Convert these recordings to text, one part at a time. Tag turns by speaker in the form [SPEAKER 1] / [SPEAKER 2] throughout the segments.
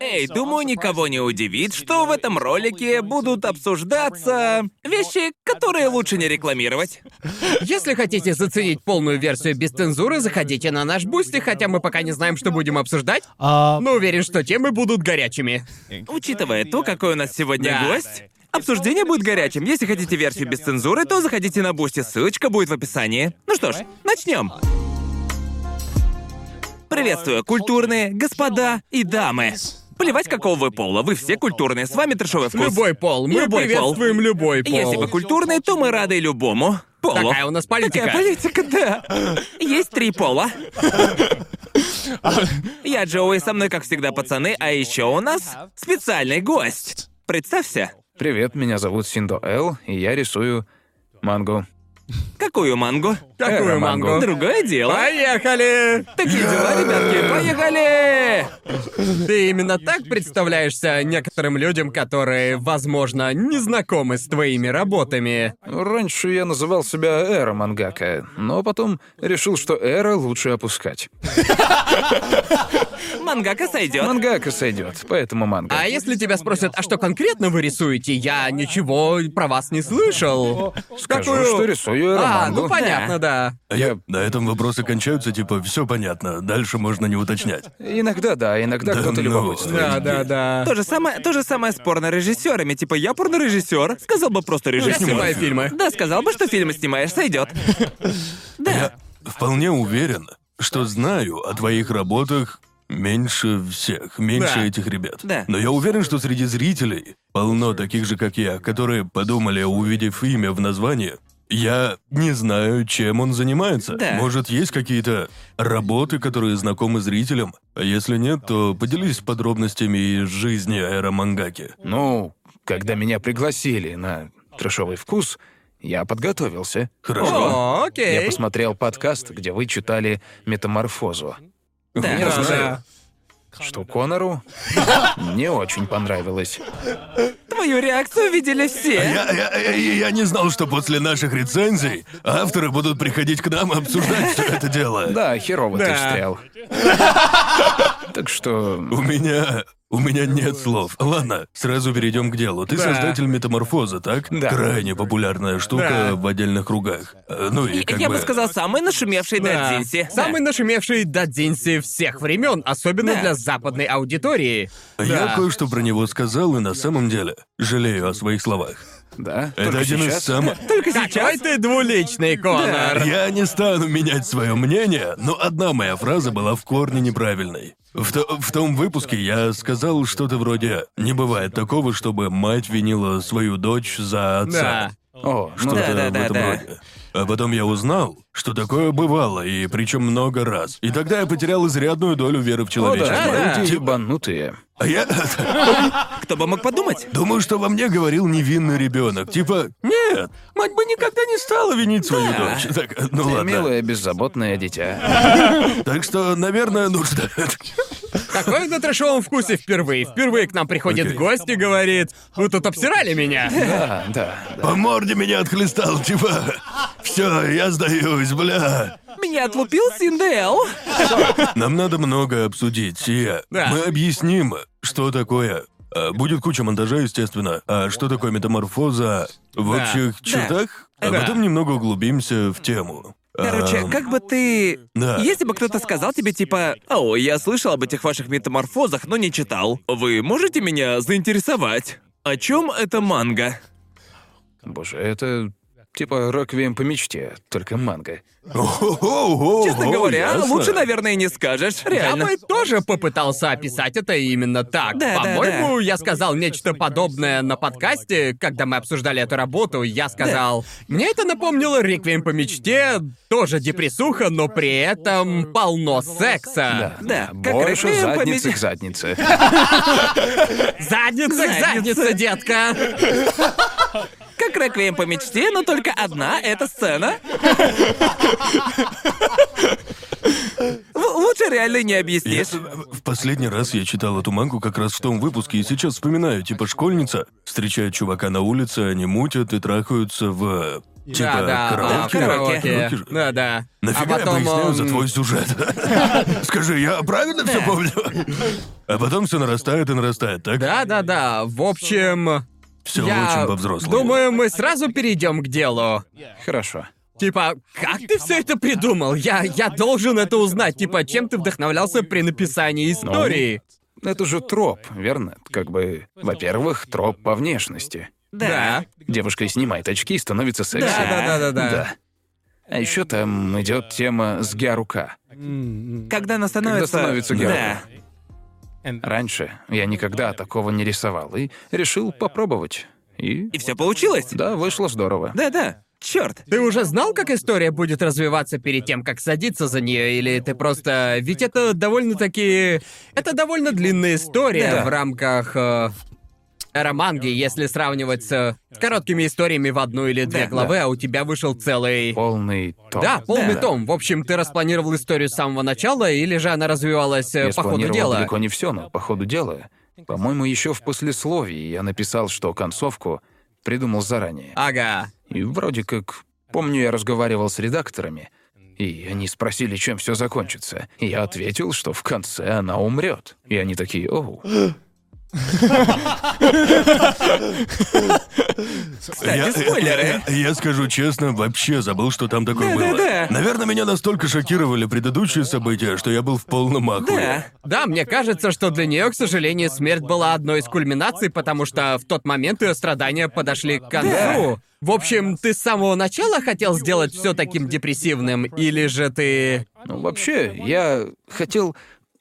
[SPEAKER 1] Эй, думаю, никого не удивит, что в этом ролике будут обсуждаться вещи, которые лучше не рекламировать.
[SPEAKER 2] Если хотите заценить полную версию без цензуры, заходите на наш бусти, хотя мы пока не знаем, что будем обсуждать,
[SPEAKER 3] А,
[SPEAKER 2] но Ну, уверен, что темы будут горячими.
[SPEAKER 1] Учитывая то, какой у нас сегодня
[SPEAKER 2] Да.
[SPEAKER 1] гость, обсуждение будет горячим. Если хотите версию без цензуры, то заходите на Бусти, ссылочка будет в описании. Ну что ж, начнем. Приветствую, культурные господа и дамы. Плевать, какого вы пола, вы все культурные, с вами трешовый вкус.
[SPEAKER 2] Любой пол. Мы
[SPEAKER 1] Любой пол.
[SPEAKER 2] приветствуем любой пол.
[SPEAKER 1] Если вы культурные, то мы рады любому полу.
[SPEAKER 2] Такая у нас политика.
[SPEAKER 1] Такая политика, да. Есть три пола. Я Джоуи, со мной, как всегда, пацаны, а еще у нас специальный гость. Представься,
[SPEAKER 4] Привет, меня зовут Синдо Эл, и я рисую мангу.
[SPEAKER 1] какую мангу?
[SPEAKER 2] Какую
[SPEAKER 4] Эра
[SPEAKER 2] Э, мангу?
[SPEAKER 4] мангу.
[SPEAKER 1] Другое дело.
[SPEAKER 2] Поехали!
[SPEAKER 1] Такие дела, ребятки, поехали!
[SPEAKER 2] Ты именно так представляешься некоторым людям, которые, возможно, не знакомы с твоими работами.
[SPEAKER 4] Раньше я называл себя Эра Мангака, но потом решил, что Эра лучше опускать.
[SPEAKER 1] Мангака сойдет.
[SPEAKER 4] Мангака сойдет, поэтому манга.
[SPEAKER 2] А если тебя спросят, а что конкретно вы рисуете, я ничего про вас не слышал.
[SPEAKER 4] Скажу,
[SPEAKER 2] какую-
[SPEAKER 4] что рисую Эра
[SPEAKER 2] А,
[SPEAKER 4] мангу.
[SPEAKER 2] ну понятно, да.
[SPEAKER 5] А я... На этом вопросы кончаются, типа, все понятно, дальше можно не уточнять.
[SPEAKER 4] Иногда да, иногда
[SPEAKER 5] Да
[SPEAKER 4] кто-то
[SPEAKER 5] ну.
[SPEAKER 4] любопытствует.
[SPEAKER 2] Да, да, да.
[SPEAKER 1] То же самое, то же самое с порнорежиссерами. Типа, я порнорежиссер, сказал бы просто
[SPEAKER 2] Я
[SPEAKER 1] режиссер.
[SPEAKER 2] снимаю фильмы.
[SPEAKER 1] Да, сказал бы, что фильмы снимаешь, сойдет. Да.
[SPEAKER 5] Вполне уверен, что знаю о твоих работах меньше всех, меньше
[SPEAKER 2] Да.
[SPEAKER 5] этих ребят.
[SPEAKER 1] Да.
[SPEAKER 5] Но я уверен, что среди зрителей полно таких же, как я, которые подумали, увидев имя в названии, я не знаю, чем он занимается.
[SPEAKER 1] Да.
[SPEAKER 5] Может, есть какие-то работы, которые знакомы зрителям? А если нет, то поделись подробностями из жизни Эра Мангаки.
[SPEAKER 4] Ну, когда меня пригласили на трешовый вкус, я подготовился.
[SPEAKER 5] Хорошо.
[SPEAKER 2] О,
[SPEAKER 4] Я
[SPEAKER 2] окей.
[SPEAKER 4] посмотрел подкаст, где вы читали «Метаморфозу».
[SPEAKER 1] Да.
[SPEAKER 2] Да,
[SPEAKER 4] знаю.
[SPEAKER 2] да.
[SPEAKER 4] Что Конору не очень понравилось.
[SPEAKER 1] Твою реакцию видели все.
[SPEAKER 5] Я, я- я- я не знал, что после наших рецензий авторы будут приходить к нам и обсуждать все это дело.
[SPEAKER 4] Да, херово ты
[SPEAKER 2] Да.
[SPEAKER 4] встрял. Так что...
[SPEAKER 5] У меня... У меня нет слов. Ладно, сразу перейдем к делу. Ты
[SPEAKER 2] Да.
[SPEAKER 5] создатель метаморфоза, так?
[SPEAKER 4] Да.
[SPEAKER 5] Крайне популярная штука
[SPEAKER 2] Да.
[SPEAKER 5] в отдельных кругах. Э, Ну и как
[SPEAKER 1] Я
[SPEAKER 5] бы...
[SPEAKER 1] бы сказал, самый нашумевший
[SPEAKER 2] Да.
[SPEAKER 1] Дадзинси.
[SPEAKER 2] Самый нашумевший дадзинси всех времен, особенно
[SPEAKER 1] Да.
[SPEAKER 2] для западной аудитории.
[SPEAKER 5] Я
[SPEAKER 2] Да.
[SPEAKER 5] кое-что про него сказал и на самом деле жалею о своих словах.
[SPEAKER 4] Да?
[SPEAKER 5] это
[SPEAKER 4] только
[SPEAKER 5] один из
[SPEAKER 4] сейчас?
[SPEAKER 5] самых...
[SPEAKER 2] Только Какой ты двуличный, Конор.
[SPEAKER 5] Я не стану менять свое мнение, но одна моя фраза была в корне неправильной. В, то- в том выпуске я сказал что-то вроде «Не бывает такого, чтобы мать винила свою дочь за отца».
[SPEAKER 2] Да.
[SPEAKER 4] О, ну
[SPEAKER 5] Что-то
[SPEAKER 1] Да, да,
[SPEAKER 5] в
[SPEAKER 1] да,
[SPEAKER 5] этом
[SPEAKER 1] да.
[SPEAKER 5] роде. А потом я узнал, что такое бывало, и причем много раз. И тогда я потерял изрядную долю веры в
[SPEAKER 4] О, да, А,
[SPEAKER 5] человечество.
[SPEAKER 4] да,
[SPEAKER 5] Типа,
[SPEAKER 4] эти ебанутые.
[SPEAKER 5] а я
[SPEAKER 1] Кто бы мог подумать?
[SPEAKER 5] думаю, что во мне говорил невинный ребенок. Типа, нет, мать бы никогда не стала винить свою
[SPEAKER 1] Да.
[SPEAKER 5] дочь. Так, ну
[SPEAKER 4] Ты
[SPEAKER 5] ладно.
[SPEAKER 4] милое, беззаботное дитя.
[SPEAKER 5] Так что, наверное, нужно.
[SPEAKER 2] Такой на трэшовом вкусе впервые. Впервые к нам приходит
[SPEAKER 5] Окей.
[SPEAKER 2] гость и говорит, вы тут обсирали меня.
[SPEAKER 4] Да, да.
[SPEAKER 5] По морде меня отхлестал, типа. Все, я сдаюсь, бля.
[SPEAKER 1] Меня отлупил Синдел.
[SPEAKER 5] Нам надо много обсудить, и
[SPEAKER 2] Да.
[SPEAKER 5] мы объясним, что такое. Э, Будет куча монтажа, естественно. А что такое метаморфоза в
[SPEAKER 2] Да.
[SPEAKER 5] общих
[SPEAKER 1] Да.
[SPEAKER 5] чертах? А
[SPEAKER 2] Да.
[SPEAKER 5] потом немного углубимся в тему.
[SPEAKER 1] Короче,
[SPEAKER 5] Эм,
[SPEAKER 1] как бы ты...
[SPEAKER 5] да.
[SPEAKER 1] Если бы кто-то сказал тебе, типа, «О, я слышал об этих ваших метаморфозах, но не читал. Вы можете меня заинтересовать? О чем это манга?»
[SPEAKER 4] Боже, это типа «Роквием по мечте», только манга.
[SPEAKER 5] О-о-о-о,
[SPEAKER 1] Честно говоря,
[SPEAKER 5] ясно.
[SPEAKER 1] лучше, наверное, не скажешь.
[SPEAKER 2] Я
[SPEAKER 1] Реально.
[SPEAKER 2] бы А тоже попытался описать это именно так.
[SPEAKER 1] Да, да,
[SPEAKER 2] По-моему, я сказал нечто подобное на подкасте, когда мы обсуждали эту работу. Я сказал, мне это напомнило «Реквием по мечте», тоже депрессуха, но при этом полно секса.
[SPEAKER 1] Да, как
[SPEAKER 4] Больше
[SPEAKER 1] «Реквием по
[SPEAKER 4] задницы
[SPEAKER 1] мечте».
[SPEAKER 4] к заднице.
[SPEAKER 2] Задница к заднице, детка!
[SPEAKER 1] Как реквием по мечте, но только одна эта сцена. Л- Лучше реально не
[SPEAKER 5] Я
[SPEAKER 1] объяснишь.
[SPEAKER 5] с- в последний раз я читал эту мангу как раз в том выпуске, и сейчас вспоминаю, типа школьница встречает чувака на улице, они мутят и трахаются в э, Типа
[SPEAKER 2] да, да,
[SPEAKER 5] караоке.
[SPEAKER 2] а, караоке.
[SPEAKER 5] Караоке же.
[SPEAKER 2] Да, да. а
[SPEAKER 5] Нафига я
[SPEAKER 2] потом
[SPEAKER 5] поясняю за
[SPEAKER 1] эм,
[SPEAKER 2] он-
[SPEAKER 5] твой сюжет? Скажи, я правильно все помню? А потом все нарастает и нарастает, так?
[SPEAKER 2] Да, да, да. В общем,
[SPEAKER 5] Все
[SPEAKER 2] я
[SPEAKER 5] очень по-взрослому.
[SPEAKER 2] думаю, мы сразу перейдем к делу.
[SPEAKER 4] Хорошо.
[SPEAKER 2] Типа, как ты все это придумал? Я, я должен это узнать. Типа, чем ты вдохновлялся при
[SPEAKER 5] Ну.
[SPEAKER 2] написании истории?
[SPEAKER 4] Это же троп, верно? Как бы, во-первых, троп по внешности.
[SPEAKER 2] Да.
[SPEAKER 4] Девушка снимает очки и становится секси.
[SPEAKER 2] Да, да, да, да, да.
[SPEAKER 4] Да. А еще там идет тема с рука.
[SPEAKER 1] Когда она становится...
[SPEAKER 4] становится героем.
[SPEAKER 1] да.
[SPEAKER 4] Раньше я никогда такого не рисовал и решил попробовать. И
[SPEAKER 1] И все получилось?
[SPEAKER 4] да, вышло здорово.
[SPEAKER 1] Да, да. Черт.
[SPEAKER 2] Ты уже знал, как история будет развиваться перед тем, как садиться за нее, или ты просто... Ведь это довольно-таки... Это довольно длинная история
[SPEAKER 1] Да.
[SPEAKER 2] в рамках э, романги, если сравнивать с, э, с короткими историями в одну или
[SPEAKER 1] Да,
[SPEAKER 2] две главы, а у тебя вышел целый...
[SPEAKER 4] Полный том.
[SPEAKER 2] Да, полный
[SPEAKER 1] Да.
[SPEAKER 2] том. В общем, ты распланировал историю с самого начала, или же она развивалась э,
[SPEAKER 4] Я
[SPEAKER 2] по ходу
[SPEAKER 4] спланировал
[SPEAKER 2] дела?
[SPEAKER 4] далеко не все, но по ходу дела. По-моему, еще в послесловии я написал, что концовку придумал заранее.
[SPEAKER 2] Ага.
[SPEAKER 4] И вроде как... Помню, я разговаривал с редакторами, и они спросили, чем все закончится. И я ответил, что в конце она умрет. И они такие, оу.
[SPEAKER 5] Я-
[SPEAKER 1] Кстати, спойлеры.
[SPEAKER 5] Я, я скажу честно, вообще забыл, что там такое
[SPEAKER 1] Да, да,
[SPEAKER 5] было.
[SPEAKER 1] да.
[SPEAKER 5] Наверное, меня настолько шокировали предыдущие события, что я был в полном ахуе.
[SPEAKER 1] Да.
[SPEAKER 2] Да, мне кажется, что для нее, к сожалению, смерть была одной из кульминаций, потому что в тот момент ее страдания подошли к концу. В общем, ты с самого начала хотел сделать все таким депрессивным, или же ты.
[SPEAKER 4] Ну, вообще, я хотел...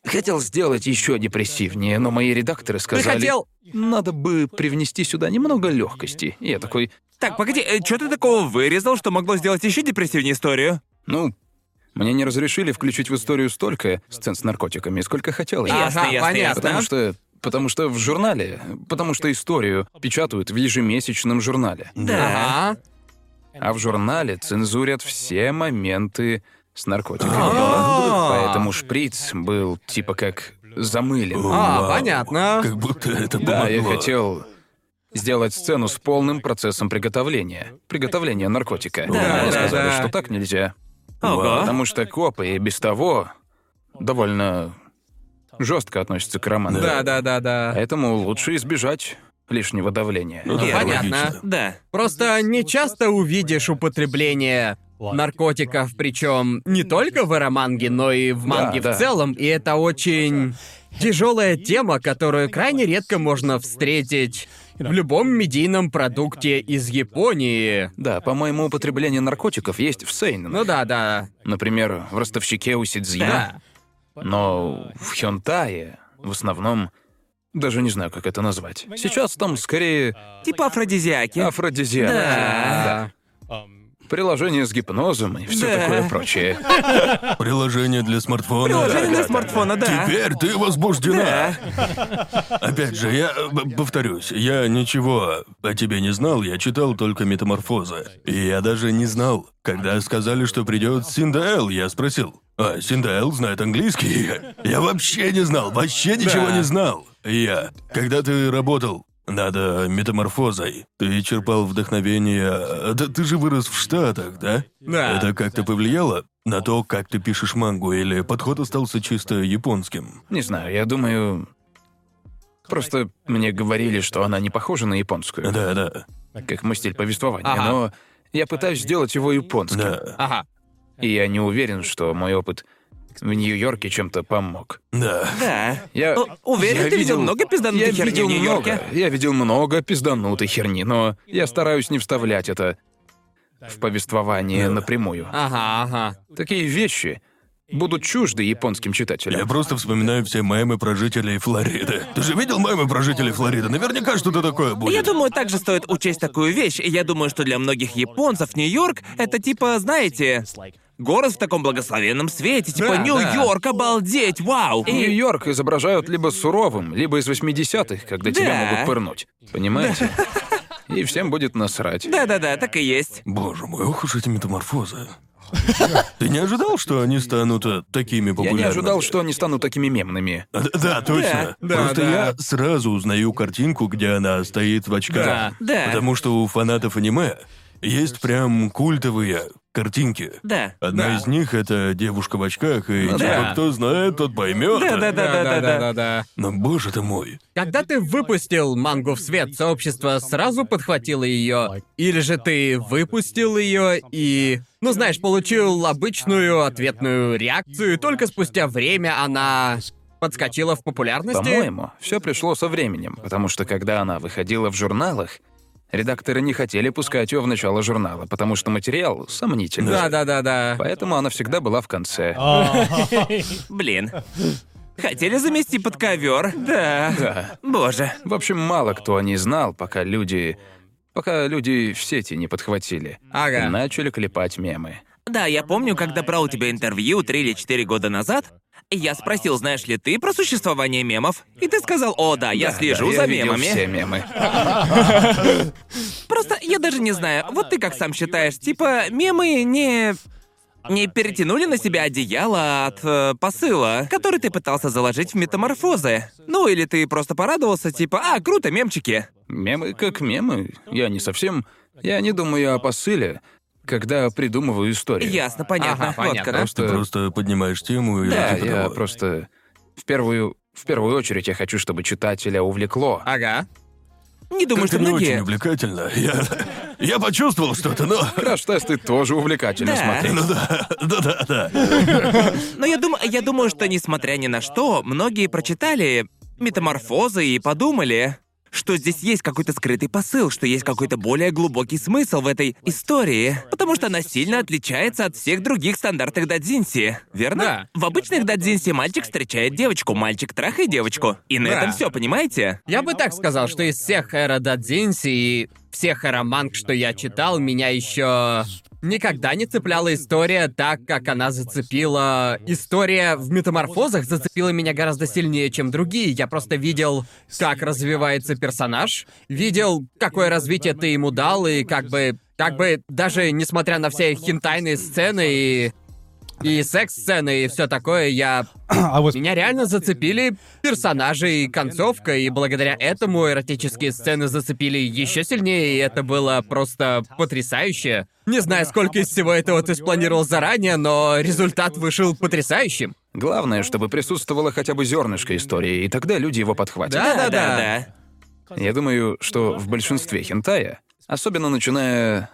[SPEAKER 4] Хотел сделать еще депрессивнее, но мои редакторы
[SPEAKER 2] Ты
[SPEAKER 4] сказали...
[SPEAKER 2] хотел.
[SPEAKER 4] Надо бы привнести сюда немного легкости. Я такой,
[SPEAKER 1] Так, погоди, что ты такого вырезал, что могло сделать еще депрессивнее историю?
[SPEAKER 4] ну, мне не разрешили включить в историю столько сцен с наркотиками, сколько хотел А, я.
[SPEAKER 1] Ясно,
[SPEAKER 2] Ага,
[SPEAKER 1] ясно,
[SPEAKER 2] понятно.
[SPEAKER 1] ясно.
[SPEAKER 4] Потому что... Потому что в журнале... Потому что историю печатают в ежемесячном журнале.
[SPEAKER 2] Ага.
[SPEAKER 4] А в журнале цензурят все моменты с
[SPEAKER 2] А.
[SPEAKER 4] наркотиками. Поэтому шприц был типа как замылен.
[SPEAKER 2] А,
[SPEAKER 5] Вау.
[SPEAKER 2] понятно.
[SPEAKER 5] Как будто это
[SPEAKER 4] Да, я
[SPEAKER 5] помогло.
[SPEAKER 4] хотел сделать сцену с полным процессом приготовления. Приготовления наркотика.
[SPEAKER 2] Да, да,
[SPEAKER 4] Мне сказали,
[SPEAKER 2] да. А?
[SPEAKER 4] что так нельзя.
[SPEAKER 1] Ого.
[SPEAKER 4] Потому что копы и без того довольно жестко относятся к роману.
[SPEAKER 2] Да, да, да, да.
[SPEAKER 4] Поэтому лучше избежать лишнего давления.
[SPEAKER 5] Ну да,
[SPEAKER 1] Понятно.
[SPEAKER 5] логично.
[SPEAKER 1] Да.
[SPEAKER 2] Просто не часто увидишь употребление наркотиков, причем не только в эроманге, но и в манге
[SPEAKER 4] да.
[SPEAKER 2] в целом, и это очень тяжелая тема, которую крайне редко можно встретить в любом медийном продукте из Японии.
[SPEAKER 4] Да, по-моему, употребление наркотиков есть в Сейнен.
[SPEAKER 2] Ну да, да.
[SPEAKER 4] Например, в ростовщике у Сидзина.
[SPEAKER 2] Да.
[SPEAKER 4] Но в Хёнтае в основном... Даже не знаю, как это назвать. Сейчас там скорее
[SPEAKER 1] Типа афродизиаки.
[SPEAKER 4] афродизиак.
[SPEAKER 2] Да.
[SPEAKER 4] Да. Приложение с гипнозом и все
[SPEAKER 1] Да.
[SPEAKER 4] такое прочее.
[SPEAKER 5] Приложение для смартфона.
[SPEAKER 1] Приложение для смартфона, да.
[SPEAKER 5] Теперь ты возбуждена.
[SPEAKER 1] Да.
[SPEAKER 5] Опять же, я э, б- повторюсь, я ничего о тебе не знал, я читал только метаморфозы. И я даже не знал. Когда сказали, что придет Синдаэл, я спросил. А, Синдаэл знает английский. Я вообще не знал, вообще ничего не знал. И Я. Когда ты работал надо метаморфозой. Ты черпал вдохновение. э, Да ты же вырос в Штатах, да?
[SPEAKER 2] Да.
[SPEAKER 5] Это как-то повлияло на то, как ты пишешь мангу, или подход остался чисто японским?
[SPEAKER 4] Не знаю, я думаю... Просто мне говорили, что она не похожа на японскую,
[SPEAKER 5] Да-да.
[SPEAKER 4] как мой стиль повествования,
[SPEAKER 2] Ага.
[SPEAKER 4] но я пытаюсь сделать его японским.
[SPEAKER 5] Да.
[SPEAKER 2] Ага.
[SPEAKER 4] И я не уверен, что мой опыт в Нью-Йорке чем-то помог.
[SPEAKER 5] Да.
[SPEAKER 1] Да.
[SPEAKER 4] Я
[SPEAKER 1] О, уверен,
[SPEAKER 4] я
[SPEAKER 1] ты видел много пизданутой
[SPEAKER 4] я
[SPEAKER 1] херни
[SPEAKER 4] видел
[SPEAKER 1] в Нью-Йорке?
[SPEAKER 4] много- Я видел много пизданутой херни, но я стараюсь не вставлять это в повествование напрямую.
[SPEAKER 2] Ага, ага.
[SPEAKER 4] Такие вещи будут чужды японским
[SPEAKER 5] Я
[SPEAKER 4] читателям.
[SPEAKER 5] просто вспоминаю все мемы про жителей Флориды. Ты же видел мемы про жителей Флориды? Наверняка что-то такое
[SPEAKER 1] Я
[SPEAKER 5] будет.
[SPEAKER 1] думаю, также стоит учесть такую вещь. Я думаю, что для многих японцев Нью-Йорк — это типа, знаете, город в таком благословенном свете. Типа,
[SPEAKER 2] Да, да.
[SPEAKER 1] Нью-Йорк, обалдеть, вау! И...
[SPEAKER 4] Нью-Йорк изображают либо суровым, либо из 80-х, когда тебя
[SPEAKER 1] Да.
[SPEAKER 4] могут пырнуть. Понимаете? И всем будет насрать.
[SPEAKER 1] Да-да-да, так и есть.
[SPEAKER 5] Боже мой, ох уж эти метаморфозы. Ты не ожидал, что они станут э, такими
[SPEAKER 4] Я
[SPEAKER 5] популярными?
[SPEAKER 4] не ожидал, что они станут такими мемными.
[SPEAKER 5] Э, Да, точно.
[SPEAKER 2] Да,
[SPEAKER 5] Просто
[SPEAKER 2] да.
[SPEAKER 5] я сразу узнаю картинку, где она стоит в очках.
[SPEAKER 2] Да.
[SPEAKER 1] Да.
[SPEAKER 5] Потому что у фанатов аниме Есть прям культовые картинки.
[SPEAKER 1] Да.
[SPEAKER 5] Одна из них — это девушка в очках, и типа,
[SPEAKER 1] да.
[SPEAKER 5] кто знает, тот поймет.
[SPEAKER 1] Да-да-да.
[SPEAKER 2] Да-да-да-да-да.
[SPEAKER 5] Но боже ты мой.
[SPEAKER 2] Когда ты выпустил мангу в свет, сообщество сразу подхватило ее? Или же ты выпустил ее и, ну знаешь, получил обычную ответную реакцию, и только спустя время она подскочила в популярности?
[SPEAKER 4] По-моему, все пришло со временем, потому что когда она выходила в журналах, редакторы не хотели пускать ее в начало журнала, потому что материал сомнительный.
[SPEAKER 2] Да-да-да-да.
[SPEAKER 4] Поэтому она всегда была в конце.
[SPEAKER 1] Блин. Хотели замести под ковер? Да. Боже.
[SPEAKER 4] В общем, мало кто о ней знал, пока люди... Пока люди в сети не подхватили.
[SPEAKER 2] Ага.
[SPEAKER 4] И начали клепать мемы.
[SPEAKER 1] Да, я помню, когда брал у тебя интервью три или четыре года назад, я спросил, знаешь ли ты про существование мемов? И ты сказал, о, да, я слежу
[SPEAKER 4] Да,
[SPEAKER 1] за
[SPEAKER 4] я видел
[SPEAKER 1] мемами.
[SPEAKER 4] все мемы.
[SPEAKER 1] Просто я даже не знаю, вот ты как сам считаешь, типа мемы не... Не перетянули на себя одеяло от э, посыла, который ты пытался заложить в метаморфозы. Ну или ты просто порадовался, типа, а, круто, мемчики.
[SPEAKER 4] Мемы как мемы. Я не совсем... Я не думаю о посыле, когда придумываю историю.
[SPEAKER 1] Ясно, понятно.
[SPEAKER 2] Ага,
[SPEAKER 1] Вот
[SPEAKER 2] понятно.
[SPEAKER 1] как.
[SPEAKER 5] Ты
[SPEAKER 4] Э.
[SPEAKER 5] просто поднимаешь тему и
[SPEAKER 4] Да,
[SPEAKER 5] типа
[SPEAKER 4] я
[SPEAKER 5] того.
[SPEAKER 4] просто... В первую... В первую очередь я хочу, чтобы читателя увлекло.
[SPEAKER 2] Ага.
[SPEAKER 1] Не думаю,
[SPEAKER 5] Как-то
[SPEAKER 1] что
[SPEAKER 5] не
[SPEAKER 1] многие...
[SPEAKER 5] очень увлекательно. Я, я почувствовал что-то, но...
[SPEAKER 4] Краш-тесты тоже увлекательно
[SPEAKER 1] Да.
[SPEAKER 4] смотреть.
[SPEAKER 5] Ну да, да, да, да.
[SPEAKER 1] Но я думаю, я думаю, что несмотря ни на что, многие прочитали метаморфозы и подумали, что здесь есть какой-то скрытый посыл, что есть какой-то более глубокий смысл в этой истории, потому что она сильно отличается от всех других стандартных дадзинси, верно? В обычных дадзинси мальчик встречает девочку, мальчик трахает девочку, и на
[SPEAKER 2] Да.
[SPEAKER 1] этом все, понимаете?
[SPEAKER 2] Я бы так сказал, что из всех эра Дадзинси и всех эра манг, что я читал, меня еще никогда не цепляла история так, как она зацепила... История в метаморфозах зацепила меня гораздо сильнее, чем другие. Я просто видел, как развивается персонаж, видел, какое развитие ты ему дал, и как бы... Как бы даже несмотря на все хентайные сцены и... И секс-сцены и все такое, я меня реально зацепили персонажи и концовка, и благодаря этому эротические сцены зацепили еще сильнее, и это было просто потрясающе. Не знаю, сколько из всего этого ты спланировал заранее, но результат вышел потрясающим.
[SPEAKER 4] Главное, чтобы присутствовало хотя бы зернышко истории, и тогда люди его подхватят.
[SPEAKER 2] Да-да-да.
[SPEAKER 1] Да-да-да.
[SPEAKER 4] Я думаю, что в большинстве хентая, особенно начиная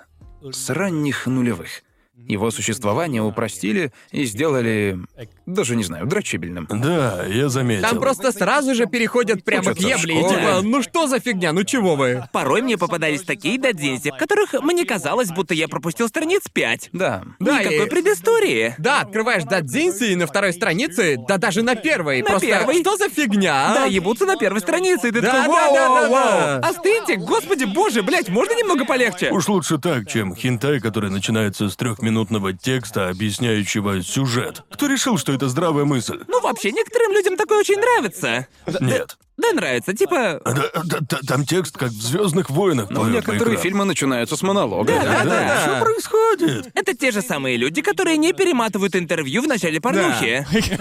[SPEAKER 4] с ранних нулевых, его существование упростили и сделали, даже не знаю, дрочибельным.
[SPEAKER 5] Да, я заметил.
[SPEAKER 2] Там просто сразу же переходят прямо к
[SPEAKER 4] Учатся в
[SPEAKER 2] ебле, и
[SPEAKER 4] школе.
[SPEAKER 2] типа, ну что за фигня, ну чего вы?
[SPEAKER 1] Порой мне попадались такие дадзинси, в которых мне казалось, будто я пропустил страниц пять.
[SPEAKER 4] Да.
[SPEAKER 2] Да,
[SPEAKER 1] Никакой
[SPEAKER 2] и-
[SPEAKER 1] предыстории.
[SPEAKER 2] Да, открываешь Дадзинси, и на второй странице, да даже на первой,
[SPEAKER 1] На
[SPEAKER 2] просто
[SPEAKER 1] первой?
[SPEAKER 2] что за фигня? а?
[SPEAKER 1] Да, ебутся на первой странице, и ты
[SPEAKER 2] Да,
[SPEAKER 1] такой,
[SPEAKER 2] да,
[SPEAKER 1] «Вау,
[SPEAKER 2] да,
[SPEAKER 1] вау,
[SPEAKER 2] да,
[SPEAKER 1] вау,
[SPEAKER 2] да».
[SPEAKER 1] остыньте, господи боже, блядь, можно немного полегче?
[SPEAKER 5] Уж лучше так, чем хентай, который начинается с трехминутного текста, объясняющего сюжет. Кто решил, что это здравая мысль?
[SPEAKER 1] Ну вообще, некоторым людям такое очень нравится.
[SPEAKER 5] Нет.
[SPEAKER 1] Да, нравится, типа...
[SPEAKER 5] Да, да, да, там текст как в Звездных войнах.
[SPEAKER 4] Но
[SPEAKER 1] Ну,
[SPEAKER 5] плывет по
[SPEAKER 4] некоторые
[SPEAKER 5] экрану.
[SPEAKER 4] фильмы начинаются с монолога.
[SPEAKER 1] Да, да.
[SPEAKER 5] Что происходит?
[SPEAKER 1] Это те же самые люди, которые не перематывают интервью в начале порнухи.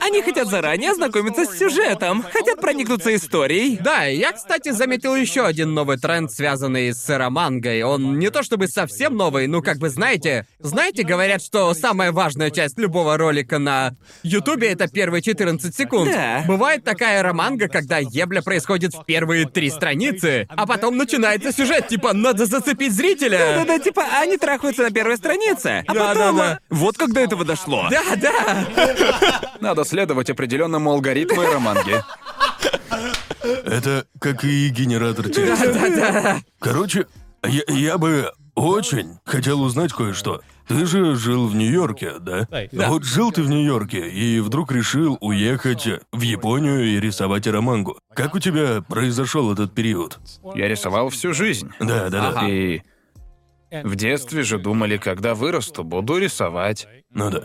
[SPEAKER 1] Они хотят заранее ознакомиться с сюжетом, хотят проникнуться историей.
[SPEAKER 2] Да, я, кстати, заметил еще один новый тренд, связанный с сыромангой. Он не то чтобы совсем новый, ну как бы знаете, знаете, говорят, что самая важная часть любого ролика на Ютубе это первые 14 секунд.
[SPEAKER 1] Да.
[SPEAKER 2] Бывает такая романга, когда ебля происходит в первые три страницы, а потом начинается сюжет, типа надо зацепить зрителя.
[SPEAKER 1] Да-да, типа, они трахаются на первой странице, а
[SPEAKER 2] Да,
[SPEAKER 1] потом...
[SPEAKER 2] да, да.
[SPEAKER 1] э, Вот как до этого дошло.
[SPEAKER 2] Да, да.
[SPEAKER 4] Надо следовать определенному алгоритму и романге.
[SPEAKER 5] Это как и генератор текста. Короче, я, я бы очень хотел узнать кое-что. Ты же жил в Нью-Йорке, да? А
[SPEAKER 3] Да.
[SPEAKER 5] Вот жил ты в Нью-Йорке и вдруг решил уехать в Японию и рисовать романгу. Как у тебя произошел этот период?
[SPEAKER 4] Я рисовал всю жизнь.
[SPEAKER 5] Да, да, да.
[SPEAKER 4] И в детстве же думали, когда вырасту, буду рисовать.
[SPEAKER 5] Ну да,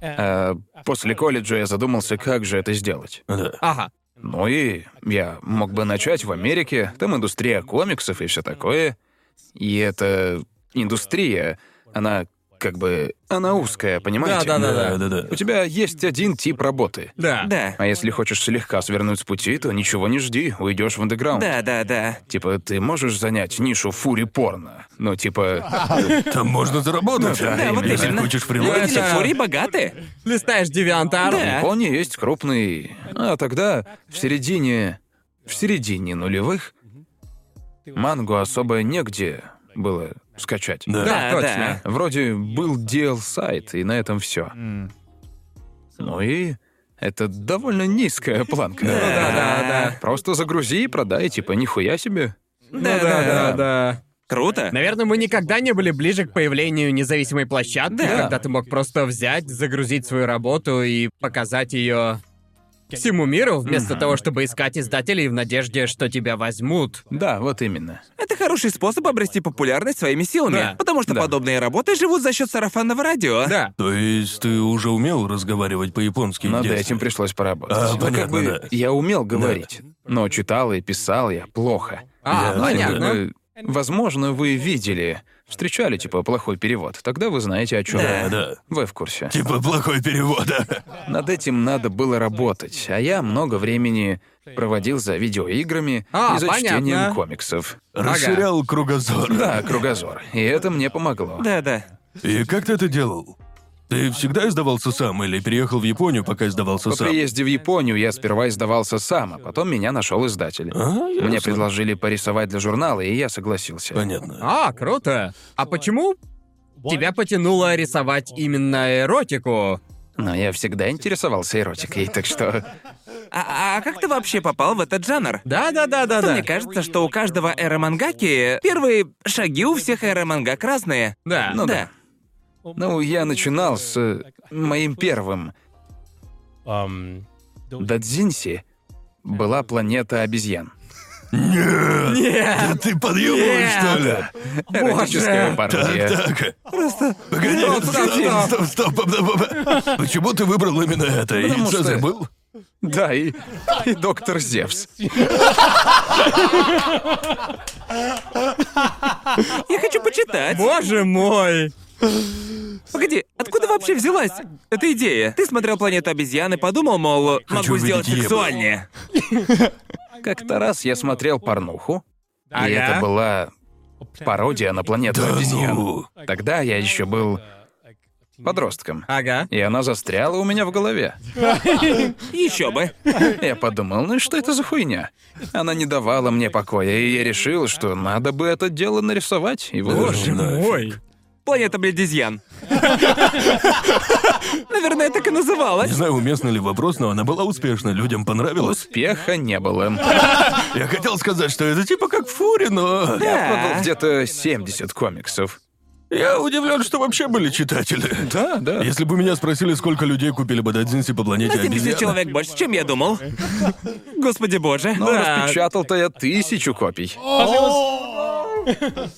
[SPEAKER 4] А после колледжа я задумался, как же это сделать.
[SPEAKER 5] да.
[SPEAKER 1] А,
[SPEAKER 2] Ага.
[SPEAKER 4] Ну и я мог бы начать в Америке, там индустрия комиксов и все такое. И эта индустрия, она как бы она узкая, понимаете?
[SPEAKER 2] Да-да-да-да.
[SPEAKER 5] Да-да-да.
[SPEAKER 4] У тебя есть один тип работы.
[SPEAKER 2] Да.
[SPEAKER 1] Да.
[SPEAKER 4] А если хочешь слегка свернуть с пути, то ничего не жди, уйдешь в андеграунд.
[SPEAKER 1] Да, да, да.
[SPEAKER 4] Типа, ты можешь занять нишу фури порно. Ну, типа,
[SPEAKER 5] Там можно заработать, а,
[SPEAKER 1] Да, вот
[SPEAKER 5] если
[SPEAKER 1] именно.
[SPEAKER 5] хочешь
[SPEAKER 1] Люди
[SPEAKER 5] фрилансить.
[SPEAKER 2] это-
[SPEAKER 1] Фури богаты.
[SPEAKER 2] Листаешь девиантар.
[SPEAKER 1] Да.
[SPEAKER 4] в Японии есть крупный... А тогда в середине... В середине нулевых мангу особо негде было скачать.
[SPEAKER 5] Да.
[SPEAKER 2] Да,
[SPEAKER 1] Да,
[SPEAKER 2] точно.
[SPEAKER 4] Вроде был DL-сайт, и на этом все. Ну и это довольно низкая планка.
[SPEAKER 2] Ну да, да, да.
[SPEAKER 4] Просто загрузи и продай, типа, нихуя себе.
[SPEAKER 1] Да,
[SPEAKER 2] Ну да,
[SPEAKER 1] да,
[SPEAKER 2] да,
[SPEAKER 1] да.
[SPEAKER 2] да.
[SPEAKER 1] Круто.
[SPEAKER 2] Наверное, мы никогда не были ближе к появлению независимой площадки,
[SPEAKER 1] Да.
[SPEAKER 2] когда ты мог просто взять, загрузить свою работу и показать ее всему миру, вместо того, чтобы искать издателей в надежде, что тебя возьмут.
[SPEAKER 4] Да, вот именно.
[SPEAKER 1] Это хороший способ обрести популярность своими силами,
[SPEAKER 2] Да.
[SPEAKER 1] потому что
[SPEAKER 4] Да.
[SPEAKER 1] подобные работы живут за счет сарафанного радио.
[SPEAKER 2] Да.
[SPEAKER 5] То есть ты уже умел разговаривать по-японски в
[SPEAKER 4] Над
[SPEAKER 5] детстве?
[SPEAKER 4] этим пришлось поработать.
[SPEAKER 5] А,
[SPEAKER 4] Ну, как
[SPEAKER 5] понятно,
[SPEAKER 4] бы
[SPEAKER 5] да.
[SPEAKER 4] я умел говорить, но читал и писал я плохо.
[SPEAKER 2] А,
[SPEAKER 5] Я-
[SPEAKER 2] понятно.
[SPEAKER 4] Как бы, Возможно, вы видели, встречали, типа, плохой перевод. Тогда вы знаете, о чем
[SPEAKER 5] Да, да.
[SPEAKER 4] Вы в курсе.
[SPEAKER 5] Типа плохой а? перевода.
[SPEAKER 4] Над этим надо было работать, а я много времени проводил за видеоиграми
[SPEAKER 2] А,
[SPEAKER 4] и за
[SPEAKER 2] понятно.
[SPEAKER 4] чтением комиксов.
[SPEAKER 5] Расширял кругозор.
[SPEAKER 4] Да, кругозор. И это мне помогло.
[SPEAKER 1] Да, да.
[SPEAKER 5] И как ты это делал? Ты всегда издавался сам или переехал в Японию, пока издавался
[SPEAKER 4] По
[SPEAKER 5] сам?
[SPEAKER 4] приезде в Японию я сперва издавался сам, а потом меня нашел издатель.
[SPEAKER 5] А, ясно.
[SPEAKER 4] Мне предложили порисовать для журнала, и я согласился.
[SPEAKER 5] Понятно.
[SPEAKER 2] А, круто. А почему тебя потянуло рисовать именно эротику?
[SPEAKER 4] Но я всегда интересовался эротикой, так что...
[SPEAKER 1] А, а как ты вообще попал в этот жанр?
[SPEAKER 2] Да, да, да, да,
[SPEAKER 1] Что
[SPEAKER 2] да.
[SPEAKER 1] мне кажется, что у каждого эромангаки первые шаги у всех эромангак разные.
[SPEAKER 2] Да.
[SPEAKER 4] Ну
[SPEAKER 1] да.
[SPEAKER 4] Ну, я начинал с э, моим первым дадзинси. Была планета обезьян. А?
[SPEAKER 5] Да ты подъебываешь, что ли?
[SPEAKER 2] Боже!
[SPEAKER 4] Эротическая пародия.
[SPEAKER 5] Так. Погоди,
[SPEAKER 2] Стоп,
[SPEAKER 5] стоп,
[SPEAKER 2] стоп,
[SPEAKER 5] стоп, стоп, стоп, стоп, стоп. Почему ты выбрал именно это? И
[SPEAKER 4] Потому
[SPEAKER 5] что
[SPEAKER 4] что-
[SPEAKER 5] забыл?
[SPEAKER 4] Да, и, и доктор Зевс.
[SPEAKER 1] Я хочу почитать.
[SPEAKER 2] Боже мой!
[SPEAKER 1] Погоди, откуда вообще взялась эта идея? Ты смотрел «Планету обезьян» и подумал, мол, могу
[SPEAKER 5] увидеть
[SPEAKER 1] сделать
[SPEAKER 5] ебло.
[SPEAKER 1] сексуальнее.
[SPEAKER 4] Как-то раз я смотрел порнуху,
[SPEAKER 2] Ага.
[SPEAKER 4] и это была пародия на планету
[SPEAKER 5] Да
[SPEAKER 4] обезьян.
[SPEAKER 5] ну.
[SPEAKER 4] Тогда я еще был подростком.
[SPEAKER 2] Ага.
[SPEAKER 4] И она застряла у меня в голове.
[SPEAKER 1] Еще бы.
[SPEAKER 4] Я подумал, ну и что это за хуйня? Она не давала мне покоя, и я решил, что надо бы это дело нарисовать и выложить.
[SPEAKER 2] Боже
[SPEAKER 5] нафиг.
[SPEAKER 2] мой!
[SPEAKER 1] Планета бледизьян. Наверное, так и
[SPEAKER 5] Не
[SPEAKER 1] называлась.
[SPEAKER 5] знаю, уместно ли вопрос, но она была успешна, людям понравилось.
[SPEAKER 4] Успеха не было.
[SPEAKER 5] Я хотел сказать, что это типа как фури, но...
[SPEAKER 4] Я продал где-то 70 комиксов.
[SPEAKER 5] Я удивлен, что вообще были читатели.
[SPEAKER 4] Да, да.
[SPEAKER 5] Если бы меня спросили, сколько людей купили бы Дадзинси по планете
[SPEAKER 1] На 70
[SPEAKER 5] обезьян...
[SPEAKER 1] человек больше, чем я думал. Господи боже.
[SPEAKER 4] Но распечатал-то я тысячу копий.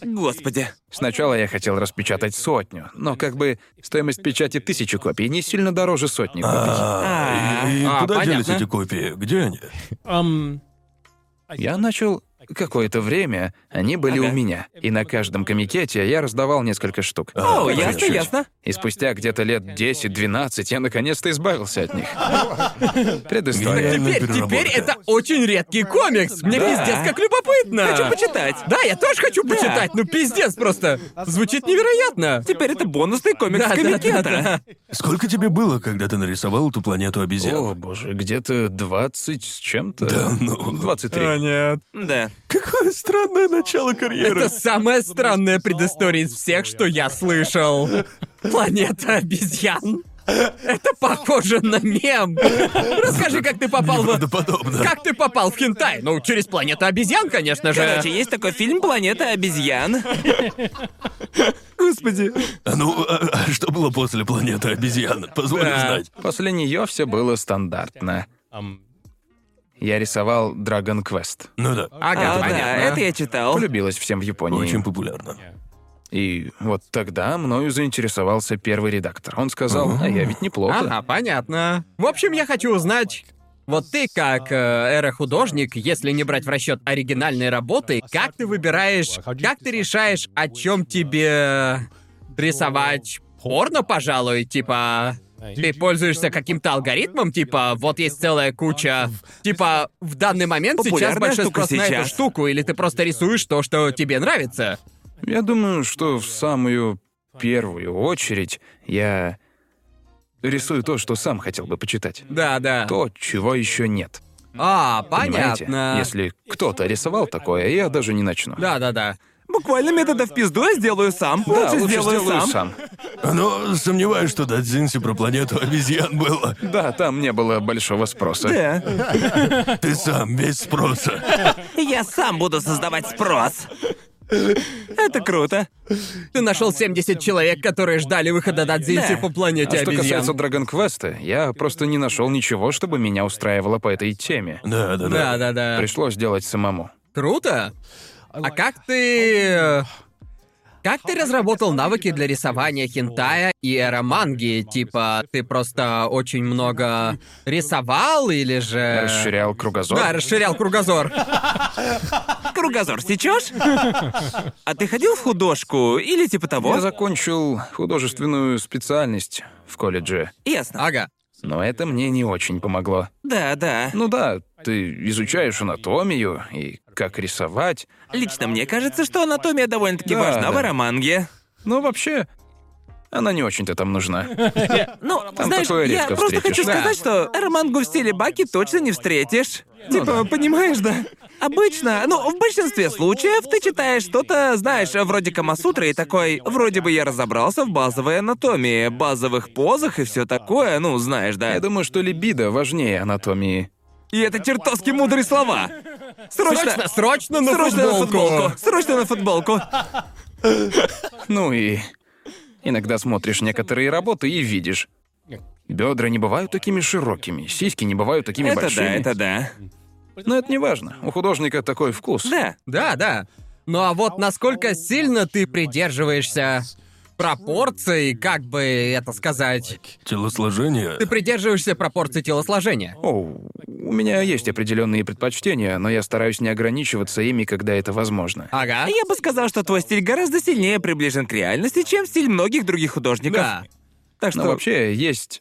[SPEAKER 1] Господи.
[SPEAKER 4] Сначала я хотел распечатать сотню, но как бы стоимость печати тысячи копий не сильно дороже сотни копий.
[SPEAKER 5] А, и, и
[SPEAKER 2] А,
[SPEAKER 5] куда
[SPEAKER 2] понятно.
[SPEAKER 5] делись эти копии? Где они?
[SPEAKER 4] Я начал какое-то время, они были у
[SPEAKER 1] Ага.
[SPEAKER 4] меня, и на каждом комикете я раздавал несколько штук.
[SPEAKER 1] О,
[SPEAKER 5] Чуть-чуть.
[SPEAKER 1] ясно, ясно.
[SPEAKER 4] И спустя где-то лет 10-12 я наконец-то избавился от них. Предыстория.
[SPEAKER 5] Гениальная
[SPEAKER 2] Теперь,
[SPEAKER 5] переработка.
[SPEAKER 2] теперь это очень редкий комикс. Мне
[SPEAKER 1] Да.
[SPEAKER 2] пиздец как любопытно.
[SPEAKER 1] Хочу почитать.
[SPEAKER 2] Да, я тоже хочу почитать. Ну пиздец просто. Звучит невероятно.
[SPEAKER 1] Теперь это бонусный комикс
[SPEAKER 2] Да, да,
[SPEAKER 1] комикета.
[SPEAKER 2] да, да.
[SPEAKER 5] Сколько тебе было, когда ты нарисовал эту планету
[SPEAKER 4] О,
[SPEAKER 5] обезьян?
[SPEAKER 4] боже, где-то 20 с чем-то.
[SPEAKER 5] Да ну.
[SPEAKER 1] А,
[SPEAKER 4] 23.
[SPEAKER 2] нет.
[SPEAKER 1] Да.
[SPEAKER 5] Какое странное начало карьеры.
[SPEAKER 2] Это самая странная предыстория из всех, что я слышал. Планета обезьян. Это похоже на мем. Расскажи, как ты попал в...
[SPEAKER 5] Правдоподобно.
[SPEAKER 2] Как ты попал в хентай? Ну, через планету обезьян, конечно же.
[SPEAKER 1] Короче, есть такой фильм «Планета обезьян».
[SPEAKER 2] Господи.
[SPEAKER 5] А Ну, а- а что было после планеты обезьян? Позволь
[SPEAKER 2] Да.
[SPEAKER 5] знать.
[SPEAKER 4] После нее все было стандартно. Я рисовал Dragon Quest.
[SPEAKER 5] Ну да.
[SPEAKER 2] Ага,
[SPEAKER 1] А, да,
[SPEAKER 2] понятно.
[SPEAKER 1] это я читал.
[SPEAKER 4] Полюбилось всем в Японии.
[SPEAKER 5] Очень популярно.
[SPEAKER 4] И вот тогда мною заинтересовался первый редактор. Он сказал, а я ведь неплохо.
[SPEAKER 2] Ага, понятно. В общем, я хочу узнать, вот ты как э, эра-художник, если не брать в расчет оригинальные работы, как ты выбираешь, как ты решаешь, о чем тебе рисовать порно, пожалуй, типа... Ты пользуешься каким-то алгоритмом, типа, вот есть целая куча... Типа, в данный момент сейчас
[SPEAKER 1] Популярная
[SPEAKER 2] большой
[SPEAKER 1] штука
[SPEAKER 2] спрос на эту
[SPEAKER 1] сейчас.
[SPEAKER 2] штуку, или ты просто рисуешь то, что тебе нравится.
[SPEAKER 4] Я думаю, что в самую первую очередь я рисую то, что сам хотел бы почитать.
[SPEAKER 2] Да, да.
[SPEAKER 4] То, чего еще нет.
[SPEAKER 2] А,
[SPEAKER 4] Понимаете?
[SPEAKER 2] понятно.
[SPEAKER 4] Если кто-то рисовал такое, я даже не начну.
[SPEAKER 2] Да, да, да.
[SPEAKER 1] Буквально метода в пизду я сделаю сам.
[SPEAKER 4] Да,
[SPEAKER 1] лучше, сделаю, сам.
[SPEAKER 5] Но Ну, сомневаюсь, что Дадзинси про планету обезьян было.
[SPEAKER 4] Да, там не было большого спроса.
[SPEAKER 1] Да.
[SPEAKER 5] Ты сам без спроса.
[SPEAKER 1] Я сам буду создавать спрос. Это круто.
[SPEAKER 2] Ты нашел 70 человек, которые ждали выхода Дадзинси
[SPEAKER 1] Да.
[SPEAKER 2] по планете
[SPEAKER 4] А что
[SPEAKER 2] обезьян.
[SPEAKER 4] касается Драгон Квеста, я просто не нашел ничего, чтобы меня устраивало по этой теме.
[SPEAKER 5] Да,
[SPEAKER 2] Да,
[SPEAKER 5] да, да.
[SPEAKER 2] да, да.
[SPEAKER 4] Пришлось делать самому.
[SPEAKER 2] Круто. А как ты... Как ты разработал навыки для рисования хентая и эроманги? Типа, ты просто очень много рисовал или же...
[SPEAKER 4] Э, Расширял кругозор.
[SPEAKER 2] Да, расширял кругозор.
[SPEAKER 1] Кругозор сечешь? А ты ходил в художку или типа того?
[SPEAKER 4] Я закончил художественную специальность в колледже,
[SPEAKER 1] Ясно.
[SPEAKER 2] Ага.
[SPEAKER 4] но это мне не очень помогло.
[SPEAKER 1] Да, да.
[SPEAKER 4] Ну да, ты изучаешь анатомию и как рисовать,
[SPEAKER 1] Лично мне кажется, что анатомия довольно-таки
[SPEAKER 4] Да,
[SPEAKER 1] важна в
[SPEAKER 4] да.
[SPEAKER 1] ароманге.
[SPEAKER 4] но вообще она не очень-то там нужна.
[SPEAKER 1] Ну,
[SPEAKER 4] Там
[SPEAKER 1] знаешь,
[SPEAKER 4] такое
[SPEAKER 1] я
[SPEAKER 4] редко
[SPEAKER 1] просто
[SPEAKER 4] встретишь.
[SPEAKER 1] хочу
[SPEAKER 2] Да.
[SPEAKER 1] сказать, что романгу в стиле Баки точно не встретишь. типа,
[SPEAKER 4] да.
[SPEAKER 1] понимаешь, да? Обычно, ну, в большинстве случаев ты читаешь что-то, знаешь, вроде Камасутры и такой, вроде бы я разобрался в базовой анатомии, базовых позах и все такое, ну, знаешь, да.
[SPEAKER 4] Я думаю, что либидо важнее анатомии.
[SPEAKER 1] И это чертовски мудрые слова. Срочно,
[SPEAKER 2] Срочно, срочно на
[SPEAKER 1] срочно на футболку,
[SPEAKER 2] футболку.
[SPEAKER 1] срочно на футболку.
[SPEAKER 4] Ну и иногда смотришь некоторые работы и видишь. Бедра не бывают такими широкими, сиськи не бывают такими
[SPEAKER 1] Это да,
[SPEAKER 4] большими.
[SPEAKER 1] это да.
[SPEAKER 4] Но это не важно. У художника такой вкус.
[SPEAKER 1] Да.
[SPEAKER 2] Да, да. Ну а вот насколько сильно ты придерживаешься пропорций, как бы это сказать?
[SPEAKER 5] Телосложение.
[SPEAKER 2] Ты придерживаешься пропорций телосложения.
[SPEAKER 4] О, у меня есть определенные предпочтения, но я стараюсь не ограничиваться ими, когда это возможно.
[SPEAKER 1] А
[SPEAKER 2] Ага.
[SPEAKER 1] Я бы сказал, что твой стиль гораздо сильнее приближен к реальности, чем стиль многих других художников.
[SPEAKER 2] Да.
[SPEAKER 1] Так что
[SPEAKER 4] Но Ну, вообще есть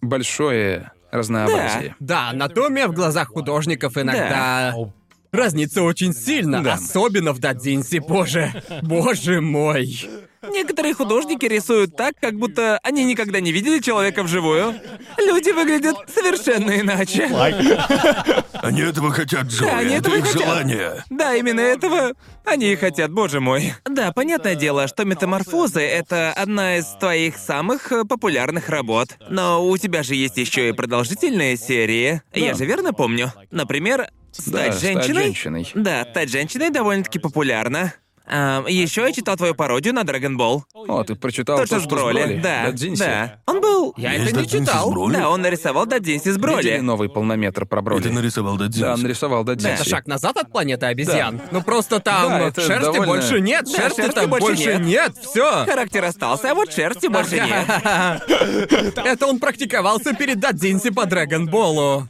[SPEAKER 4] большое разнообразие.
[SPEAKER 2] Да, анатомия в глазах художников иногда разнится очень сильно,
[SPEAKER 4] Да.
[SPEAKER 2] особенно в Дадзинсе, боже. Боже мой.
[SPEAKER 1] некоторые художники рисуют так, как будто они никогда не видели человека вживую. Люди выглядят совершенно иначе.
[SPEAKER 5] Они этого хотят, Джоуи.
[SPEAKER 1] Да, они
[SPEAKER 5] это
[SPEAKER 1] этого
[SPEAKER 5] их
[SPEAKER 1] хотят.
[SPEAKER 5] желание.
[SPEAKER 1] Да, именно этого они и хотят, боже мой. Да, понятное дело, что метаморфозы это одна из твоих самых э, популярных работ. Но у тебя же есть еще и продолжительные серии. Я же верно помню. Например,
[SPEAKER 4] Да,
[SPEAKER 1] стать
[SPEAKER 4] стать
[SPEAKER 1] женщиной.
[SPEAKER 4] женщиной.
[SPEAKER 1] Да, стать женщиной довольно-таки популярно. еще я читал твою пародию на Dragon Ball.
[SPEAKER 4] О, ты прочитал
[SPEAKER 1] Тот
[SPEAKER 4] то,
[SPEAKER 1] же с
[SPEAKER 4] что
[SPEAKER 1] Броли.
[SPEAKER 4] Броли?
[SPEAKER 1] Да,
[SPEAKER 4] Дадзинси?
[SPEAKER 1] да. Он был...
[SPEAKER 2] Я
[SPEAKER 5] Есть
[SPEAKER 2] это не
[SPEAKER 5] Дадзинси с
[SPEAKER 2] читал.
[SPEAKER 5] Броли?
[SPEAKER 1] Да, он нарисовал Дадзинси с
[SPEAKER 4] Видели
[SPEAKER 1] Броли.
[SPEAKER 4] новый полнометр про
[SPEAKER 5] И
[SPEAKER 4] Броли?
[SPEAKER 5] ты нарисовал
[SPEAKER 4] Да,
[SPEAKER 5] Дадзинси.
[SPEAKER 4] нарисовал Дадзинси.
[SPEAKER 2] Это шаг назад от планеты обезьян. Ну просто там
[SPEAKER 4] Да, это
[SPEAKER 2] шерсти
[SPEAKER 4] довольно-
[SPEAKER 2] больше нет,
[SPEAKER 1] Да,
[SPEAKER 2] шерсти,
[SPEAKER 1] шерсти
[SPEAKER 2] там
[SPEAKER 1] больше
[SPEAKER 2] больше
[SPEAKER 1] нет.
[SPEAKER 2] нет, все.
[SPEAKER 1] Характер остался, а вот шерсти больше нет.
[SPEAKER 2] Это он практиковался перед Дадзинси по Драгонболу.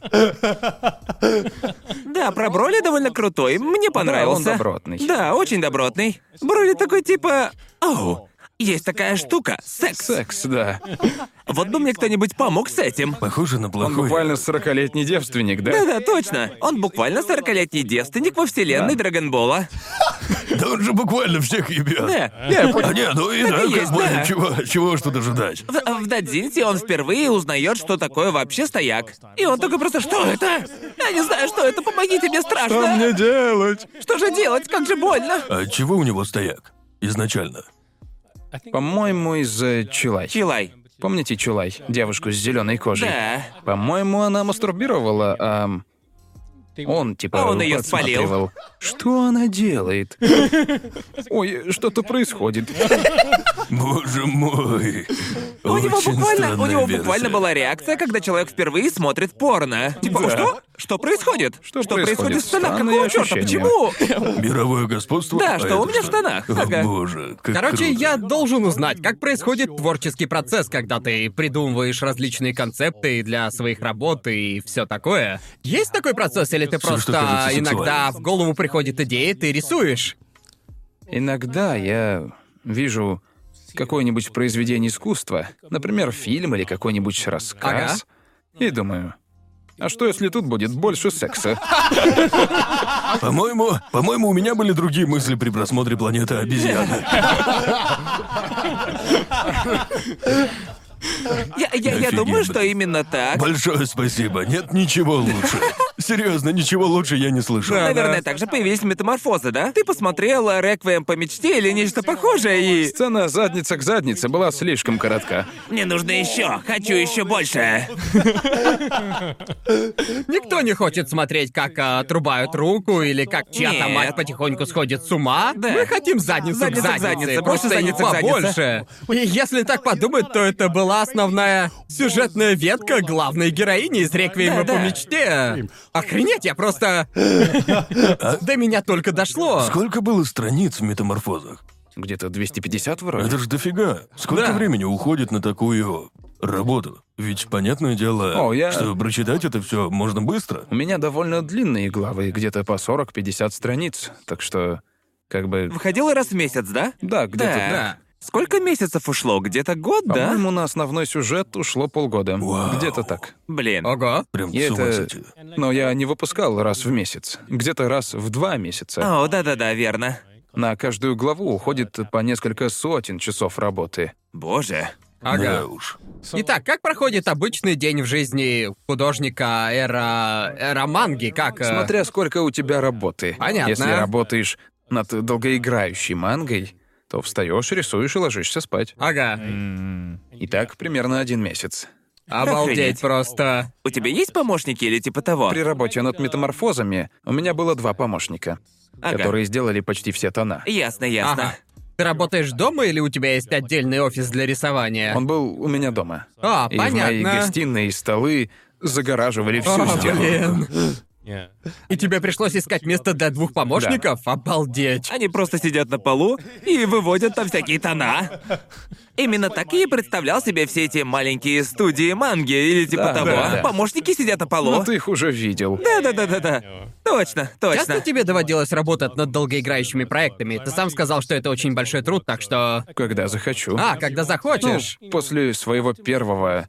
[SPEAKER 1] Да, про Броли довольно крутой. Мне понравился.
[SPEAKER 4] он добротный.
[SPEAKER 1] Да, очень добротный. Броли такой типа... Оу, есть такая штука. Секс.
[SPEAKER 4] Секс, да.
[SPEAKER 1] Вот бы мне кто-нибудь помог с этим.
[SPEAKER 5] Похоже на
[SPEAKER 4] Он
[SPEAKER 5] плохой.
[SPEAKER 4] буквально 40-летний девственник, да?
[SPEAKER 1] Да-да, точно. Он буквально 40-летний девственник во вселенной Драгонбола.
[SPEAKER 5] Да он же буквально всех ебет.
[SPEAKER 1] Да.
[SPEAKER 5] А не, ну и да,
[SPEAKER 1] и
[SPEAKER 5] как
[SPEAKER 1] есть,
[SPEAKER 5] бы,
[SPEAKER 1] да.
[SPEAKER 5] чего, чего уж тут ожидать?
[SPEAKER 1] Э, В, в Дадзинсе он впервые узнает, что такое вообще стояк. И он такой просто, что это? Я не знаю, что это, помогите, мне страшно. Что мне делать? Что же делать? Как же больно.
[SPEAKER 5] А чего у него стояк? Изначально.
[SPEAKER 4] По-моему, из-за Чилай.
[SPEAKER 1] Чилай.
[SPEAKER 4] Помните Чулай, девушку с зеленой кожей?
[SPEAKER 1] Да.
[SPEAKER 4] По-моему, она мастурбировала, а он типа
[SPEAKER 1] А он её
[SPEAKER 4] подсматривал.
[SPEAKER 1] спалил.
[SPEAKER 4] Что она делает? Ой, что-то происходит.
[SPEAKER 5] Боже мой.
[SPEAKER 1] У него буквально, у него буквально была реакция, когда человек впервые смотрит порно. Типа,
[SPEAKER 4] Да.
[SPEAKER 1] что? Что происходит?
[SPEAKER 4] Что
[SPEAKER 1] происходит,
[SPEAKER 4] происходит?
[SPEAKER 1] в штанах?
[SPEAKER 4] Странные
[SPEAKER 1] Какого черта?
[SPEAKER 4] ощущения.
[SPEAKER 1] Почему?
[SPEAKER 5] Мировое господство.
[SPEAKER 1] Да,
[SPEAKER 5] а
[SPEAKER 1] что
[SPEAKER 5] это
[SPEAKER 1] у меня в штанах.
[SPEAKER 5] О,
[SPEAKER 1] Ага.
[SPEAKER 5] боже, как
[SPEAKER 2] Короче,
[SPEAKER 5] круто.
[SPEAKER 2] я должен узнать, как происходит творческий процесс, когда ты придумываешь различные концепты для своих работ и все такое. Есть такой процесс, или ты
[SPEAKER 5] Всё,
[SPEAKER 2] просто
[SPEAKER 5] что кажется
[SPEAKER 2] иногда
[SPEAKER 5] сексуальным.
[SPEAKER 2] в голову приходит идея, ты рисуешь?
[SPEAKER 4] Иногда я вижу какое-нибудь произведение искусства, например, фильм или какой-нибудь рассказ, и думаю, а что если тут будет больше секса?
[SPEAKER 5] По-моему, по-моему, у меня были другие мысли при просмотре планеты обезьяны.
[SPEAKER 1] Я, я, я
[SPEAKER 5] Офигенно.
[SPEAKER 1] думаю, что именно так.
[SPEAKER 5] Большое спасибо. Нет ничего лучше. Серьезно, ничего лучше я не слышал.
[SPEAKER 1] Наверное, также появились метаморфозы, да? Ты посмотрела «Реквием по мечте» или нечто похожее и...
[SPEAKER 4] Сцена задница к заднице была слишком коротка.
[SPEAKER 1] Мне нужно еще, хочу еще больше.
[SPEAKER 2] Никто не хочет смотреть, как а, отрубают руку или как чья-то
[SPEAKER 1] Нет.
[SPEAKER 2] мать потихоньку сходит с ума.
[SPEAKER 1] Да.
[SPEAKER 2] Мы хотим задницу
[SPEAKER 1] Задница к
[SPEAKER 2] к заднице,
[SPEAKER 1] заднице,
[SPEAKER 2] просто
[SPEAKER 1] просто задница к
[SPEAKER 2] его
[SPEAKER 1] заднице.
[SPEAKER 2] больше. И если так подумать, то это была основная сюжетная ветка главной героини из «Реквиема
[SPEAKER 1] Да,
[SPEAKER 2] по
[SPEAKER 1] да.
[SPEAKER 2] мечте». Охренеть, я просто... До меня только дошло.
[SPEAKER 5] Сколько было страниц в метаморфозах?
[SPEAKER 4] Где-то 250 вроде.
[SPEAKER 5] Это ж дофига. Сколько
[SPEAKER 2] Да.
[SPEAKER 5] времени уходит на такую работу? Ведь понятное дело,
[SPEAKER 4] О, я-
[SPEAKER 5] что прочитать это все можно быстро.
[SPEAKER 4] У меня довольно длинные главы, где-то по 40-50 страниц, так что как бы...
[SPEAKER 1] Выходила раз в месяц, да?
[SPEAKER 4] Да, где-то...
[SPEAKER 1] Да.
[SPEAKER 4] так.
[SPEAKER 2] Да.
[SPEAKER 1] Сколько месяцев ушло? Где-то год, да?
[SPEAKER 4] По-моему, на основной сюжет ушло полгода.
[SPEAKER 5] Вау.
[SPEAKER 4] Где-то так.
[SPEAKER 1] Блин.
[SPEAKER 2] Ого.
[SPEAKER 5] Прям
[SPEAKER 4] И
[SPEAKER 5] с ума
[SPEAKER 4] это-
[SPEAKER 5] сойти.
[SPEAKER 4] Но я не выпускал раз в месяц. Где-то раз в два месяца.
[SPEAKER 1] О, да-да-да, верно.
[SPEAKER 4] На каждую главу уходит по несколько сотен часов работы.
[SPEAKER 1] Боже.
[SPEAKER 5] Да
[SPEAKER 2] Ага.
[SPEAKER 5] уж.
[SPEAKER 2] Итак, как проходит обычный день в жизни художника эра... эра манги, как... э,
[SPEAKER 4] Смотря сколько у тебя работы.
[SPEAKER 2] Понятно.
[SPEAKER 4] Если работаешь над долгоиграющей мангой, то встаешь, рисуешь и ложишься спать.
[SPEAKER 2] А. Ага.
[SPEAKER 4] И так примерно один месяц.
[SPEAKER 2] Обалдеть
[SPEAKER 1] Охренеть.
[SPEAKER 2] просто.
[SPEAKER 1] У тебя есть помощники или типа того?
[SPEAKER 4] При работе над метаморфозами у меня было два помощника,
[SPEAKER 1] Ага.
[SPEAKER 4] которые сделали почти все тона.
[SPEAKER 1] Ясно, ясно.
[SPEAKER 2] Ага. Ты работаешь дома или у тебя есть отдельный офис для рисования?
[SPEAKER 4] Он был у меня дома.
[SPEAKER 2] А,
[SPEAKER 4] и в моей
[SPEAKER 2] понятно.
[SPEAKER 4] гостиной и столы загораживали всю
[SPEAKER 2] О,
[SPEAKER 4] стену.
[SPEAKER 2] блин. И тебе пришлось искать место для двух помощников? Обалдеть.
[SPEAKER 1] Они просто сидят на полу и выводят там всякие тона. Именно так я и представлял себе все эти маленькие студии манги или типа
[SPEAKER 4] Да,
[SPEAKER 1] того.
[SPEAKER 4] да, да.
[SPEAKER 1] Помощники сидят на
[SPEAKER 4] Ну
[SPEAKER 1] полу.
[SPEAKER 4] ты их уже видел.
[SPEAKER 1] Да-да-да-да-да. Точно,
[SPEAKER 2] Часто
[SPEAKER 1] точно.
[SPEAKER 2] тебе доводилось работать над долгоиграющими проектами? Ты сам сказал, что это очень большой труд, так что...
[SPEAKER 4] Когда захочу.
[SPEAKER 2] А, когда
[SPEAKER 4] Ну,
[SPEAKER 2] захочешь.
[SPEAKER 4] после своего первого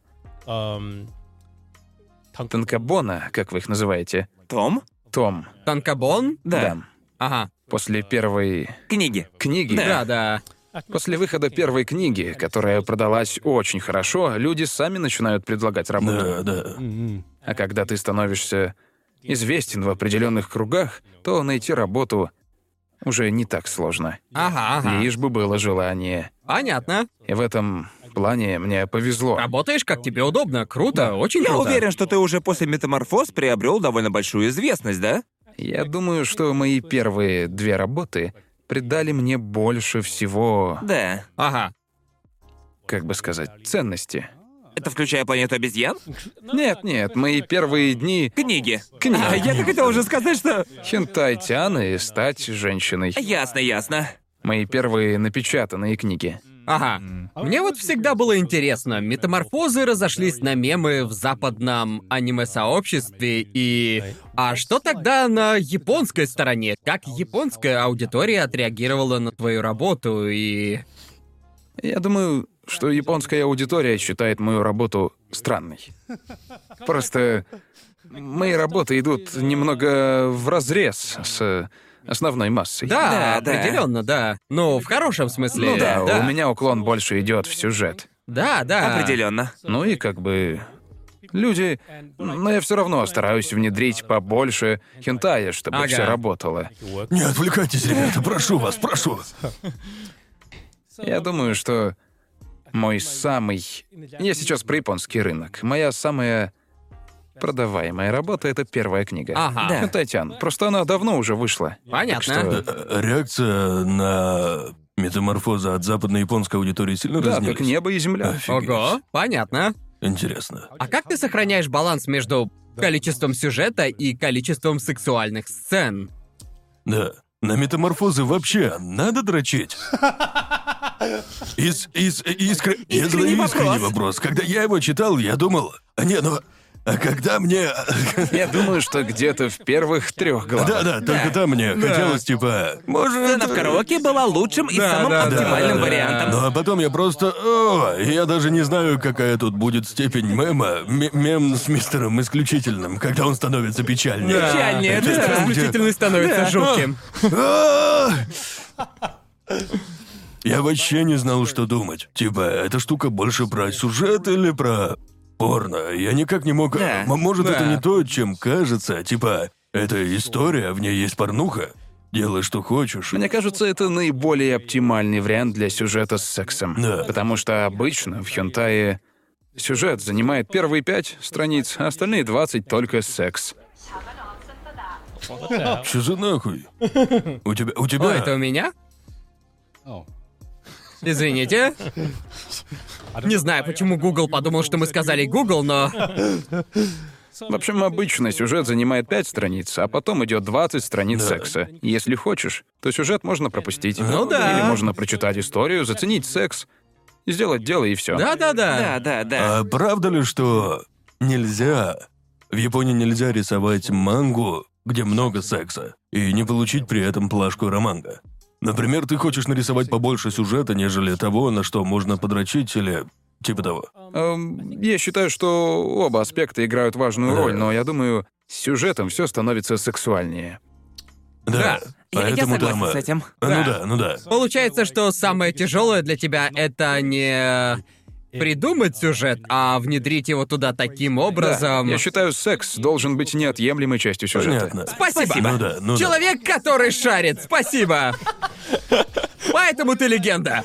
[SPEAKER 4] танкобона, как вы их называете,
[SPEAKER 1] Том?
[SPEAKER 4] том.
[SPEAKER 2] Танкобон?
[SPEAKER 1] Да.
[SPEAKER 2] Ага.
[SPEAKER 4] После первой
[SPEAKER 1] Книги.
[SPEAKER 4] книги.
[SPEAKER 2] Да, да.
[SPEAKER 4] После выхода первой книги, которая продалась очень хорошо, люди сами начинают предлагать работу.
[SPEAKER 5] Да, да.
[SPEAKER 4] А когда ты становишься известен в определенных кругах, то найти работу уже не так сложно.
[SPEAKER 2] Ага, ага.
[SPEAKER 4] Лишь бы было желание.
[SPEAKER 2] Понятно.
[SPEAKER 4] И в этом плане мне повезло.
[SPEAKER 2] Работаешь, как тебе удобно. Круто,
[SPEAKER 4] Ну
[SPEAKER 2] очень
[SPEAKER 1] Я
[SPEAKER 2] круто.
[SPEAKER 1] уверен, что ты уже после метаморфоз приобрел довольно большую известность, да?
[SPEAKER 4] Я думаю, что мои первые две работы придали мне больше всего,
[SPEAKER 1] Да.
[SPEAKER 2] Ага.
[SPEAKER 4] как бы сказать, ценности.
[SPEAKER 1] Это включая планету обезьян?
[SPEAKER 4] Нет, нет, мои первые дни
[SPEAKER 1] Книги.
[SPEAKER 4] Книги.
[SPEAKER 1] А, я так хотел уже сказать, что...
[SPEAKER 4] хентай-тяны и стать женщиной.
[SPEAKER 1] Ясно, ясно.
[SPEAKER 4] Мои первые напечатанные книги.
[SPEAKER 2] Ага. Мне а вот всегда было интересно, метаморфозы разошлись на мемы в западном аниме-сообществе, и... А что тогда на японской стороне? Как японская аудитория отреагировала на твою работу, и...
[SPEAKER 4] Я думаю, что японская аудитория считает мою работу странной. Просто мои работы идут немного в разрез с основной массой.
[SPEAKER 1] Да,
[SPEAKER 2] Да,
[SPEAKER 1] да.
[SPEAKER 2] определенно, да. Ну, в хорошем смысле.
[SPEAKER 4] Ну да,
[SPEAKER 2] да.
[SPEAKER 4] у меня уклон больше идет в сюжет.
[SPEAKER 2] Да, да.
[SPEAKER 1] Определенно.
[SPEAKER 4] Ну и как бы люди, но я все равно стараюсь внедрить побольше хентая, чтобы
[SPEAKER 2] Ага.
[SPEAKER 4] все работало.
[SPEAKER 5] Не отвлекайтесь, ребята, прошу вас, прошу.
[SPEAKER 4] Я думаю, что мой самый, я сейчас про японский рынок, моя самая продаваемая работа это первая книга.
[SPEAKER 2] Ага.
[SPEAKER 1] Да.
[SPEAKER 4] Хентайтян. Просто она давно уже вышла. Так
[SPEAKER 2] Понятно.
[SPEAKER 4] что-
[SPEAKER 5] Э, Реакция на метаморфозы от западно-японской аудитории сильно
[SPEAKER 4] Да,
[SPEAKER 5] разнилась?
[SPEAKER 4] как небо и земля.
[SPEAKER 5] Офигеть.
[SPEAKER 2] Ого, понятно.
[SPEAKER 5] Интересно.
[SPEAKER 2] А как ты сохраняешь баланс между количеством сюжета и количеством сексуальных сцен?
[SPEAKER 5] Да. На метаморфозы вообще надо дрочить? Ис, ис, искр...
[SPEAKER 1] Искренний
[SPEAKER 5] Это искренний
[SPEAKER 1] вопрос.
[SPEAKER 5] вопрос. Когда я его читал, я думал... «А, Не, ну... А когда мне...
[SPEAKER 4] Я думаю, что где-то в первых трех главах.
[SPEAKER 5] Да-да, только там мне хотелось, типа... Может...
[SPEAKER 1] Сцена в караоке была лучшим и самым
[SPEAKER 2] да, да,
[SPEAKER 1] оптимальным
[SPEAKER 2] да.
[SPEAKER 1] вариантом.
[SPEAKER 5] Ну а потом я просто... О, я даже не знаю, какая тут будет степень мема. М- мем с мистером исключительным, когда он становится печальнее.
[SPEAKER 2] Да.
[SPEAKER 1] Печальнее,
[SPEAKER 2] Этот
[SPEAKER 1] да.
[SPEAKER 2] исключительный становится жутким.
[SPEAKER 5] А! Я вообще не знал, что думать. Типа, эта штука больше про сюжет или про порно? Я никак не мог...
[SPEAKER 1] Да.
[SPEAKER 5] М- Может, это
[SPEAKER 2] Да.
[SPEAKER 5] не то, чем кажется. Типа, это история, в ней есть порнуха. Делай, что хочешь.
[SPEAKER 4] Мне кажется, это наиболее оптимальный вариант для сюжета с сексом.
[SPEAKER 5] Да.
[SPEAKER 4] Потому что обычно в хентае сюжет занимает первые пять страниц, а остальные 20 только секс.
[SPEAKER 5] Чё за нахуй? У тебя... У тебя...
[SPEAKER 2] О, Ну, это у меня? Извините. Не знаю, почему Google подумал, что мы сказали Google, но...
[SPEAKER 4] В общем, обычно сюжет занимает 5 страниц, а потом идет 20 страниц секса. Если хочешь, то сюжет можно пропустить.
[SPEAKER 2] Ну да.
[SPEAKER 4] Или можно прочитать историю, заценить секс, сделать дело и все.
[SPEAKER 1] Да,
[SPEAKER 2] Да-да-да.
[SPEAKER 1] да, да.
[SPEAKER 5] А правда ли, что нельзя... В Японии нельзя рисовать мангу, где много секса, и не получить при этом плашку романга? Например, ты хочешь нарисовать побольше сюжета, нежели того, на что можно подрочить или типа того.
[SPEAKER 4] Эм, Я считаю, что оба аспекта играют важную роль, но я думаю, с сюжетом все становится сексуальнее.
[SPEAKER 1] Я-
[SPEAKER 5] Да.
[SPEAKER 1] я
[SPEAKER 5] Поэтому
[SPEAKER 1] согласен
[SPEAKER 5] там... э,
[SPEAKER 1] с этим.
[SPEAKER 5] Ну
[SPEAKER 2] Да.
[SPEAKER 5] да, ну да.
[SPEAKER 2] Получается, что самое тяжелое для тебя это не придумать сюжет, а внедрить его туда таким образом.
[SPEAKER 4] Я считаю, секс должен быть неотъемлемой частью сюжета.
[SPEAKER 5] Понятно.
[SPEAKER 2] Спасибо.
[SPEAKER 5] Ну да, ну да.
[SPEAKER 2] Человек, который шарит, спасибо. Поэтому ты легенда.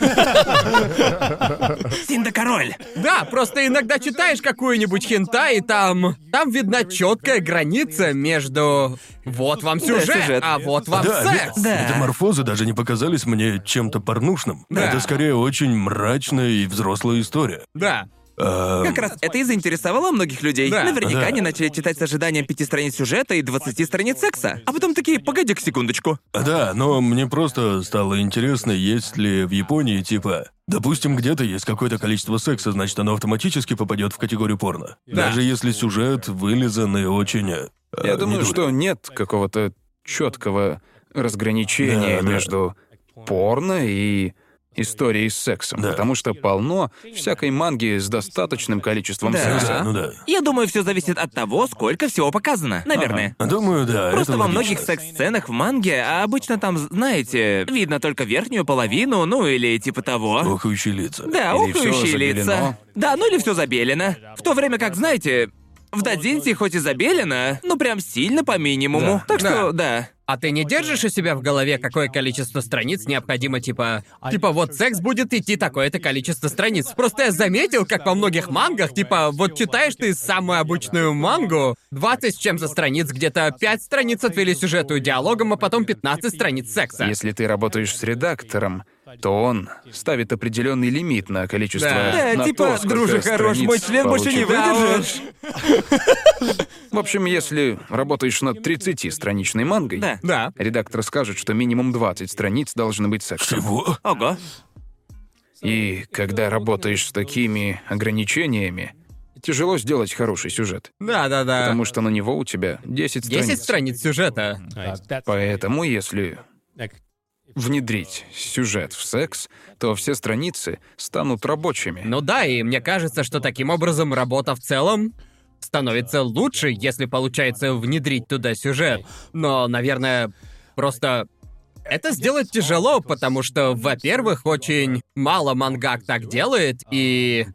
[SPEAKER 1] Синда король.
[SPEAKER 2] Да, просто иногда читаешь какую-нибудь хентай, и там... Там видна четкая граница между... Вот вам сюжет,
[SPEAKER 1] сюжет.
[SPEAKER 2] а вот вам
[SPEAKER 5] Да,
[SPEAKER 2] секс.
[SPEAKER 5] ведь
[SPEAKER 1] Да.
[SPEAKER 5] метаморфозы даже не показались мне чем-то порнушным.
[SPEAKER 2] Да.
[SPEAKER 5] Это скорее очень мрачная и взрослая история.
[SPEAKER 2] Да.
[SPEAKER 5] Эм,
[SPEAKER 1] Как раз это и заинтересовало многих людей.
[SPEAKER 2] Да.
[SPEAKER 1] Наверняка
[SPEAKER 5] Да.
[SPEAKER 1] они начали читать с ожиданием пяти страниц сюжета и 20 страниц секса. А потом такие, погоди-ка секундочку.
[SPEAKER 5] Да, но мне просто стало интересно, есть ли в Японии, типа, допустим, где-то есть какое-то количество секса, значит, оно автоматически попадет в категорию порно.
[SPEAKER 2] Да.
[SPEAKER 5] Даже если сюжет вылизан и очень... э,
[SPEAKER 4] А, Я думаю,
[SPEAKER 5] недурен.
[SPEAKER 4] что нет какого-то четкого разграничения
[SPEAKER 5] Да, да.
[SPEAKER 4] между порно и историей с сексом,
[SPEAKER 5] Да.
[SPEAKER 4] потому что полно всякой манги с достаточным количеством
[SPEAKER 1] Да.
[SPEAKER 5] Да,
[SPEAKER 4] секса.
[SPEAKER 5] ну да.
[SPEAKER 1] Я думаю, все зависит от того, сколько всего показано. Наверное.
[SPEAKER 5] Думаю, да.
[SPEAKER 1] Просто
[SPEAKER 5] это
[SPEAKER 1] во
[SPEAKER 5] логично.
[SPEAKER 1] многих секс-сценах в манге, а обычно там, знаете, видно только верхнюю половину, ну или типа того.
[SPEAKER 5] Охающие лица.
[SPEAKER 1] Да,
[SPEAKER 4] Или всё
[SPEAKER 1] ухающие
[SPEAKER 4] забелено.
[SPEAKER 1] лица. Да, ну или все забелено. В то время как, знаете, в Дадзинте хоть и забелено, но прям сильно по минимуму. Так что, да.
[SPEAKER 2] А ты не держишь у себя в голове, какое количество страниц необходимо, типа... Типа, вот секс будет идти такое-то количество страниц. Просто я заметил, как во многих мангах, типа, вот читаешь ты самую обычную мангу, 20 с чем-то страниц, где-то 5 страниц отвели сюжету и диалогам, а потом 15 страниц секса.
[SPEAKER 4] Если ты работаешь с редактором, то он ставит определенный лимит на количество.
[SPEAKER 2] Да. Да,
[SPEAKER 4] на
[SPEAKER 1] типа,
[SPEAKER 4] то, сколько страниц получит».
[SPEAKER 2] Да
[SPEAKER 1] выдержишь.
[SPEAKER 4] В общем, если работаешь над 30-страничной мангой,
[SPEAKER 1] Да.
[SPEAKER 2] Да.
[SPEAKER 4] редактор скажет, что минимум 20 страниц должны быть сексом.
[SPEAKER 5] Чего?
[SPEAKER 1] Ого.
[SPEAKER 4] И когда работаешь с такими ограничениями, тяжело сделать хороший сюжет,
[SPEAKER 2] Да-да-да.
[SPEAKER 4] потому что на него у тебя 10 страниц.
[SPEAKER 2] 10 А страниц сюжета.
[SPEAKER 3] А,
[SPEAKER 4] Поэтому, если внедрить сюжет в секс, то все страницы станут рабочими.
[SPEAKER 2] Ну да, и мне кажется, что таким образом работа в целом становится лучше, если получается внедрить туда сюжет. Но, наверное, просто это сделать тяжело, потому что, во-первых, очень мало мангак так делает, и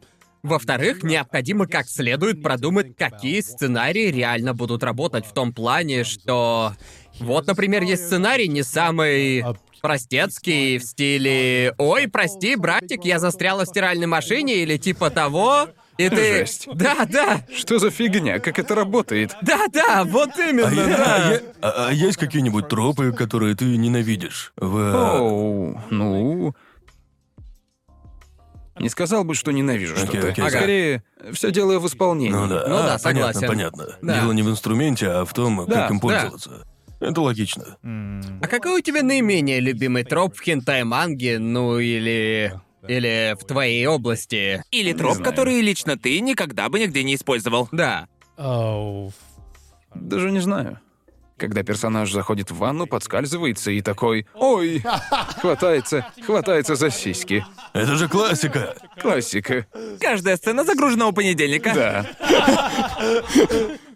[SPEAKER 2] во-вторых, необходимо как следует продумать, какие сценарии реально будут работать в том плане, что... Вот, например, есть сценарий не самый простецкий в стиле «Ой, прости, братик, я застряла в стиральной машине» или типа того, и ты...
[SPEAKER 4] Жесть.
[SPEAKER 2] Да, да,
[SPEAKER 4] Что за фигня? Как это работает?
[SPEAKER 2] да, да, вот именно,
[SPEAKER 5] А, я-
[SPEAKER 2] да.
[SPEAKER 5] а я- а- а есть какие-нибудь тропы, которые ты ненавидишь? В... э,
[SPEAKER 4] Оу, ну... Не сказал бы, что ненавижу
[SPEAKER 5] Окей,
[SPEAKER 4] что-то.
[SPEAKER 5] окей, окей.
[SPEAKER 4] Скорее, все дело в исполнении.
[SPEAKER 5] Ну да.
[SPEAKER 2] Ну
[SPEAKER 5] А,
[SPEAKER 2] да,
[SPEAKER 5] понятно,
[SPEAKER 2] согласен.
[SPEAKER 5] Понятно.
[SPEAKER 2] Да.
[SPEAKER 5] Дело не в инструменте, а в том,
[SPEAKER 4] Да,
[SPEAKER 5] как им
[SPEAKER 4] да.
[SPEAKER 5] пользоваться. Это логично.
[SPEAKER 2] А какой у тебя наименее любимый троп в хентай-манге, ну или... Или в твоей области?
[SPEAKER 1] Или троп,
[SPEAKER 4] знаю.
[SPEAKER 1] который лично ты никогда бы нигде не использовал.
[SPEAKER 2] Да.
[SPEAKER 3] Oh,
[SPEAKER 4] Даже не знаю. Когда персонаж заходит в ванну, подскальзывается и такой «Ой!» Хватается, хватается за сиськи.
[SPEAKER 5] Это же классика.
[SPEAKER 4] Классика.
[SPEAKER 1] Каждая сцена загружена у понедельника.
[SPEAKER 4] Да.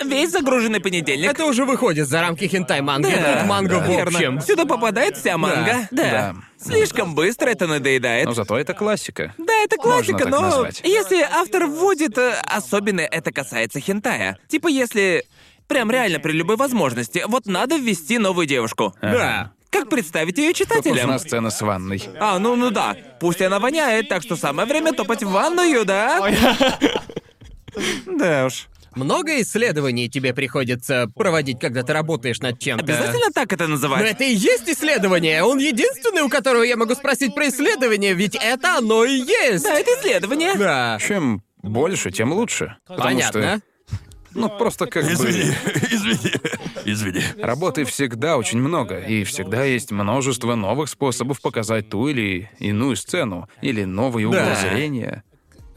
[SPEAKER 1] Весь загруженный понедельник.
[SPEAKER 2] Это уже выходит за рамки хентай манги.
[SPEAKER 1] Да,
[SPEAKER 2] Тут манга в
[SPEAKER 1] Верно.
[SPEAKER 2] общем.
[SPEAKER 1] Сюда попадает вся манга. Да.
[SPEAKER 4] Да.
[SPEAKER 1] Слишком быстро это надоедает.
[SPEAKER 4] Но зато это классика.
[SPEAKER 1] Да, это классика,
[SPEAKER 4] так
[SPEAKER 1] но
[SPEAKER 4] назвать.
[SPEAKER 1] если автор вводит, э, особенно это касается хентая. Типа если прям реально при любой возможности, вот надо ввести новую девушку.
[SPEAKER 4] Э.
[SPEAKER 2] Да.
[SPEAKER 1] Как представить ее
[SPEAKER 4] Тут нужна
[SPEAKER 1] читателям?
[SPEAKER 4] сцена с ванной.
[SPEAKER 1] А, ну ну да. Пусть она воняет, так что самое время топать в ванную, да? Да уж.
[SPEAKER 2] Много исследований тебе приходится проводить, когда ты работаешь над чем-то.
[SPEAKER 1] Обязательно так это
[SPEAKER 2] Но
[SPEAKER 1] называть?
[SPEAKER 2] это и есть исследование. Он единственный, у которого я могу спросить про исследование, ведь это оно и есть.
[SPEAKER 1] Да, это исследование.
[SPEAKER 2] Да.
[SPEAKER 4] Чем больше, тем лучше. Потому
[SPEAKER 2] Понятно.
[SPEAKER 4] что, ну, просто как
[SPEAKER 5] Извини,
[SPEAKER 4] бы...
[SPEAKER 5] извини, извини.
[SPEAKER 4] Работы всегда очень много, и всегда есть множество новых способов показать ту или иную сцену, или новый угол
[SPEAKER 2] Да.
[SPEAKER 4] зрения,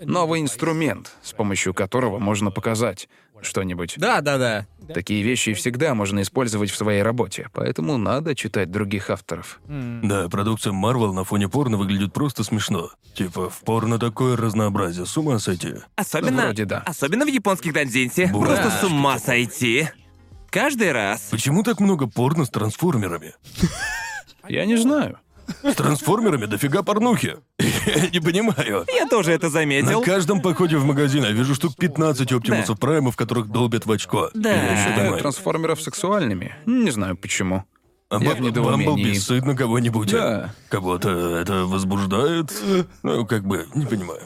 [SPEAKER 4] новый инструмент, с помощью которого можно показать что-нибудь.
[SPEAKER 2] Да, да, да.
[SPEAKER 4] Такие вещи всегда можно использовать в своей работе, поэтому надо читать других авторов.
[SPEAKER 5] Да, продукция Marvel на фоне порно выглядит просто смешно. Типа, в порно такое разнообразие, с ума сойти.
[SPEAKER 1] Особенно,
[SPEAKER 4] Вроде да.
[SPEAKER 1] особенно в японских дандзинсе.
[SPEAKER 5] Бурашки.
[SPEAKER 1] Просто с ума сойти. Каждый раз.
[SPEAKER 5] Почему так много порно с трансформерами?
[SPEAKER 4] Я не знаю.
[SPEAKER 5] С трансформерами дофига порнухи. Я не понимаю.
[SPEAKER 1] Я тоже это заметил.
[SPEAKER 5] На каждом походе в магазин я вижу штук 15 Оптимусов Праймов, которых долбят в очко.
[SPEAKER 1] Да.
[SPEAKER 5] Я ещё
[SPEAKER 4] Считаю
[SPEAKER 5] думаю,
[SPEAKER 4] трансформеров сексуальными. Не знаю почему.
[SPEAKER 5] а
[SPEAKER 4] я
[SPEAKER 5] Бам-
[SPEAKER 4] в недоумении.
[SPEAKER 5] Бамблби сыт на кого-нибудь.
[SPEAKER 4] Да.
[SPEAKER 5] Кого-то это возбуждает. Ну, как бы, не понимаю.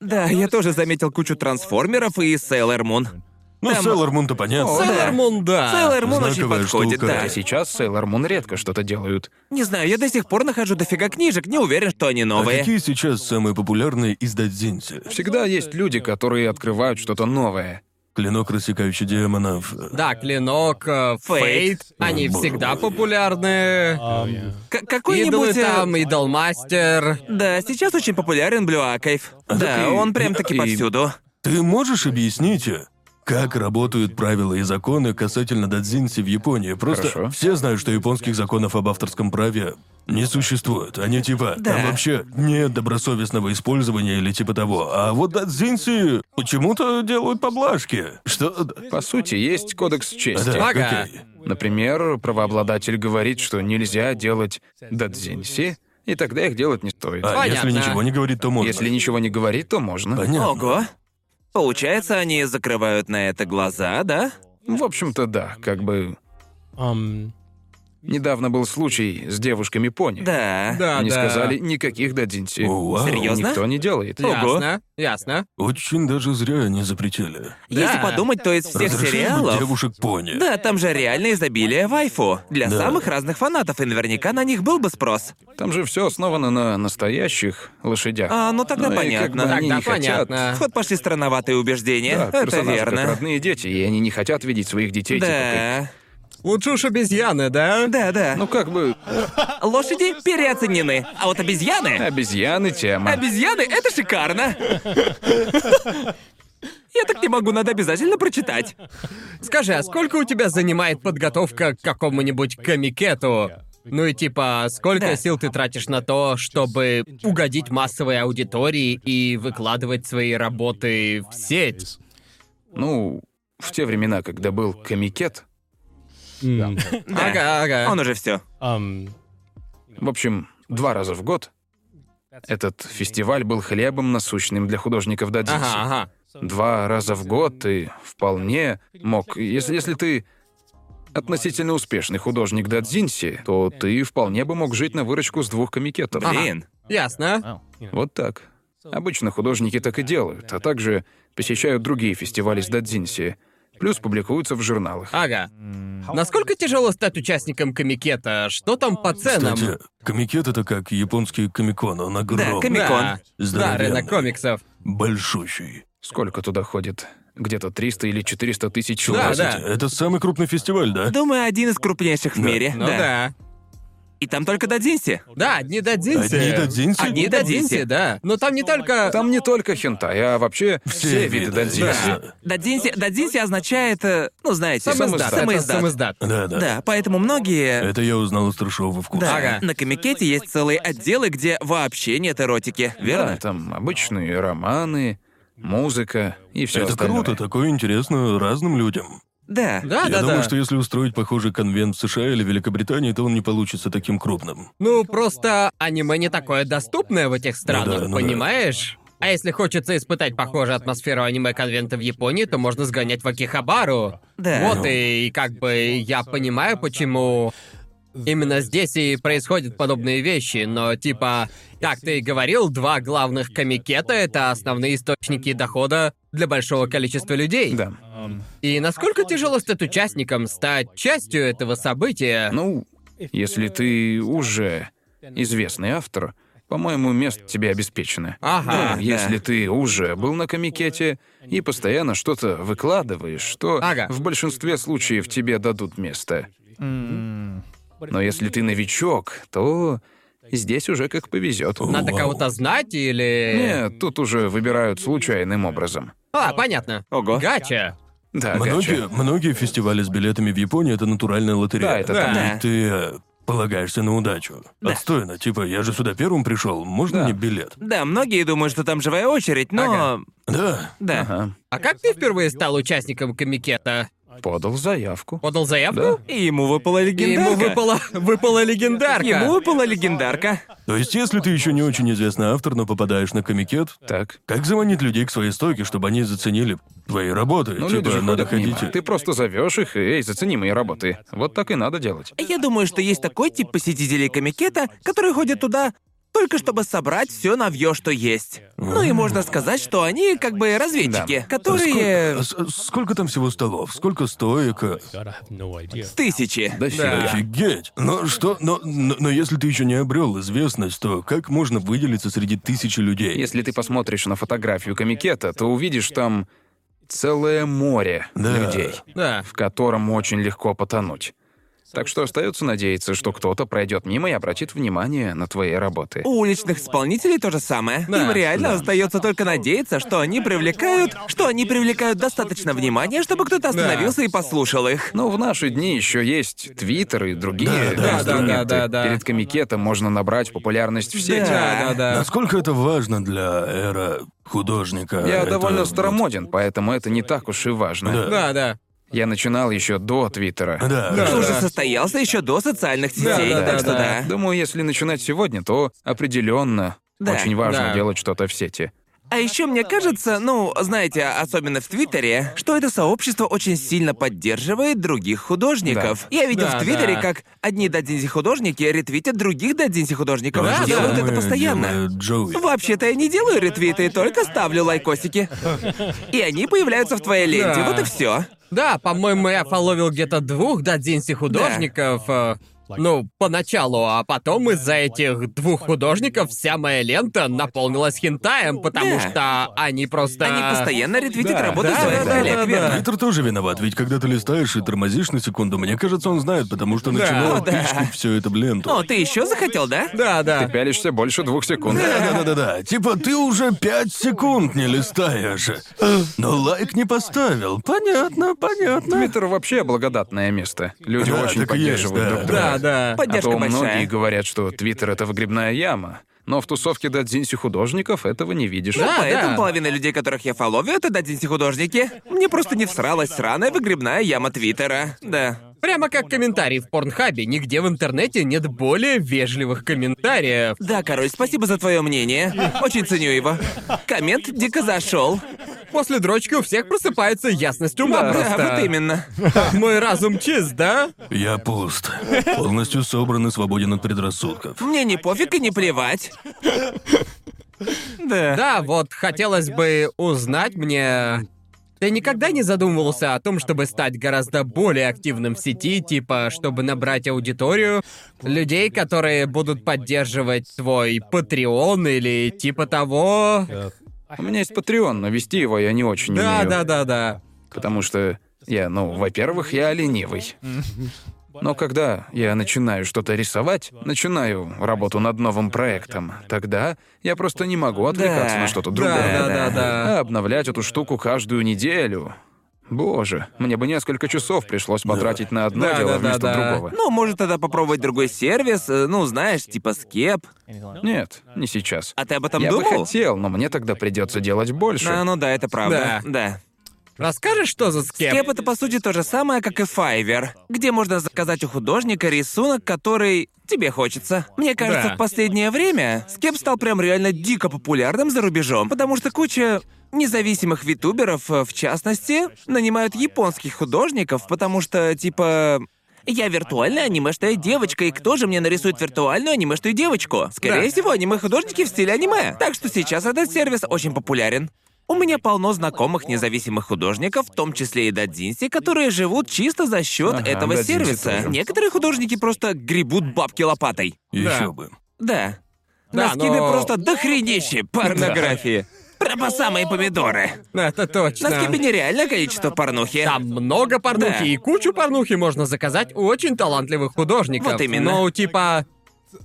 [SPEAKER 1] Да, я тоже заметил кучу трансформеров и Sailor Moon.
[SPEAKER 5] Ну,
[SPEAKER 1] Там-
[SPEAKER 5] Sailor Moon-то понятно.
[SPEAKER 2] Sailor Moon, да.
[SPEAKER 1] Sailor Moon очень
[SPEAKER 5] знаковая
[SPEAKER 1] подходит,
[SPEAKER 5] штука.
[SPEAKER 1] да.
[SPEAKER 4] А сейчас Sailor Moon редко что-то делают.
[SPEAKER 1] Не знаю, я до сих пор нахожу дофига книжек, не уверен, что они
[SPEAKER 5] А
[SPEAKER 1] новые.
[SPEAKER 5] какие сейчас самые популярные из дадзинси?
[SPEAKER 4] Всегда есть люди, которые открывают что-то новое.
[SPEAKER 5] Клинок, рассекающий демонов.
[SPEAKER 2] Да, клинок, э, фейт.
[SPEAKER 1] Фейт.
[SPEAKER 2] Они
[SPEAKER 5] Боже
[SPEAKER 2] всегда
[SPEAKER 5] мой.
[SPEAKER 2] популярны.
[SPEAKER 3] oh,
[SPEAKER 1] К-
[SPEAKER 2] Идолы
[SPEAKER 1] Какой-нибудь... э,
[SPEAKER 2] там, идолмастер.
[SPEAKER 1] Да, сейчас очень популярен Блю Акайф. Да,
[SPEAKER 5] так и-
[SPEAKER 1] он прям таки
[SPEAKER 4] А, и-
[SPEAKER 1] повсюду.
[SPEAKER 5] Ты можешь объяснить, как работают правила и законы касательно дадзинси в Японии? Просто
[SPEAKER 4] Хорошо.
[SPEAKER 5] все знают, что японских законов об авторском праве не существует. Они типа,
[SPEAKER 1] Да.
[SPEAKER 5] там вообще нет добросовестного использования или типа того. А вот дадзинси почему-то делают поблажки. Что...
[SPEAKER 4] По сути, есть кодекс чести.
[SPEAKER 5] Да,
[SPEAKER 2] Ага.
[SPEAKER 5] окей.
[SPEAKER 4] Например, правообладатель говорит, что нельзя делать дадзинси, и тогда их делать не стоит.
[SPEAKER 5] А
[SPEAKER 2] Понятно.
[SPEAKER 5] если ничего не говорит, то можно.
[SPEAKER 4] Если ничего не говорит, то можно.
[SPEAKER 5] Понятно.
[SPEAKER 1] Ого. Получается, они закрывают на это глаза, да?
[SPEAKER 4] В общем-то, да, как бы...
[SPEAKER 3] um,
[SPEAKER 4] Недавно был случай с девушками пони.
[SPEAKER 1] Да.
[SPEAKER 2] Да,
[SPEAKER 4] не
[SPEAKER 2] да.
[SPEAKER 4] сказали никаких дадзинси.
[SPEAKER 5] А, О, вау.
[SPEAKER 1] Серьёзно?
[SPEAKER 4] Никто не делает.
[SPEAKER 2] Ясно, ясно.
[SPEAKER 5] Очень даже зря они запретили.
[SPEAKER 1] Если
[SPEAKER 2] Да.
[SPEAKER 1] подумать, то из всех
[SPEAKER 5] Разрешили бы
[SPEAKER 1] сериалов...
[SPEAKER 5] девушек пони.
[SPEAKER 1] Да, там же реально изобилие вайфу. Для
[SPEAKER 5] Да.
[SPEAKER 1] самых разных фанатов, и наверняка на них был бы спрос.
[SPEAKER 4] Там же все основано на настоящих лошадях.
[SPEAKER 1] А, ну тогда
[SPEAKER 4] Ну и как бы
[SPEAKER 1] понятно.
[SPEAKER 4] они
[SPEAKER 2] Тогда
[SPEAKER 4] не хотят.
[SPEAKER 1] В
[SPEAKER 2] понятно.
[SPEAKER 1] ход пошли странноватые убеждения.
[SPEAKER 4] Да,
[SPEAKER 1] это
[SPEAKER 4] персонажи как
[SPEAKER 1] верно.
[SPEAKER 4] родные дети, и они не хотят видеть своих детей. типа, как-
[SPEAKER 1] Да.
[SPEAKER 2] Лучше уж обезьяны, да?
[SPEAKER 1] Да, да.
[SPEAKER 4] ну как бы
[SPEAKER 1] Лошади переоценены, а вот обезьяны...
[SPEAKER 4] обезьяны тема.
[SPEAKER 1] Обезьяны — это шикарно! Я так не могу, надо обязательно прочитать.
[SPEAKER 2] Скажи, а сколько у тебя занимает подготовка к какому-нибудь комикету? Ну и типа, сколько
[SPEAKER 1] Да.
[SPEAKER 2] сил ты тратишь на то, чтобы угодить массовой аудитории и выкладывать свои работы в сеть?
[SPEAKER 4] Ну, в те времена, когда был комикет,
[SPEAKER 3] mm,
[SPEAKER 1] Да.
[SPEAKER 2] Ага, ага.
[SPEAKER 1] Он уже все.
[SPEAKER 3] um,
[SPEAKER 4] в общем, два раза в год этот фестиваль был хлебом насущным для художников дадзинси.
[SPEAKER 2] Ага, ага.
[SPEAKER 4] Два раза в год ты вполне мог... Если, если ты относительно успешный художник дадзинси, то ты вполне бы мог жить на выручку с двух комикетов.
[SPEAKER 1] Блин.
[SPEAKER 2] Ясно.
[SPEAKER 4] Вот так. Обычно художники так и делают, а также посещают другие фестивали с дадзинси, плюс публикуются в журналах.
[SPEAKER 2] Ага. Насколько тяжело стать участником комикета? Что там по ценам?
[SPEAKER 5] Кстати, комикет это как японский комикон, он огромный.
[SPEAKER 1] комикон.
[SPEAKER 2] Ну, Да. Да,
[SPEAKER 5] Здоровенный.
[SPEAKER 2] рынок комиксов.
[SPEAKER 5] Большущий.
[SPEAKER 4] Сколько туда ходит? Где-то 300 или 400 тысяч
[SPEAKER 2] Да,
[SPEAKER 4] человек.
[SPEAKER 2] да.
[SPEAKER 5] Кстати, Это самый крупный фестиваль, да?
[SPEAKER 1] Думаю, один из крупнейших в мире.
[SPEAKER 2] Ну да.
[SPEAKER 1] И И там только Дадзинси.
[SPEAKER 2] Да, одни додзинси.
[SPEAKER 5] Одни додзинси?
[SPEAKER 2] Одни додзинси, да. Но там не только...
[SPEAKER 4] Там не только хентай, а вообще все виды додзинси.
[SPEAKER 5] Да.
[SPEAKER 1] Дадзинси, дадзинси означает, э, ну знаете,
[SPEAKER 2] Самоздат. это
[SPEAKER 1] самоиздат.
[SPEAKER 2] самоиздат.
[SPEAKER 5] Да, да.
[SPEAKER 1] Да, поэтому многие...
[SPEAKER 5] Это я узнал из трешового вкуса.
[SPEAKER 1] Да,
[SPEAKER 2] Ага.
[SPEAKER 1] на Комикете есть целые отделы, где вообще нет эротики,
[SPEAKER 4] Да,
[SPEAKER 1] верно?
[SPEAKER 4] там обычные романы, музыка и все
[SPEAKER 5] Это круто, такое интересно разным людям.
[SPEAKER 1] Да.
[SPEAKER 2] Да,
[SPEAKER 5] Я
[SPEAKER 2] да,
[SPEAKER 5] думаю,
[SPEAKER 2] да.
[SPEAKER 5] что если устроить похожий конвент в США или Великобритании, то он не получится таким крупным.
[SPEAKER 2] Ну, просто аниме не такое доступное в этих странах,
[SPEAKER 5] да, ну да.
[SPEAKER 2] понимаешь? А если хочется испытать похожую атмосферу аниме-конвента в Японии, то можно сгонять в Акихабару.
[SPEAKER 1] Да.
[SPEAKER 2] Вот и как бы я понимаю, почему именно здесь и происходят подобные вещи, но типа, как ты и говорил, два главных комикета — это основные источники дохода для большого количества людей.
[SPEAKER 4] Да.
[SPEAKER 2] И насколько тяжело стать участником, стать частью этого события?
[SPEAKER 4] Ну, если ты уже известный автор, по-моему, мест тебе обеспечено.
[SPEAKER 2] Ага,
[SPEAKER 4] Ну, если ты уже был на комикете и постоянно что-то выкладываешь, то
[SPEAKER 2] Ага.
[SPEAKER 4] в большинстве случаев тебе дадут место. Но если ты новичок, то здесь уже как повезет.
[SPEAKER 2] Надо
[SPEAKER 5] Вау.
[SPEAKER 2] кого-то знать или...
[SPEAKER 4] ну, Нет, тут уже выбирают случайным образом.
[SPEAKER 2] А, понятно.
[SPEAKER 1] Ого.
[SPEAKER 2] Гача.
[SPEAKER 4] Да,
[SPEAKER 5] Многие,
[SPEAKER 4] гача.
[SPEAKER 5] многие фестивали с билетами в Японии это натуральная лотерея.
[SPEAKER 4] Да, это так.
[SPEAKER 1] Да.
[SPEAKER 5] И ты э, полагаешься на удачу. Отстойно, типа, я же сюда первым пришел, можно
[SPEAKER 4] Да.
[SPEAKER 5] мне билет?
[SPEAKER 1] Да, многие думают, что там живая очередь, но...
[SPEAKER 2] Ага.
[SPEAKER 5] Да.
[SPEAKER 1] Да.
[SPEAKER 4] Ага.
[SPEAKER 2] А как ты впервые стал участником комикета?
[SPEAKER 4] Подал заявку.
[SPEAKER 2] Подал заявку?
[SPEAKER 1] И ему выпала
[SPEAKER 2] И
[SPEAKER 1] легендарка.
[SPEAKER 2] Ему выпала, выпала легендарка.
[SPEAKER 1] Ему выпала легендарка.
[SPEAKER 5] То есть, если ты еще не очень известный автор, но попадаешь на комикет,
[SPEAKER 4] Так.
[SPEAKER 5] как заманить людей к своей стойке, чтобы они заценили твои работы?
[SPEAKER 4] Ну, люди
[SPEAKER 5] типа,
[SPEAKER 4] же
[SPEAKER 5] надо
[SPEAKER 4] ходят мимо.
[SPEAKER 5] ходить. и-
[SPEAKER 4] Ты просто зовешь их, и, эй, зацени мои работы. Вот так и надо делать.
[SPEAKER 1] Я думаю, что есть такой тип посетителей комикета, которые ходят туда только чтобы собрать все навье, что есть. Ну и можно сказать, что они как бы разведчики,
[SPEAKER 5] А
[SPEAKER 1] которые
[SPEAKER 5] Сколько, а с- сколько там всего столов? Сколько стоек? э?
[SPEAKER 3] God, I have no idea.
[SPEAKER 1] тысячи.
[SPEAKER 2] Да.
[SPEAKER 5] Офигеть! Но что, но, но, но если ты еще не обрел известность, то как можно выделиться среди тысячи людей?
[SPEAKER 4] Если ты посмотришь на фотографию комикета, то увидишь там целое море
[SPEAKER 5] Да.
[SPEAKER 4] людей,
[SPEAKER 2] Да.
[SPEAKER 4] в котором очень легко потонуть. Так что остается надеяться, что кто-то пройдет мимо и обратит внимание на твои работы.
[SPEAKER 1] У уличных исполнителей то же самое.
[SPEAKER 2] Да,
[SPEAKER 1] Им реально остается только надеяться, что они привлекают, что они привлекают достаточно внимания, чтобы кто-то остановился и послушал их.
[SPEAKER 4] Но в наши дни еще есть Твиттер и другие
[SPEAKER 5] Да, да,
[SPEAKER 4] инструменты.
[SPEAKER 2] да, да, да.
[SPEAKER 4] Перед комикетом можно набрать популярность в сети.
[SPEAKER 2] Да, да, да.
[SPEAKER 5] Насколько это важно для эра художника?
[SPEAKER 4] Я
[SPEAKER 5] Это
[SPEAKER 4] довольно
[SPEAKER 5] вот-
[SPEAKER 4] старомоден, поэтому это не так уж и важно.
[SPEAKER 5] Да.
[SPEAKER 2] Да, да.
[SPEAKER 4] Я начинал еще до Твиттера.
[SPEAKER 5] Да.
[SPEAKER 2] Да.
[SPEAKER 1] Ты
[SPEAKER 5] что-
[SPEAKER 1] уже состоялся еще до социальных
[SPEAKER 2] Да,
[SPEAKER 1] сетей,
[SPEAKER 2] да,
[SPEAKER 1] так
[SPEAKER 2] да,
[SPEAKER 1] что
[SPEAKER 2] да.
[SPEAKER 1] да.
[SPEAKER 4] Думаю, если начинать сегодня, то определенно
[SPEAKER 1] Да.
[SPEAKER 4] очень важно
[SPEAKER 2] Да.
[SPEAKER 4] делать что-то в сети.
[SPEAKER 1] А еще мне кажется, ну, знаете, особенно в Твиттере, что это сообщество очень сильно поддерживает других художников. Я видел
[SPEAKER 2] Да,
[SPEAKER 1] в Твиттере,
[SPEAKER 2] да.
[SPEAKER 1] как одни дадзинси художники ретвитят других дадзинси художников.
[SPEAKER 2] Да,
[SPEAKER 1] делают
[SPEAKER 2] да.
[SPEAKER 1] это
[SPEAKER 5] Мы
[SPEAKER 1] постоянно.
[SPEAKER 5] делаем Джоуи.
[SPEAKER 1] Вообще-то я не делаю ретвиты, только ставлю лайкосики. И они появляются в твоей ленте.
[SPEAKER 2] Да.
[SPEAKER 1] Вот и все.
[SPEAKER 2] Да, по-моему, я фоловил где-то двух додзинси художников. э, Ну, поначалу, а потом из-за этих двух художников вся моя лента наполнилась хентаем, потому
[SPEAKER 1] Да.
[SPEAKER 2] что они просто...
[SPEAKER 1] Они постоянно ретвитят
[SPEAKER 4] Да.
[SPEAKER 1] работу
[SPEAKER 2] Да,
[SPEAKER 1] своих
[SPEAKER 2] да, да,
[SPEAKER 1] коллег,
[SPEAKER 2] да,
[SPEAKER 1] верно?
[SPEAKER 2] да.
[SPEAKER 5] Твиттер тоже виноват, ведь когда ты листаешь и тормозишь на секунду, мне кажется, он знает, потому что начинал
[SPEAKER 2] О,
[SPEAKER 1] да.
[SPEAKER 5] пичкать все это в ленту.
[SPEAKER 1] О, ты еще захотел, да?
[SPEAKER 2] Да, да.
[SPEAKER 4] Ты пялишься больше двух секунд.
[SPEAKER 5] Да-да-да-да. Типа ты уже пять секунд не листаешь. Но лайк не поставил. Понятно, понятно.
[SPEAKER 4] Твиттер вообще благодатное место. Люди
[SPEAKER 5] Да,
[SPEAKER 4] очень
[SPEAKER 5] так и есть,
[SPEAKER 4] поддерживают
[SPEAKER 5] да.
[SPEAKER 4] друг друга.
[SPEAKER 2] Да, да.
[SPEAKER 4] А
[SPEAKER 1] Поддержка
[SPEAKER 4] то многие
[SPEAKER 1] большая.
[SPEAKER 4] говорят, что Твиттер это выгребная яма. Но в тусовке дадзинси художников этого не видишь.
[SPEAKER 1] Ну,
[SPEAKER 2] Да,
[SPEAKER 1] поэтому
[SPEAKER 2] да.
[SPEAKER 1] половина людей, которых я фоловлю, это дадзинси художники. Мне просто не всралась сраная выгребная яма Твиттера. Да.
[SPEAKER 2] Прямо как комментарий в Порнхабе, нигде в интернете нет более вежливых комментариев.
[SPEAKER 1] Да, король, спасибо за твое мнение. Очень ценю его. Коммент дико зашел.
[SPEAKER 2] После дрочки у всех просыпается ясность ума
[SPEAKER 1] Да,
[SPEAKER 2] просто.
[SPEAKER 1] вот именно.
[SPEAKER 2] Мой разум чист, да?
[SPEAKER 5] Я пуст. Полностью собран и свободен от предрассудков.
[SPEAKER 1] Мне не пофиг и не плевать. Да.
[SPEAKER 2] Да, вот хотелось бы узнать мне... Ты никогда не задумывался о том, чтобы стать гораздо более активным в сети, типа, чтобы набрать аудиторию, людей, которые будут поддерживать твой Patreon или типа того?
[SPEAKER 4] У меня есть Patreon, но вести его я не очень
[SPEAKER 2] Да,
[SPEAKER 4] умею.
[SPEAKER 2] да, да, да.
[SPEAKER 4] Потому что я, ну, во-первых, я ленивый. Но когда я начинаю что-то рисовать, начинаю работу над новым проектом, тогда я просто не могу отвлекаться
[SPEAKER 1] Да.
[SPEAKER 4] на что-то другое.
[SPEAKER 2] да, да, да.
[SPEAKER 4] А обновлять эту штуку каждую неделю. Боже, мне бы несколько часов пришлось потратить на одно
[SPEAKER 2] Да,
[SPEAKER 4] дело
[SPEAKER 2] да, да,
[SPEAKER 4] вместо
[SPEAKER 2] да.
[SPEAKER 4] другого.
[SPEAKER 1] Ну, может, тогда попробовать другой сервис, э, ну, знаешь, типа скеп.
[SPEAKER 4] Нет, не сейчас.
[SPEAKER 1] А ты об этом
[SPEAKER 4] я бы
[SPEAKER 1] думал?
[SPEAKER 4] хотел, но мне тогда придется делать больше.
[SPEAKER 1] А, ну да, это правда.
[SPEAKER 2] Да.
[SPEAKER 1] да.
[SPEAKER 2] Расскажешь, что за скеп?
[SPEAKER 1] Кеп это по сути то же самое, как и Fiverr, где можно заказать у художника рисунок, который тебе хочется. Мне кажется,
[SPEAKER 2] Да.
[SPEAKER 1] в последнее время скеп стал прям реально дико популярным за рубежом, потому что куча независимых витуберов, э, в частности, нанимают японских художников, потому что, типа, я виртуальная анимешная девочка, и кто же мне нарисует виртуальную анимешную девочку? Скорее
[SPEAKER 2] Да.
[SPEAKER 1] всего, аниме-художники в стиле аниме. Так что сейчас этот сервис очень популярен. У меня полно знакомых независимых художников, в том числе и дадзинси, которые живут чисто за счет
[SPEAKER 4] Ага,
[SPEAKER 1] этого
[SPEAKER 4] дадзинси
[SPEAKER 1] сервиса.
[SPEAKER 4] тоже.
[SPEAKER 1] Некоторые художники просто гребут бабки лопатой.
[SPEAKER 5] Еще бы.
[SPEAKER 1] Да. На
[SPEAKER 2] Да,
[SPEAKER 1] скибе
[SPEAKER 2] но-
[SPEAKER 1] просто дохренище порнографии. Прямо по самые помидоры.
[SPEAKER 2] Ну, Это точно.
[SPEAKER 1] На скибе нереальное количество порнухи.
[SPEAKER 2] Там много порнухи,
[SPEAKER 1] Да.
[SPEAKER 2] и кучу порнухи можно заказать у очень талантливых художников.
[SPEAKER 1] Вот именно.
[SPEAKER 2] Но типа...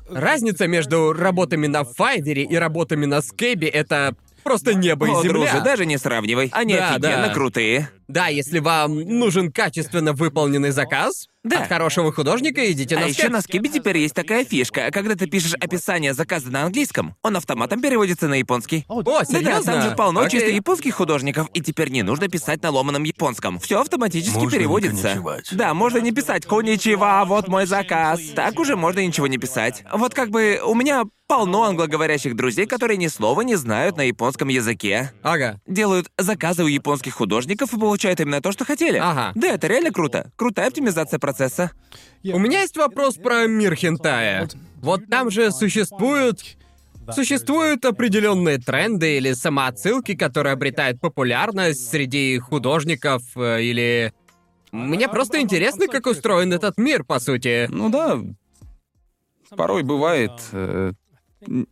[SPEAKER 2] Разница между работами на Файвере и работами на Скэбе — это просто небо
[SPEAKER 1] О,
[SPEAKER 2] и земля.
[SPEAKER 1] друже, даже не сравнивай. Они
[SPEAKER 2] Да,
[SPEAKER 1] офигенно
[SPEAKER 2] да.
[SPEAKER 1] крутые.
[SPEAKER 2] Да, если вам нужен качественно выполненный заказ,
[SPEAKER 1] Да.
[SPEAKER 2] от хорошего художника идите
[SPEAKER 1] А
[SPEAKER 2] на
[SPEAKER 1] еще
[SPEAKER 2] Скэб.
[SPEAKER 1] на скибе теперь есть такая фишка. Когда ты пишешь описание заказа на английском, он автоматом переводится на японский.
[SPEAKER 2] О,
[SPEAKER 1] Да,
[SPEAKER 2] серьезно?
[SPEAKER 1] там же полно
[SPEAKER 2] Окей.
[SPEAKER 1] чисто японских художников, и теперь не нужно писать на ломаном японском. Все автоматически
[SPEAKER 5] Можно не
[SPEAKER 1] переводится.
[SPEAKER 5] конничевать.
[SPEAKER 1] Да, можно не писать «Коничева, вот мой заказ». Так уже можно ничего не писать. Вот как бы у меня полно англоговорящих друзей, которые ни слова не знают на японском языке.
[SPEAKER 2] Ага.
[SPEAKER 1] Делают заказы у японских художников и получают именно то, что хотели.
[SPEAKER 2] Ага.
[SPEAKER 1] Да, это реально круто. Крутая оптимизация процесса.
[SPEAKER 2] У меня есть вопрос про мир хентая. Вот там же существуют... Существуют определенные тренды или самоотсылки, которые обретают популярность среди художников э, или... Мне просто интересно, как устроен этот мир, по сути.
[SPEAKER 4] Ну да, порой бывает... э, н-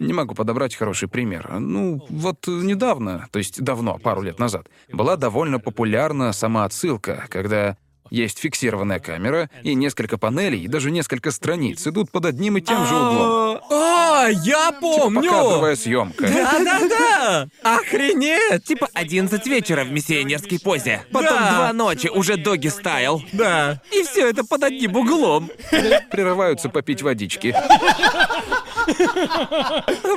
[SPEAKER 4] не могу подобрать хороший пример. Ну, вот э, недавно, то есть давно, пару лет назад, была довольно популярна сама отсылка, когда есть фиксированная камера, и несколько панелей, и даже несколько страниц идут под одним и тем же углом.
[SPEAKER 2] О, А, я помню!
[SPEAKER 4] Покадровая съемка.
[SPEAKER 2] Да-да-да! Охренеть!
[SPEAKER 1] Типа 11 вечера в миссионерской позе. Потом
[SPEAKER 2] Да.
[SPEAKER 1] 2 ночи, уже доги стайл.
[SPEAKER 2] Да.
[SPEAKER 1] И все это под одним углом.
[SPEAKER 4] Прерываются попить водички.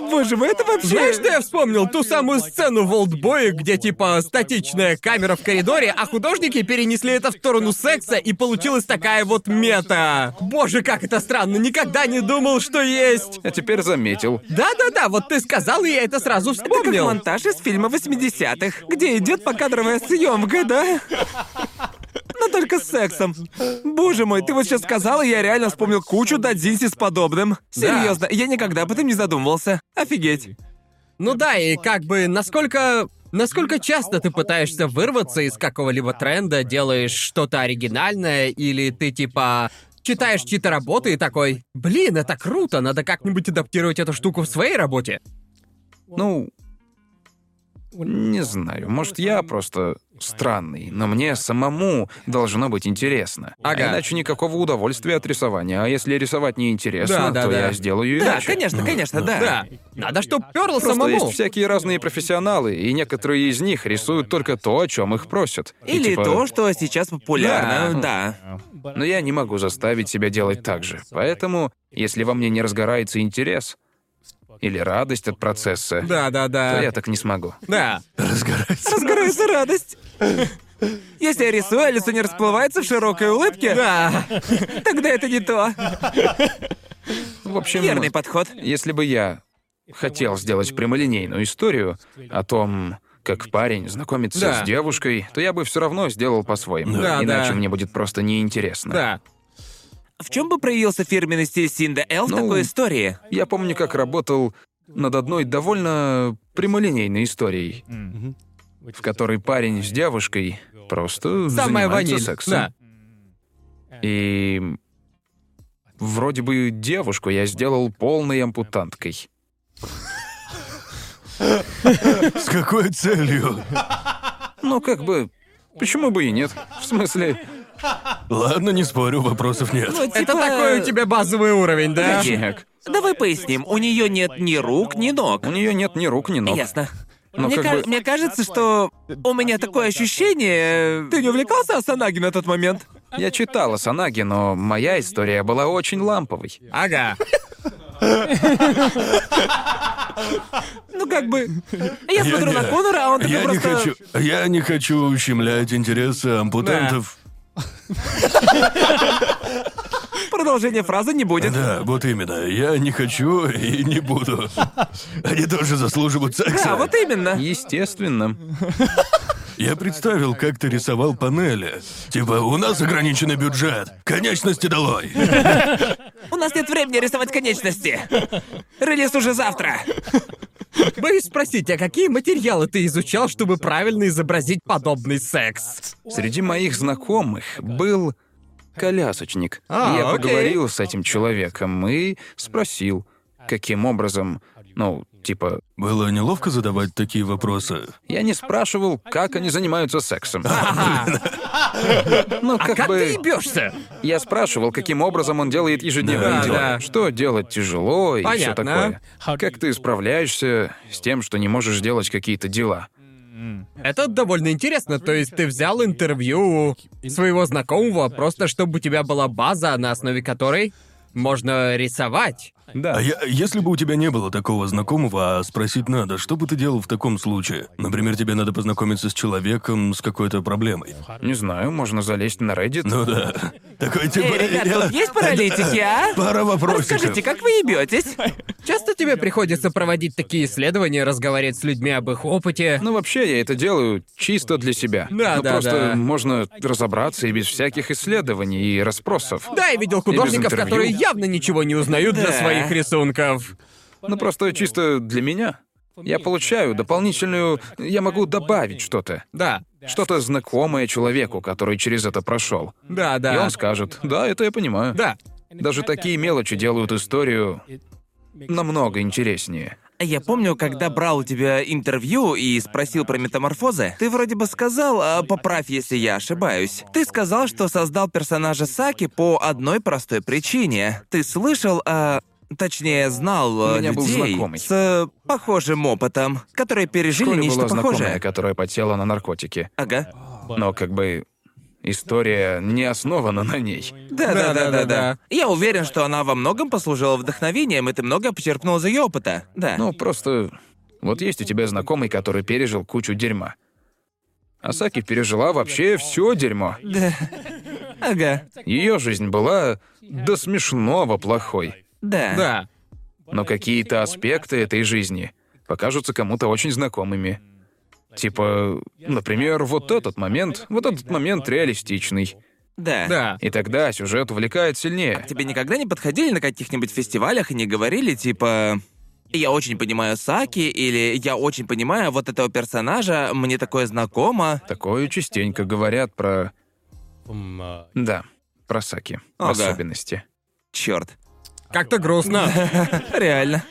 [SPEAKER 1] Боже мой, это вообще...
[SPEAKER 2] Знаешь, что я вспомнил? Ту самую сцену в «Олдбое», где типа статичная камера в коридоре, а художники перенесли это в сторону секса, и получилась такая вот мета. Боже, как это странно, никогда не думал, что есть.
[SPEAKER 4] А теперь заметил.
[SPEAKER 2] Да-да-да, вот ты сказал, и я это сразу
[SPEAKER 1] Это как
[SPEAKER 2] вспомнил.
[SPEAKER 1] монтаж из фильма 80-х, где идет покадровая съемка, да? Но только с сексом. Боже мой, ты вот сейчас сказал, и я реально вспомнил кучу дадзинси с подобным. Серьезно, я никогда об этом не задумывался. Офигеть.
[SPEAKER 2] Ну да, и как бы насколько... Насколько часто ты пытаешься вырваться из какого-либо тренда, делаешь что-то оригинальное, или ты типа читаешь чьи-то работы и такой, блин, это круто, надо как-нибудь адаптировать эту штуку в своей работе.
[SPEAKER 4] Ну, не знаю. Может, я просто странный, но мне самому должно быть интересно.
[SPEAKER 2] Ага.
[SPEAKER 4] А Иначе никакого удовольствия от рисования. А если рисовать неинтересно,
[SPEAKER 2] Да, да,
[SPEAKER 4] то
[SPEAKER 2] да.
[SPEAKER 4] я сделаю
[SPEAKER 1] Да,
[SPEAKER 4] иначе.
[SPEAKER 1] конечно, конечно, да.
[SPEAKER 2] Да. Надо, чтоб перло
[SPEAKER 4] Просто
[SPEAKER 2] самому.
[SPEAKER 4] есть всякие разные профессионалы, и некоторые из них рисуют только то, о чем их просят. И
[SPEAKER 1] Или
[SPEAKER 4] типа,
[SPEAKER 1] то, что сейчас популярно, да.
[SPEAKER 4] Но я не могу заставить себя делать так же. Поэтому, если во мне не разгорается интерес или радость от процесса,
[SPEAKER 2] Да, да,
[SPEAKER 4] то
[SPEAKER 2] да.
[SPEAKER 4] я так не смогу.
[SPEAKER 2] Да.
[SPEAKER 5] Разгорается.
[SPEAKER 1] Разгорается радость. Если я рисую, а лицо не расплывается в широкой улыбке,
[SPEAKER 2] Да.
[SPEAKER 1] тогда это не то.
[SPEAKER 4] В общем,
[SPEAKER 1] Верный подход.
[SPEAKER 4] Если бы я хотел сделать прямолинейную историю о том, как парень знакомится
[SPEAKER 2] Да.
[SPEAKER 4] с девушкой, то я бы все равно сделал по-своему.
[SPEAKER 2] Да,
[SPEAKER 4] Иначе
[SPEAKER 2] да.
[SPEAKER 4] мне будет просто неинтересно.
[SPEAKER 2] Да.
[SPEAKER 1] В чем бы проявился фирменный стиль Синда Эл в
[SPEAKER 4] Ну,
[SPEAKER 1] такой истории?
[SPEAKER 4] Я помню, как работал над одной довольно прямолинейной историей, в которой парень с девушкой просто
[SPEAKER 2] Самая
[SPEAKER 4] занимается
[SPEAKER 2] ваниль.
[SPEAKER 4] сексом.
[SPEAKER 2] Да.
[SPEAKER 4] И вроде бы девушку я сделал полной ампутанткой.
[SPEAKER 5] С какой целью?
[SPEAKER 4] Ну, как бы, почему бы и нет? В смысле,
[SPEAKER 5] Ладно, не спорю, вопросов нет.
[SPEAKER 1] Ну,
[SPEAKER 2] Это
[SPEAKER 1] типа,
[SPEAKER 2] такой у тебя базовый уровень, да?
[SPEAKER 4] Как?
[SPEAKER 1] Давай поясним, у нее нет ни рук, ни ног.
[SPEAKER 4] У нее нет ни рук, ни ног.
[SPEAKER 1] Ясно.
[SPEAKER 4] Но
[SPEAKER 1] мне,
[SPEAKER 4] как
[SPEAKER 1] ка-
[SPEAKER 4] бы-
[SPEAKER 1] мне кажется, что у меня такое ощущение. э, Ты не увлекался Асанаги на тот момент?
[SPEAKER 4] Я читала Санаги, но моя история была очень ламповой.
[SPEAKER 2] Ага.
[SPEAKER 1] Ну как бы. Я смотрю на
[SPEAKER 5] не-
[SPEAKER 1] Конора, а он такой
[SPEAKER 5] Я не
[SPEAKER 1] просто.
[SPEAKER 5] хочу, я не хочу ущемлять интересы ампутантов.
[SPEAKER 1] Продолжения фразы не будет.
[SPEAKER 5] Да, вот именно. Я не хочу и не буду. Они тоже заслуживают секса.
[SPEAKER 1] Да, А вот именно.
[SPEAKER 4] Естественно.
[SPEAKER 5] Я представил, как ты рисовал панели. Типа, у нас ограниченный бюджет. Конечности долой.
[SPEAKER 1] У нас нет времени рисовать конечности. Релиз уже завтра.
[SPEAKER 2] Боюсь спросить, а какие материалы ты изучал, чтобы правильно изобразить подобный секс?
[SPEAKER 4] Среди моих знакомых был колясочник.
[SPEAKER 2] А,
[SPEAKER 4] И я
[SPEAKER 2] окей.
[SPEAKER 4] поговорил с этим человеком и спросил, каким образом, ну, типа,
[SPEAKER 5] Было неловко задавать такие вопросы.
[SPEAKER 4] я не спрашивал, как они занимаются сексом. Ну, как
[SPEAKER 2] А Как ты
[SPEAKER 4] бы
[SPEAKER 2] ебешься?
[SPEAKER 4] я спрашивал, каким образом он делает ежедневные
[SPEAKER 2] Да,
[SPEAKER 4] дела.
[SPEAKER 2] да.
[SPEAKER 4] Что делать тяжело и все
[SPEAKER 2] Понятно.
[SPEAKER 4] такое. Как ты справляешься с тем, что не можешь делать какие-то дела?
[SPEAKER 2] Это довольно интересно. То есть ты взял интервью у своего знакомого, просто чтобы у тебя была база, на основе которой можно рисовать.
[SPEAKER 5] А я, если бы у тебя не было такого знакомого, а спросить надо, что бы ты делал в таком случае? Например, тебе надо познакомиться с человеком с какой-то проблемой.
[SPEAKER 4] А, Не знаю, можно залезть на Reddit.
[SPEAKER 5] Ну да. Такой типа...
[SPEAKER 1] Эй, ребят,
[SPEAKER 5] я-
[SPEAKER 1] тут есть паралитики, а?
[SPEAKER 5] Пара вопросиков.
[SPEAKER 1] Расскажите, как вы ебетесь?
[SPEAKER 2] Часто тебе приходится проводить такие исследования, разговаривать с людьми об их опыте.
[SPEAKER 4] Ну, вообще, я это делаю чисто для себя.
[SPEAKER 2] Да,
[SPEAKER 4] ну,
[SPEAKER 2] да,
[SPEAKER 4] просто
[SPEAKER 2] да.
[SPEAKER 4] можно разобраться и без всяких исследований и расспросов.
[SPEAKER 2] Да, я видел художников,
[SPEAKER 4] интервью.
[SPEAKER 2] которые явно ничего не узнают для
[SPEAKER 1] Да.
[SPEAKER 2] своих рисунков.
[SPEAKER 4] Ну, просто чисто для меня. Я получаю дополнительную... Я могу добавить что-то.
[SPEAKER 2] Да,
[SPEAKER 4] Что-то знакомое человеку, который через это прошел.
[SPEAKER 2] да, да.
[SPEAKER 4] И он скажет, да, это я понимаю.
[SPEAKER 2] Да.
[SPEAKER 4] Даже такие мелочи делают историю намного интереснее.
[SPEAKER 1] Я помню, когда брал у тебя интервью и спросил про метаморфозы, ты вроде бы сказал, а, поправь, если я ошибаюсь. Ты сказал, что создал персонажа Саки по одной простой причине. Ты слышал, а точнее знал
[SPEAKER 4] У
[SPEAKER 1] а,
[SPEAKER 4] меня был
[SPEAKER 1] людей
[SPEAKER 4] знакомый.
[SPEAKER 1] с а, похожим опытом, которые пережили
[SPEAKER 4] Коля
[SPEAKER 1] нечто
[SPEAKER 4] была знакомая,
[SPEAKER 1] похожее.
[SPEAKER 4] которая потела на наркотики.
[SPEAKER 1] Ага.
[SPEAKER 4] Но как бы история не основана на ней.
[SPEAKER 1] Да, да, да, да,
[SPEAKER 2] Да-да-да-да.
[SPEAKER 1] да. Я уверен, что она во многом послужила вдохновением, и ты много почерпнул из ее опыта. Да.
[SPEAKER 4] Ну, просто... Вот есть у тебя знакомый, который пережил кучу дерьма. Асаки пережила вообще все дерьмо.
[SPEAKER 1] Да. Ага.
[SPEAKER 4] Ее жизнь была до смешного плохой.
[SPEAKER 1] Да.
[SPEAKER 2] Да.
[SPEAKER 4] Но какие-то аспекты этой жизни покажутся кому-то очень знакомыми. Типа, например, вот этот момент, вот этот момент реалистичный.
[SPEAKER 1] Да.
[SPEAKER 2] Да.
[SPEAKER 4] И тогда сюжет увлекает сильнее.
[SPEAKER 1] А Тебе никогда не подходили на каких-нибудь фестивалях и не говорили, типа... Я очень понимаю Саки, или я очень понимаю вот этого персонажа, мне такое знакомо.
[SPEAKER 4] Такое частенько говорят про...
[SPEAKER 3] From, uh,
[SPEAKER 4] Да, про Саки. В
[SPEAKER 1] Ага.
[SPEAKER 4] особенности.
[SPEAKER 1] Черт.
[SPEAKER 2] Как-то грустно.
[SPEAKER 1] Реально.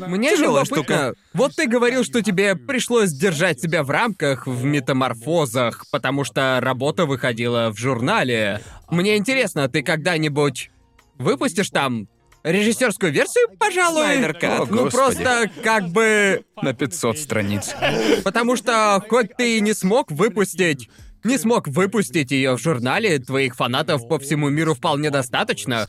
[SPEAKER 2] Мне
[SPEAKER 1] Тяжелая
[SPEAKER 2] любопытно. Вот ты говорил, что тебе пришлось держать себя в рамках в метаморфозах, потому что работа выходила в журнале. Мне интересно, ты когда-нибудь выпустишь там режиссерскую версию, пожалуй?
[SPEAKER 1] Снайдер Кат.
[SPEAKER 4] О,
[SPEAKER 2] ну
[SPEAKER 4] господи.
[SPEAKER 2] просто как бы...
[SPEAKER 4] На 500 страниц.
[SPEAKER 2] Потому что хоть ты и не смог выпустить... Не смог выпустить ее в журнале, твоих фанатов по всему миру вполне достаточно,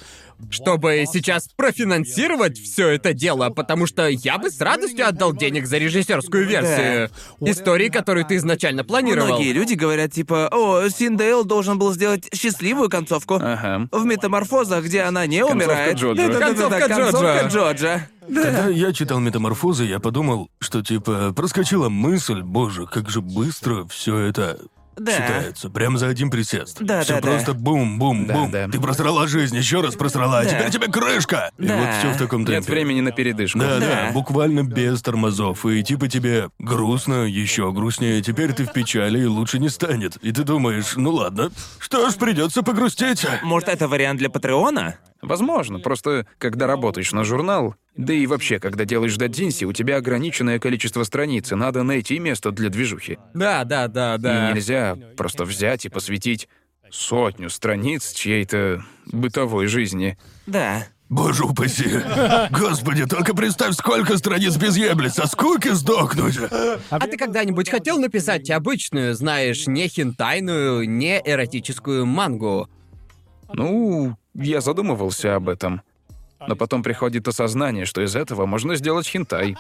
[SPEAKER 2] чтобы сейчас профинансировать все это дело, потому что я бы с радостью отдал денег за режиссерскую версию истории, которую ты изначально планировал.
[SPEAKER 1] Многие люди говорят, типа, о, Синдейл должен был сделать счастливую концовку.
[SPEAKER 4] Ага.
[SPEAKER 1] В метаморфозах, где она не
[SPEAKER 4] Концовка
[SPEAKER 1] умирает.
[SPEAKER 4] Джоджо.
[SPEAKER 1] Да-да-да-да,
[SPEAKER 2] Концовка
[SPEAKER 1] концовка
[SPEAKER 2] Джоджо.
[SPEAKER 1] Джоджа.
[SPEAKER 5] Когда я читал метаморфозы, я подумал, что типа проскочила мысль, боже, как же быстро все это
[SPEAKER 1] Да.
[SPEAKER 5] читается. Прям за один присест.
[SPEAKER 1] Да,
[SPEAKER 5] все
[SPEAKER 1] да, да.
[SPEAKER 5] просто бум-бум-бум.
[SPEAKER 4] Да, да.
[SPEAKER 5] Ты просрала жизнь, еще раз просрала, а
[SPEAKER 1] Да.
[SPEAKER 5] теперь тебе крышка! И
[SPEAKER 1] Да.
[SPEAKER 5] вот все в таком темпе.
[SPEAKER 4] Нет времени на передышку.
[SPEAKER 5] Да, да,
[SPEAKER 1] Да.
[SPEAKER 5] буквально без тормозов. И типа тебе грустно, еще грустнее, теперь ты в печали и лучше не станет. И ты думаешь, ну ладно, что ж, придется погрустить.
[SPEAKER 1] Может, это вариант для Патреона?
[SPEAKER 4] Возможно, просто когда работаешь на журнал, да и вообще, когда делаешь додзинси, у тебя ограниченное количество страниц, и надо найти место для движухи.
[SPEAKER 2] Да, да, да, да.
[SPEAKER 4] И нельзя просто взять и посвятить сотню страниц чьей-то бытовой жизни.
[SPEAKER 1] Да.
[SPEAKER 5] Боже упаси. Господи, только представь, сколько страниц без ебли, со скуки сдохнуть.
[SPEAKER 2] А ты когда-нибудь хотел написать обычную, знаешь, не хентайную, не эротическую мангу?
[SPEAKER 4] Ну, я задумывался об этом. Но потом приходит осознание, что из этого можно сделать хентай.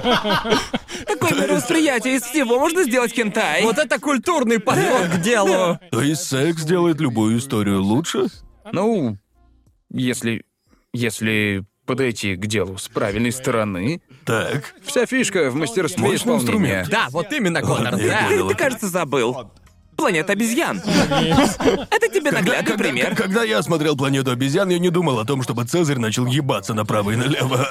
[SPEAKER 1] Такое мировосприятие, из всего можно сделать кентай.
[SPEAKER 2] Вот это культурный подход к делу.
[SPEAKER 5] То есть секс делает любую историю лучше?
[SPEAKER 4] Ну, если... если подойти к делу с правильной стороны,
[SPEAKER 5] Так.
[SPEAKER 4] вся фишка в мастерстве
[SPEAKER 5] Мощный
[SPEAKER 4] исполнения.
[SPEAKER 5] инструмент.
[SPEAKER 2] Да, вот именно, Конор,
[SPEAKER 5] я
[SPEAKER 2] да.
[SPEAKER 5] понял.
[SPEAKER 1] Ты, кажется, забыл. Планета обезьян. Это тебе наглядный
[SPEAKER 5] когда,
[SPEAKER 1] пример.
[SPEAKER 5] когда я смотрел «Планету обезьян», я не думал о том, чтобы Цезарь начал ебаться направо и налево.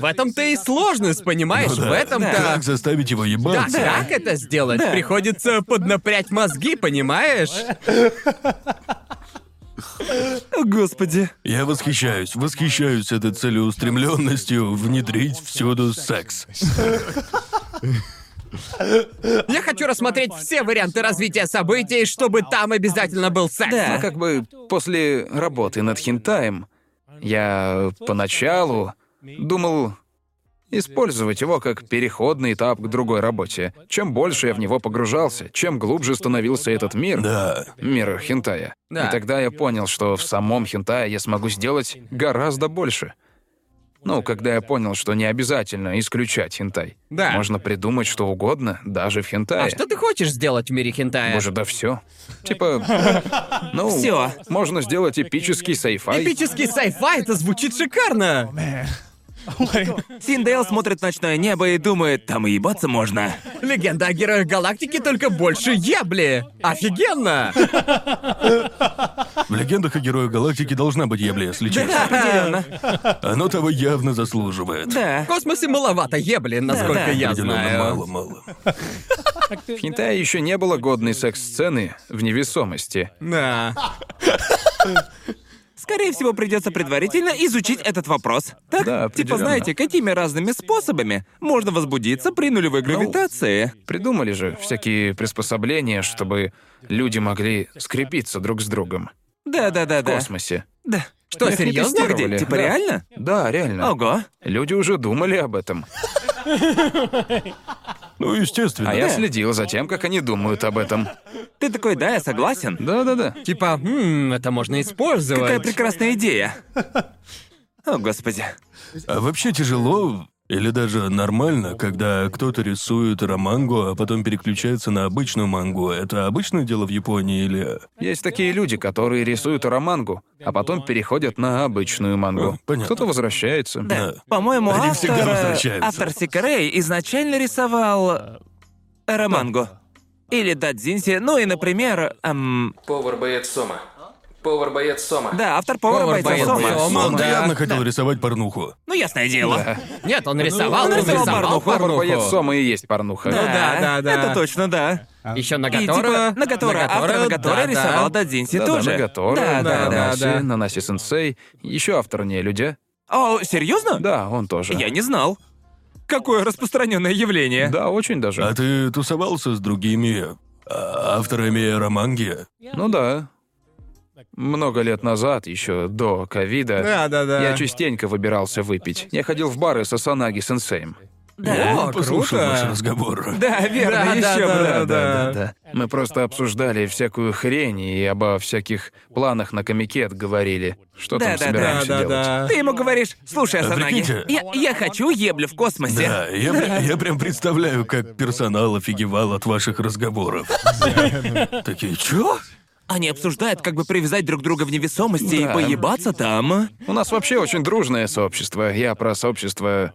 [SPEAKER 2] В этом-то и сложность, понимаешь?
[SPEAKER 5] Ну да.
[SPEAKER 2] Э, В этом-то...
[SPEAKER 5] Как заставить его
[SPEAKER 2] Да,
[SPEAKER 5] ебаться?
[SPEAKER 2] как это сделать? Приходится поднапрять мозги, понимаешь?
[SPEAKER 1] О, Господи.
[SPEAKER 5] Я восхищаюсь, восхищаюсь этой целеустремленностью внедрить всюду секс.
[SPEAKER 2] Я хочу рассмотреть все варианты развития событий, чтобы там обязательно был секс.
[SPEAKER 4] Ну, как бы после работы над хентаем я поначалу думал использовать его как переходный этап к другой работе. Чем больше я в него погружался, чем глубже становился этот мир,
[SPEAKER 5] Да.
[SPEAKER 4] мир хентая.
[SPEAKER 2] Да.
[SPEAKER 4] И тогда я понял, что в самом хентае я смогу сделать гораздо больше. Ну, когда я понял, что не обязательно исключать хентай.
[SPEAKER 2] Да.
[SPEAKER 4] Можно придумать что угодно, даже в хентае.
[SPEAKER 2] А что ты хочешь сделать в мире хентая?
[SPEAKER 4] Боже, да все. Типа, ну,
[SPEAKER 1] Всё.
[SPEAKER 4] можно сделать эпический сайфай.
[SPEAKER 2] Эпический сайфай, это звучит шикарно!
[SPEAKER 1] Синдейл смотрит ночное небо и думает, там и ебаться можно.
[SPEAKER 2] Легенда о героях галактики только больше ебли! Офигенно!
[SPEAKER 5] В легендах о герое галактики должна быть ебля, если честно.
[SPEAKER 1] Определенно.
[SPEAKER 5] Оно того явно заслуживает.
[SPEAKER 2] В
[SPEAKER 1] Да.
[SPEAKER 2] космосе маловато ебли, насколько
[SPEAKER 1] да.
[SPEAKER 2] я
[SPEAKER 5] Определенно
[SPEAKER 2] знаю.
[SPEAKER 5] мало-мало.
[SPEAKER 4] В Хентае еще не было годной секс-сцены в невесомости.
[SPEAKER 2] Да.
[SPEAKER 1] Скорее всего, придется предварительно изучить этот вопрос. Так?
[SPEAKER 4] Да,
[SPEAKER 1] типа,
[SPEAKER 4] определенно.
[SPEAKER 1] знаете, какими разными способами можно возбудиться при нулевой гравитации?
[SPEAKER 4] Придумали же всякие приспособления, чтобы люди могли скрепиться друг с другом в
[SPEAKER 1] Да-да-да-да.
[SPEAKER 4] космосе.
[SPEAKER 1] Да.
[SPEAKER 2] Что,
[SPEAKER 4] Их не
[SPEAKER 2] серьезно?
[SPEAKER 4] тестировали.
[SPEAKER 1] Где? Типа
[SPEAKER 4] Да.
[SPEAKER 1] реально?
[SPEAKER 4] Да, реально.
[SPEAKER 1] Ого.
[SPEAKER 4] Люди уже думали об этом.
[SPEAKER 5] Ну, естественно.
[SPEAKER 4] А я следил за тем, как они думают об этом.
[SPEAKER 1] Ты такой, да, я согласен.
[SPEAKER 4] Да-да-да.
[SPEAKER 2] Типа, «М, это можно
[SPEAKER 1] Какая
[SPEAKER 2] использовать.
[SPEAKER 1] прекрасная идея. О, господи.
[SPEAKER 5] А вообще тяжело или даже нормально, когда кто-то рисует романгу, а потом переключается на обычную мангу. Это обычное дело в Японии или...
[SPEAKER 4] Есть такие люди, которые рисуют романгу, а потом переходят на обычную мангу.
[SPEAKER 5] А, понятно.
[SPEAKER 4] Кто-то возвращается.
[SPEAKER 2] Ну,
[SPEAKER 1] Да. По-моему,
[SPEAKER 5] Они
[SPEAKER 1] автор...
[SPEAKER 5] всегда возвращаются.
[SPEAKER 1] Автор Сикарей изначально рисовал... Романго. Или Дадзинси, ну и, например, эм,
[SPEAKER 6] Повар-боец Сома. Повар-боец Сома.
[SPEAKER 1] да, автор повара
[SPEAKER 2] Повар
[SPEAKER 1] бойца
[SPEAKER 2] Бойца
[SPEAKER 1] Сома.
[SPEAKER 2] Сома.
[SPEAKER 5] Он
[SPEAKER 2] Ну, да.
[SPEAKER 5] ну, явно хотел рисовать порнуху.
[SPEAKER 1] Ну, ясное дело.
[SPEAKER 2] Нет, он рисовал,
[SPEAKER 1] он
[SPEAKER 4] Ну,
[SPEAKER 2] он
[SPEAKER 1] рисовал
[SPEAKER 2] рисовал
[SPEAKER 1] порнуху,
[SPEAKER 2] порнуху.
[SPEAKER 4] Боец Сома и есть порнуха.
[SPEAKER 2] Ну, да, да, да.
[SPEAKER 1] Это точно, да.
[SPEAKER 2] Еще
[SPEAKER 1] И
[SPEAKER 2] Нагатора.
[SPEAKER 1] типа Нагатора, автор
[SPEAKER 2] Нагатора,
[SPEAKER 1] Нагатора
[SPEAKER 2] да,
[SPEAKER 1] рисовал
[SPEAKER 2] да.
[SPEAKER 1] Дадзинси
[SPEAKER 4] Да-да,
[SPEAKER 1] тоже.
[SPEAKER 4] Нагатора,
[SPEAKER 1] Да, да, да.
[SPEAKER 4] Нанаси,
[SPEAKER 2] да.
[SPEAKER 4] Нанаси Сенсей, еще автор не людя.
[SPEAKER 1] О, серьезно?
[SPEAKER 4] Да, он тоже.
[SPEAKER 1] Я не знал. Какое распространенное явление.
[SPEAKER 4] Да, очень даже.
[SPEAKER 5] А ты тусовался с другими а, авторами романги?
[SPEAKER 4] Ну да. Много лет назад, еще до ковида,
[SPEAKER 2] Да, да, да.
[SPEAKER 4] я частенько выбирался выпить. Я ходил в бары со Санаги Сенсеем.
[SPEAKER 2] О,
[SPEAKER 5] Послушал
[SPEAKER 2] круто.
[SPEAKER 5] наш разговор.
[SPEAKER 1] А, Да, верно,
[SPEAKER 2] Да, да,
[SPEAKER 1] еще бы,
[SPEAKER 2] да, да.
[SPEAKER 4] Мы просто обсуждали всякую хрень и обо всяких планах на комикет говорили. Что там
[SPEAKER 1] Да-да-да,
[SPEAKER 4] собираемся
[SPEAKER 2] Да, да,
[SPEAKER 4] делать?
[SPEAKER 2] да.
[SPEAKER 1] Ты ему говоришь, слушай,
[SPEAKER 5] А
[SPEAKER 1] Асанаги,
[SPEAKER 5] прикиньте.
[SPEAKER 1] я, я хочу еблю в космосе.
[SPEAKER 5] Да, я, пр- я прям представляю, как персонал офигевал от ваших разговоров. Такие, чё?
[SPEAKER 1] Они обсуждают, как бы привязать друг друга в невесомости и
[SPEAKER 4] Да.
[SPEAKER 1] поебаться там.
[SPEAKER 4] У нас вообще очень дружное сообщество. Я про сообщество...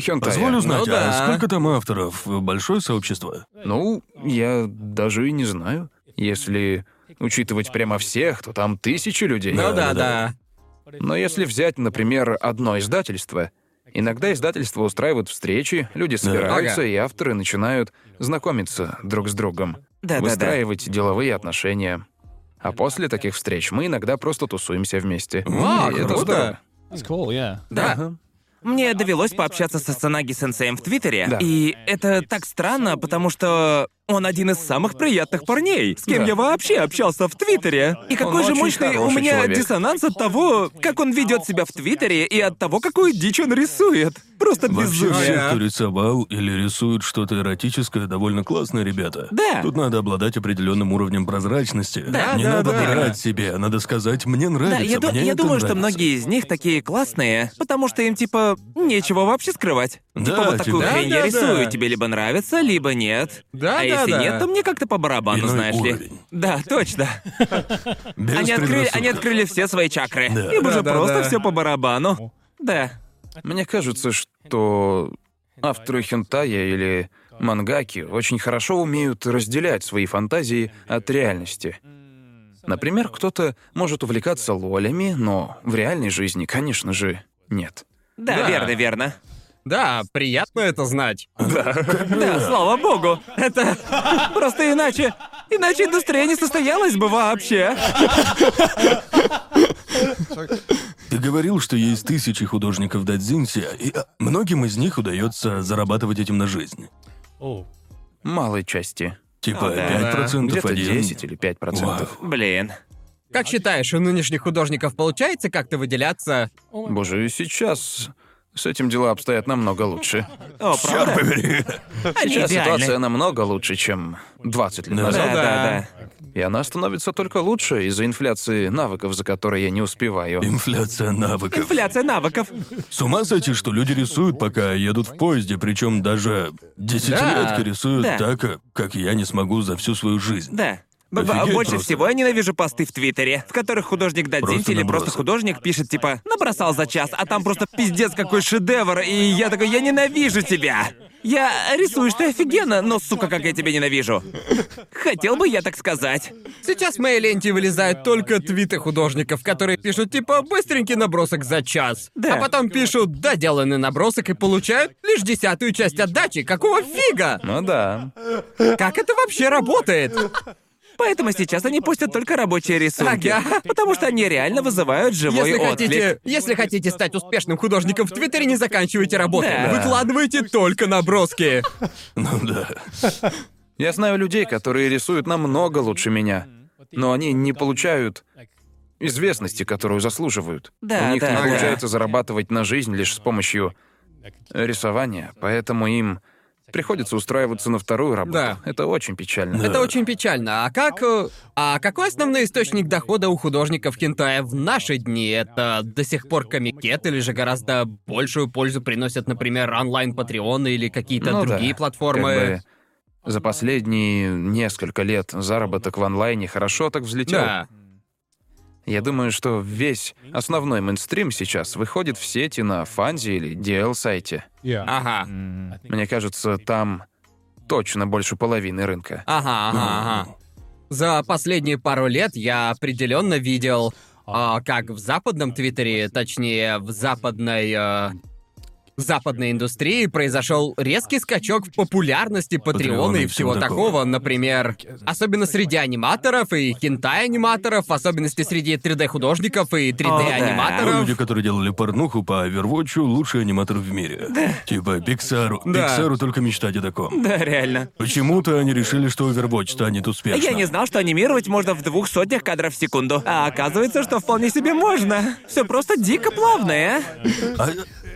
[SPEAKER 4] Хёнтая.
[SPEAKER 5] Позволь узнать,
[SPEAKER 2] Ну да.
[SPEAKER 5] а сколько там авторов? Большое сообщество?
[SPEAKER 4] Ну, я даже и не знаю. Если учитывать прямо всех, то там тысячи людей.
[SPEAKER 2] Ну да,
[SPEAKER 5] Да, да,
[SPEAKER 2] да.
[SPEAKER 4] Но если взять, например, одно издательство, иногда издательства устраивают встречи, люди собираются, и авторы начинают знакомиться друг с другом,
[SPEAKER 1] Да-да-да.
[SPEAKER 4] выстраивать деловые отношения. А после таких встреч мы иногда просто тусуемся вместе.
[SPEAKER 2] Вау,
[SPEAKER 4] И это
[SPEAKER 2] круто.
[SPEAKER 4] здорово.
[SPEAKER 3] That's cool, yeah.
[SPEAKER 2] Да.
[SPEAKER 4] Ага.
[SPEAKER 1] Мне довелось пообщаться со Санаги Сенсеем в Твиттере,
[SPEAKER 4] Да.
[SPEAKER 1] и это так странно, потому что он один из самых приятных парней, с кем
[SPEAKER 4] Да.
[SPEAKER 1] я вообще общался в Твиттере. И какой же
[SPEAKER 4] очень
[SPEAKER 1] мощный у
[SPEAKER 4] хороший
[SPEAKER 1] меня
[SPEAKER 4] человек.
[SPEAKER 1] диссонанс от того, как он ведет себя в Твиттере, и от того, какую дичь он рисует. Просто
[SPEAKER 5] Вообще
[SPEAKER 1] безумие.
[SPEAKER 5] все, кто рисовал или рисует что-то эротическое, довольно классные ребята.
[SPEAKER 1] Да.
[SPEAKER 5] Тут надо обладать определенным уровнем прозрачности.
[SPEAKER 1] Да,
[SPEAKER 5] Не
[SPEAKER 1] да,
[SPEAKER 5] надо
[SPEAKER 1] да.
[SPEAKER 5] выбирать себе, а надо сказать, мне
[SPEAKER 1] Да,
[SPEAKER 5] нравится,
[SPEAKER 1] я, ду-
[SPEAKER 5] мне
[SPEAKER 1] я
[SPEAKER 5] это
[SPEAKER 1] думаю, что
[SPEAKER 5] нравится».
[SPEAKER 1] многие из них такие классные, потому что им типа нечего вообще скрывать.
[SPEAKER 5] Да,
[SPEAKER 1] типа вот такую
[SPEAKER 5] типа-
[SPEAKER 1] хрень
[SPEAKER 2] Да,
[SPEAKER 1] я
[SPEAKER 2] да,
[SPEAKER 1] рисую,
[SPEAKER 2] да.
[SPEAKER 1] тебе либо нравится, либо нет. а
[SPEAKER 2] Да, да,
[SPEAKER 1] если
[SPEAKER 2] да.
[SPEAKER 1] нет, то мне как-то по барабану,
[SPEAKER 5] Иной
[SPEAKER 1] знаешь ли.
[SPEAKER 5] уровень.
[SPEAKER 1] Да, точно.
[SPEAKER 5] Без
[SPEAKER 1] Они открыли,
[SPEAKER 5] предрассудков.
[SPEAKER 1] они открыли все свои чакры.
[SPEAKER 5] Да.
[SPEAKER 1] Им уже
[SPEAKER 2] Да, да,
[SPEAKER 1] просто
[SPEAKER 2] да.
[SPEAKER 1] все по барабану. Да.
[SPEAKER 4] Мне кажется, что авторы хентая или мангаки очень хорошо умеют разделять свои фантазии от реальности. Например, кто-то может увлекаться лолями, но в реальной жизни, конечно же, нет.
[SPEAKER 1] Да,
[SPEAKER 2] Да.
[SPEAKER 1] верно, верно.
[SPEAKER 2] Да, приятно это знать.
[SPEAKER 1] Да, слава богу. Это просто иначе. Иначе индустрия не состоялась бы вообще.
[SPEAKER 5] Ты говорил, что есть тысячи художников Дадзинси, и а, многим из них удается зарабатывать этим на жизнь.
[SPEAKER 3] Oh.
[SPEAKER 4] Малой части.
[SPEAKER 5] Типа
[SPEAKER 1] Ну да.
[SPEAKER 5] 5%
[SPEAKER 4] Где-то
[SPEAKER 5] один.
[SPEAKER 4] 10 или 5%. процентов.
[SPEAKER 5] Вау.
[SPEAKER 1] Блин.
[SPEAKER 2] Как считаешь, у нынешних художников получается как-то выделяться?
[SPEAKER 4] Боже, и сейчас с этим дела обстоят намного лучше.
[SPEAKER 1] О,
[SPEAKER 5] Чёрт
[SPEAKER 1] правда?
[SPEAKER 5] побери.
[SPEAKER 1] Идеально.
[SPEAKER 4] Сейчас ситуация намного лучше, чем 20 лет
[SPEAKER 5] Да.
[SPEAKER 1] Да,
[SPEAKER 4] назад.
[SPEAKER 1] да, да.
[SPEAKER 4] И она становится только лучше из-за инфляции навыков, за которые я не успеваю.
[SPEAKER 5] Инфляция навыков.
[SPEAKER 1] Инфляция навыков.
[SPEAKER 5] С ума сойти, что люди рисуют, пока едут в поезде, причем даже десятилетки
[SPEAKER 2] Да.
[SPEAKER 5] рисуют
[SPEAKER 1] Да.
[SPEAKER 5] так, э, как я не смогу за всю свою жизнь.
[SPEAKER 1] Да. Б- б-
[SPEAKER 5] Офигеть
[SPEAKER 1] Больше
[SPEAKER 5] просто.
[SPEAKER 1] всего я ненавижу посты в Твиттере, в которых художник Дадзинти
[SPEAKER 5] Просто
[SPEAKER 1] или просто
[SPEAKER 5] набросок.
[SPEAKER 1] художник пишет типа «набросал за час», а там просто пиздец какой шедевр, и я такой «я ненавижу тебя». Я рисуешь ты офигенно, но, сука, как я тебя ненавижу. Хотел бы я так сказать.
[SPEAKER 2] Сейчас в моей ленте вылезают только твиты художников, которые пишут типа «быстренький набросок за час»,
[SPEAKER 1] Да.
[SPEAKER 2] а потом пишут «доделанный набросок» и получают лишь десятую часть отдачи. Какого фига?
[SPEAKER 4] Ну да.
[SPEAKER 2] Как это вообще работает?
[SPEAKER 1] Поэтому сейчас они пустят только рабочие рисунки.
[SPEAKER 2] Ага.
[SPEAKER 1] Потому что они реально вызывают живой
[SPEAKER 2] Если
[SPEAKER 1] отклик.
[SPEAKER 2] хотите, если хотите стать успешным художником в Твиттере, не заканчивайте работу.
[SPEAKER 1] Да.
[SPEAKER 2] Выкладывайте только наброски.
[SPEAKER 5] Ну да.
[SPEAKER 4] Я знаю людей, которые рисуют намного лучше меня, но они не получают известности, которую заслуживают.
[SPEAKER 1] Да,
[SPEAKER 4] У них
[SPEAKER 1] да,
[SPEAKER 4] не
[SPEAKER 1] да.
[SPEAKER 4] получается зарабатывать на жизнь лишь с помощью рисования, поэтому им приходится устраиваться на вторую работу.
[SPEAKER 2] Да.
[SPEAKER 4] Это очень печально.
[SPEAKER 2] Это очень печально. А как... э, А какой основной источник дохода у художников хентая в наши дни? Это до сих пор комикет или же гораздо большую пользу приносят, например, онлайн-патреоны или какие-то
[SPEAKER 4] Ну да,
[SPEAKER 2] другие
[SPEAKER 4] Как
[SPEAKER 2] платформы?
[SPEAKER 4] бы за последние несколько лет заработок в онлайне хорошо так взлетел.
[SPEAKER 2] Да.
[SPEAKER 4] Я думаю, что весь основной мейнстрим сейчас выходит в сети на фанзе или DL-сайте.
[SPEAKER 3] Yeah.
[SPEAKER 2] Ага.
[SPEAKER 4] Мне кажется, там точно больше половины рынка.
[SPEAKER 2] Ага, ага, ага. За последние пару лет я определенно видел, а, как в западном Твиттере, точнее, в западной... э, западной индустрии произошел резкий скачок в популярности Патреона и всего такого, например, особенно среди аниматоров и хентай-аниматоров, в особенности среди 3D-художников и
[SPEAKER 5] Ну,
[SPEAKER 2] 3D-аниматоров.
[SPEAKER 5] люди, которые делали порнуху по Overwatch, лучший аниматор в мире. Типа Пиксару.
[SPEAKER 2] Да.
[SPEAKER 5] Пиксару только мечтать о таком.
[SPEAKER 1] Да, реально.
[SPEAKER 5] Почему-то они решили, что Overwatch станет успешным.
[SPEAKER 1] Я не знал, что анимировать можно в двух сотнях кадров в секунду. А оказывается, что вполне себе можно. Все просто дико плавное.
[SPEAKER 5] А,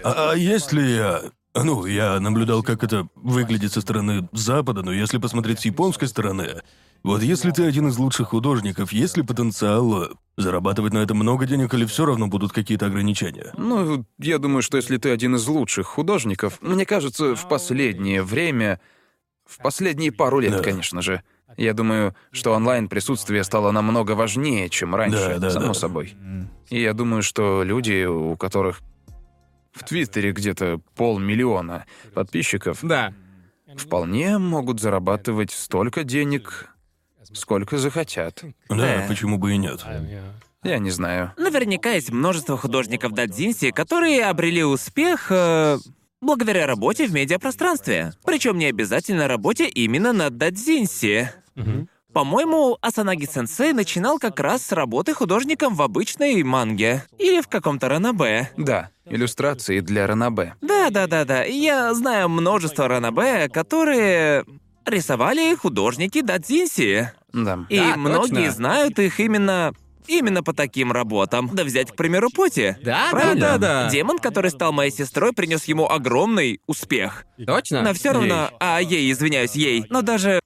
[SPEAKER 5] а- а если я... Ну, я наблюдал, как это выглядит со стороны Запада, но если посмотреть с японской стороны, вот если ты один из лучших художников, есть ли потенциал э, зарабатывать на это много денег или все равно будут какие-то ограничения?
[SPEAKER 4] Ну, я думаю, что если ты один из лучших художников, мне кажется, в последнее время, в последние пару лет,
[SPEAKER 5] Да.
[SPEAKER 4] конечно же, я думаю, что онлайн-присутствие стало намного важнее, чем раньше,
[SPEAKER 5] Да, да,
[SPEAKER 4] само
[SPEAKER 5] да.
[SPEAKER 4] собой. И я думаю, что люди, у которых в Твиттере где-то полмиллиона подписчиков,
[SPEAKER 2] Да.
[SPEAKER 4] вполне могут зарабатывать столько денег, сколько захотят.
[SPEAKER 5] Да,
[SPEAKER 1] Да.
[SPEAKER 5] почему бы и нет?
[SPEAKER 3] Yeah.
[SPEAKER 4] Я не знаю.
[SPEAKER 1] Наверняка есть множество художников Дадзинси, которые обрели успех э, благодаря работе в медиапространстве. Причем не обязательно работе именно над Дадзинси. По-моему, Асанаги Сенсей начинал как раз с работы художником в обычной манге. Или в каком-то ранобе.
[SPEAKER 4] Да, иллюстрации для Ранабе.
[SPEAKER 1] Да, да, да, да. Я знаю множество ранобе, которые рисовали художники дадзинси.
[SPEAKER 4] Да.
[SPEAKER 1] И
[SPEAKER 2] Да,
[SPEAKER 1] многие
[SPEAKER 2] точно.
[SPEAKER 1] знают их именно именно по таким работам. Да взять, к примеру, Поти.
[SPEAKER 2] Да,
[SPEAKER 1] Правда?
[SPEAKER 2] да, да, да.
[SPEAKER 1] Демон, который стал моей сестрой, принес ему огромный успех.
[SPEAKER 2] Точно?
[SPEAKER 1] Но все равно, а ей, извиняюсь, ей. Но даже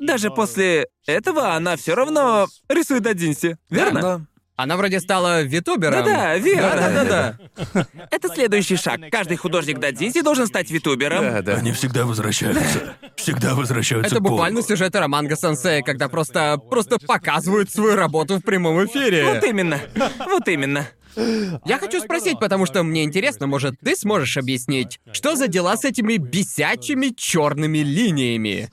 [SPEAKER 1] даже после этого она все равно рисует Одинси, верно?
[SPEAKER 4] Да.
[SPEAKER 2] Она вроде стала витубером.
[SPEAKER 1] Да-да, верно.
[SPEAKER 2] Да-да-да.
[SPEAKER 1] Это следующий шаг. Каждый художник Дадзинси должен стать витубером.
[SPEAKER 4] Да, да.
[SPEAKER 5] Они всегда возвращаются. Всегда возвращаются
[SPEAKER 2] Это
[SPEAKER 5] к полу.
[SPEAKER 2] буквально сюжеты Романга Сенсея, когда просто, просто показывают свою работу в прямом эфире.
[SPEAKER 1] Вот именно. Вот именно.
[SPEAKER 2] Ну, Я хочу спросить, потому что мне интересно, может, ты сможешь объяснить, что за дела с этими бесячими черными линиями,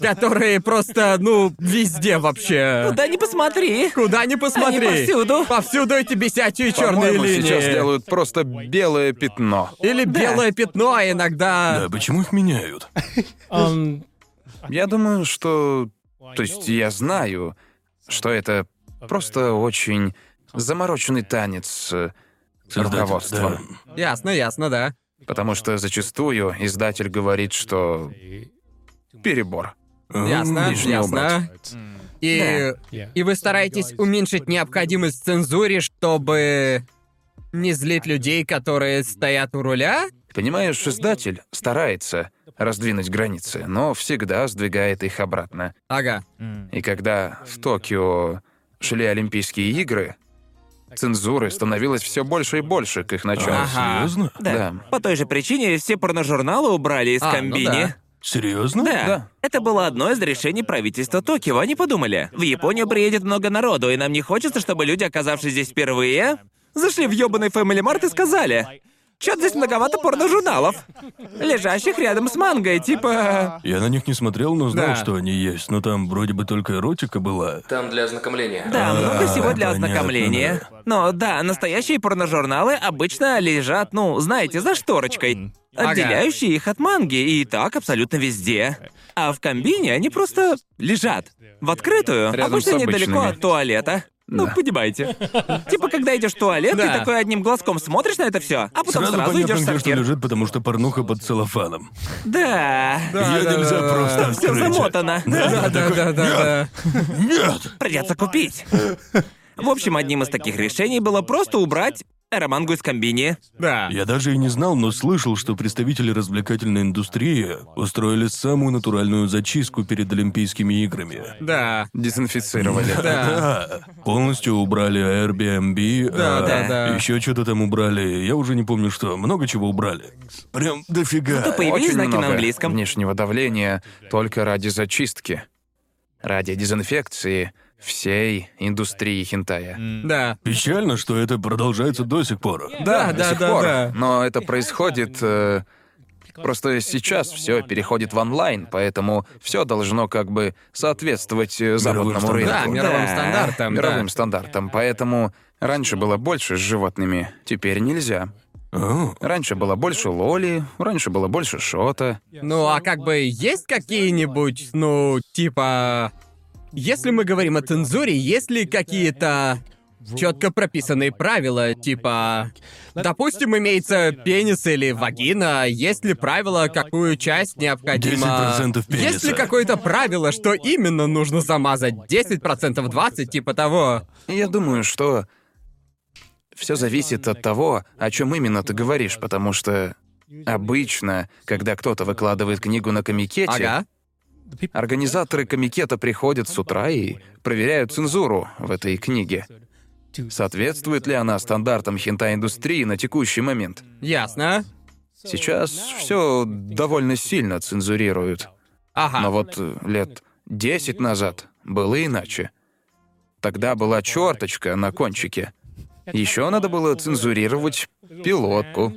[SPEAKER 2] которые просто, ну, везде вообще.
[SPEAKER 1] Ну Да не посмотри.
[SPEAKER 2] Куда ни посмотри.
[SPEAKER 1] Они повсюду.
[SPEAKER 2] Повсюду эти бесячие черные
[SPEAKER 4] По-моему,
[SPEAKER 2] линии.
[SPEAKER 4] сейчас делают просто белое пятно.
[SPEAKER 2] Или белое пятно, а иногда.
[SPEAKER 5] Да, почему их меняют?
[SPEAKER 3] Um,
[SPEAKER 4] Я думаю, что... То есть я знаю, что это просто очень замороченный танец э, с
[SPEAKER 5] Создатель,
[SPEAKER 4] руководством.
[SPEAKER 5] да.
[SPEAKER 2] Ясно, ясно, да.
[SPEAKER 4] Потому что зачастую издатель говорит, что перебор.
[SPEAKER 2] Ясно,
[SPEAKER 4] лишний
[SPEAKER 2] ясно. И. И вы стараетесь уменьшить необходимость цензуре, чтобы не злить людей, которые стоят у руля?
[SPEAKER 4] Понимаешь, издатель старается раздвинуть границы, но всегда сдвигает их обратно.
[SPEAKER 2] Ага.
[SPEAKER 4] И когда в Токио шли Олимпийские игры, цензуры становилось все больше и больше к их началу.
[SPEAKER 2] Ага.
[SPEAKER 5] Серьезно?
[SPEAKER 4] Да.
[SPEAKER 1] По той же причине все порножурналы убрали из
[SPEAKER 2] А, ну
[SPEAKER 1] комбини.
[SPEAKER 5] Серьезно?
[SPEAKER 1] да.
[SPEAKER 4] Да.
[SPEAKER 1] Это было одно из решений правительства Токио. Они подумали, в Японию приедет много народу, и нам не хочется, чтобы люди, оказавшись здесь впервые, зашли в ёбаный Family Mart и сказали, чё здесь многовато порножурналов, лежащих рядом с мангой, типа...
[SPEAKER 5] Я на них не смотрел, но знал,
[SPEAKER 2] Да.
[SPEAKER 5] что они есть. Но там вроде бы только эротика была.
[SPEAKER 6] Там для ознакомления.
[SPEAKER 1] Да, много всего для
[SPEAKER 5] понятно,
[SPEAKER 1] ознакомления. Но да, настоящие порножурналы обычно лежат, ну, знаете, за шторочкой,
[SPEAKER 2] Ага.
[SPEAKER 1] отделяющие их от манги, и так абсолютно везде. А в комбине они просто лежат. В открытую,
[SPEAKER 4] Рядом
[SPEAKER 1] обычно
[SPEAKER 4] с
[SPEAKER 1] недалеко
[SPEAKER 4] обычными.
[SPEAKER 1] от туалета. Ну, понимаете. Типа, когда идешь в туалет, ты
[SPEAKER 2] Да.
[SPEAKER 1] такой одним глазком смотришь на это все, а потом
[SPEAKER 5] Сразу,
[SPEAKER 1] сразу, идешь в
[SPEAKER 5] понятно, где что
[SPEAKER 1] сортир.
[SPEAKER 5] лежит, потому что порнуха под целлофаном.
[SPEAKER 1] Да.
[SPEAKER 5] Её нельзя просто
[SPEAKER 1] Все
[SPEAKER 5] открыть.
[SPEAKER 1] замотано.
[SPEAKER 2] Да, да, да, да, да.
[SPEAKER 5] Нет!
[SPEAKER 1] Придется купить. В общем, одним из таких решений было просто убрать романгу из комбини.
[SPEAKER 2] Да.
[SPEAKER 5] Я даже и не знал, но слышал, что представители развлекательной индустрии устроили самую натуральную зачистку перед Олимпийскими играми.
[SPEAKER 2] Да.
[SPEAKER 4] Дезинфицировали.
[SPEAKER 2] Да.
[SPEAKER 5] Полностью убрали Airbnb,
[SPEAKER 2] Да, да, да.
[SPEAKER 5] еще что-то там убрали, я уже не помню что, много чего убрали. Прям дофига.
[SPEAKER 1] Появились
[SPEAKER 4] Очень
[SPEAKER 1] знаки
[SPEAKER 4] много
[SPEAKER 1] на английском.
[SPEAKER 4] внешнего давления только ради зачистки, ради дезинфекции всей индустрии хентая.
[SPEAKER 2] Да.
[SPEAKER 5] Печально, что это продолжается до сих пор.
[SPEAKER 2] Да,
[SPEAKER 4] До
[SPEAKER 2] да,
[SPEAKER 4] сих
[SPEAKER 2] да,
[SPEAKER 4] пор.
[SPEAKER 2] да.
[SPEAKER 4] Но это происходит. э, Просто сейчас все переходит в онлайн, поэтому все должно как бы соответствовать э, западному
[SPEAKER 5] стандартам.
[SPEAKER 4] рынку.
[SPEAKER 2] Да, мировым стандартом.
[SPEAKER 4] мировым
[SPEAKER 2] Да.
[SPEAKER 4] стандартам. Поэтому раньше было больше с животными, теперь нельзя.
[SPEAKER 5] О,
[SPEAKER 4] Раньше было больше лоли, раньше было больше шота.
[SPEAKER 2] Ну, а как бы есть какие-нибудь, ну, типа... Если мы говорим о цензуре, есть ли какие-то четко прописанные правила, типа... Допустим, имеется пенис или вагина, есть ли правило, какую часть необходимо...
[SPEAKER 5] 10% пениса.
[SPEAKER 2] Есть ли какое-то правило, что именно нужно замазать? 10%, 20%, типа того.
[SPEAKER 4] Я думаю, что все зависит от того, о чем именно ты говоришь, потому что обычно, когда кто-то выкладывает книгу на комикете,
[SPEAKER 2] Ага.
[SPEAKER 4] Организаторы комикета приходят с утра и проверяют цензуру в этой книге. Соответствует ли она стандартам хентай-индустрии на текущий момент?
[SPEAKER 2] Ясно.
[SPEAKER 4] Сейчас все довольно сильно цензурируют.
[SPEAKER 2] Ага.
[SPEAKER 4] Но вот э, лет 10 назад было иначе. Тогда была черточка на кончике. Еще надо было цензурировать пилотку.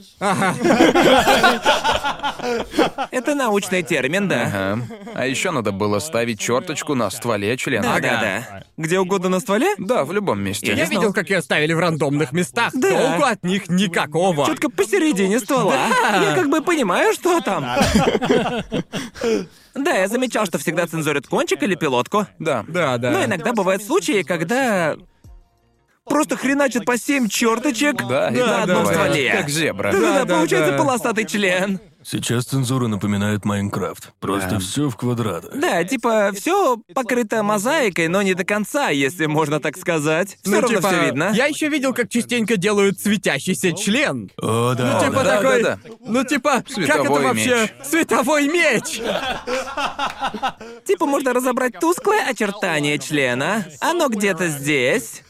[SPEAKER 1] Это научный термин, да.
[SPEAKER 4] Ага. А еще надо было ставить черточку на стволе члена.
[SPEAKER 1] Да, да, да. Где угодно на стволе?
[SPEAKER 4] Да, в любом месте.
[SPEAKER 1] не
[SPEAKER 2] Я
[SPEAKER 1] знал.
[SPEAKER 2] видел, как ее ставили в рандомных местах. Толку от них никакого.
[SPEAKER 1] Четко посередине ствола. Я как бы понимаю, что там. Да, я замечал, что всегда цензурят кончик или пилотку.
[SPEAKER 4] Да.
[SPEAKER 2] Да, да.
[SPEAKER 1] Но Ну, иногда бывают случаи, когда просто хреначат по семь черточек
[SPEAKER 4] Да, и
[SPEAKER 1] на
[SPEAKER 4] так
[SPEAKER 1] одном
[SPEAKER 4] бывает.
[SPEAKER 1] стволе.
[SPEAKER 4] Как зебра.
[SPEAKER 1] Да-да-да,
[SPEAKER 2] Да-да-да.
[SPEAKER 1] получается полосатый член.
[SPEAKER 5] Сейчас цензура напоминает Майнкрафт. Просто все в квадраты.
[SPEAKER 1] Да, типа, все покрыто мозаикой, но не до конца, если можно так сказать. Все
[SPEAKER 2] Ну,
[SPEAKER 1] равно
[SPEAKER 2] типа,
[SPEAKER 1] все видно.
[SPEAKER 2] Я еще видел, как частенько делают светящийся член.
[SPEAKER 5] О, Э, да.
[SPEAKER 2] Типа
[SPEAKER 4] да,
[SPEAKER 2] такой.
[SPEAKER 4] да, да.
[SPEAKER 2] Ну типа, как это
[SPEAKER 4] Световой
[SPEAKER 2] вообще?
[SPEAKER 4] меч.
[SPEAKER 2] Световой меч!
[SPEAKER 1] Типа, можно разобрать тусклое очертание члена. Оно где-то здесь.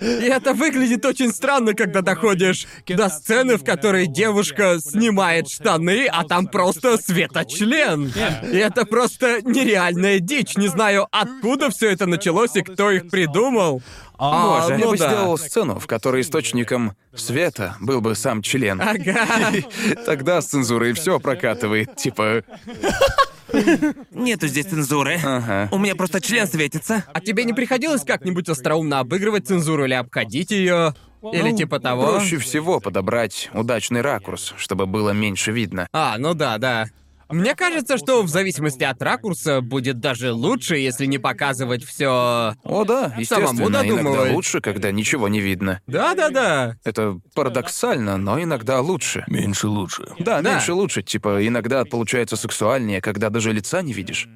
[SPEAKER 2] И это выглядит очень странно, когда доходишь до сцены, в которой девушка снимает штаны, а там просто светочлен. И это просто нереальная дичь. Не знаю, откуда все это началось и кто их придумал. А,
[SPEAKER 4] Я
[SPEAKER 2] ну
[SPEAKER 4] бы
[SPEAKER 2] да.
[SPEAKER 4] сделал сцену, в которой источником света был бы сам член.
[SPEAKER 2] Ага.
[SPEAKER 4] Тогда с цензурой все прокатывает, типа.
[SPEAKER 1] Нету здесь цензуры.
[SPEAKER 4] Ага.
[SPEAKER 1] У меня просто член светится.
[SPEAKER 2] А тебе не приходилось как-нибудь остроумно обыгрывать цензуру или обходить ее? Или типа того?
[SPEAKER 4] Проще всего подобрать удачный ракурс, чтобы было меньше видно.
[SPEAKER 2] А, ну да, да. Мне кажется, что в зависимости от ракурса будет даже лучше, если не показывать все.
[SPEAKER 4] О, да, естественно, иногда
[SPEAKER 2] додумывай.
[SPEAKER 4] лучше, когда ничего не видно.
[SPEAKER 2] Да, да, да.
[SPEAKER 4] Это парадоксально, но иногда лучше.
[SPEAKER 5] Меньше лучше.
[SPEAKER 4] Да,
[SPEAKER 2] Да.
[SPEAKER 4] меньше лучше, типа, иногда получается сексуальнее, когда даже лица не видишь.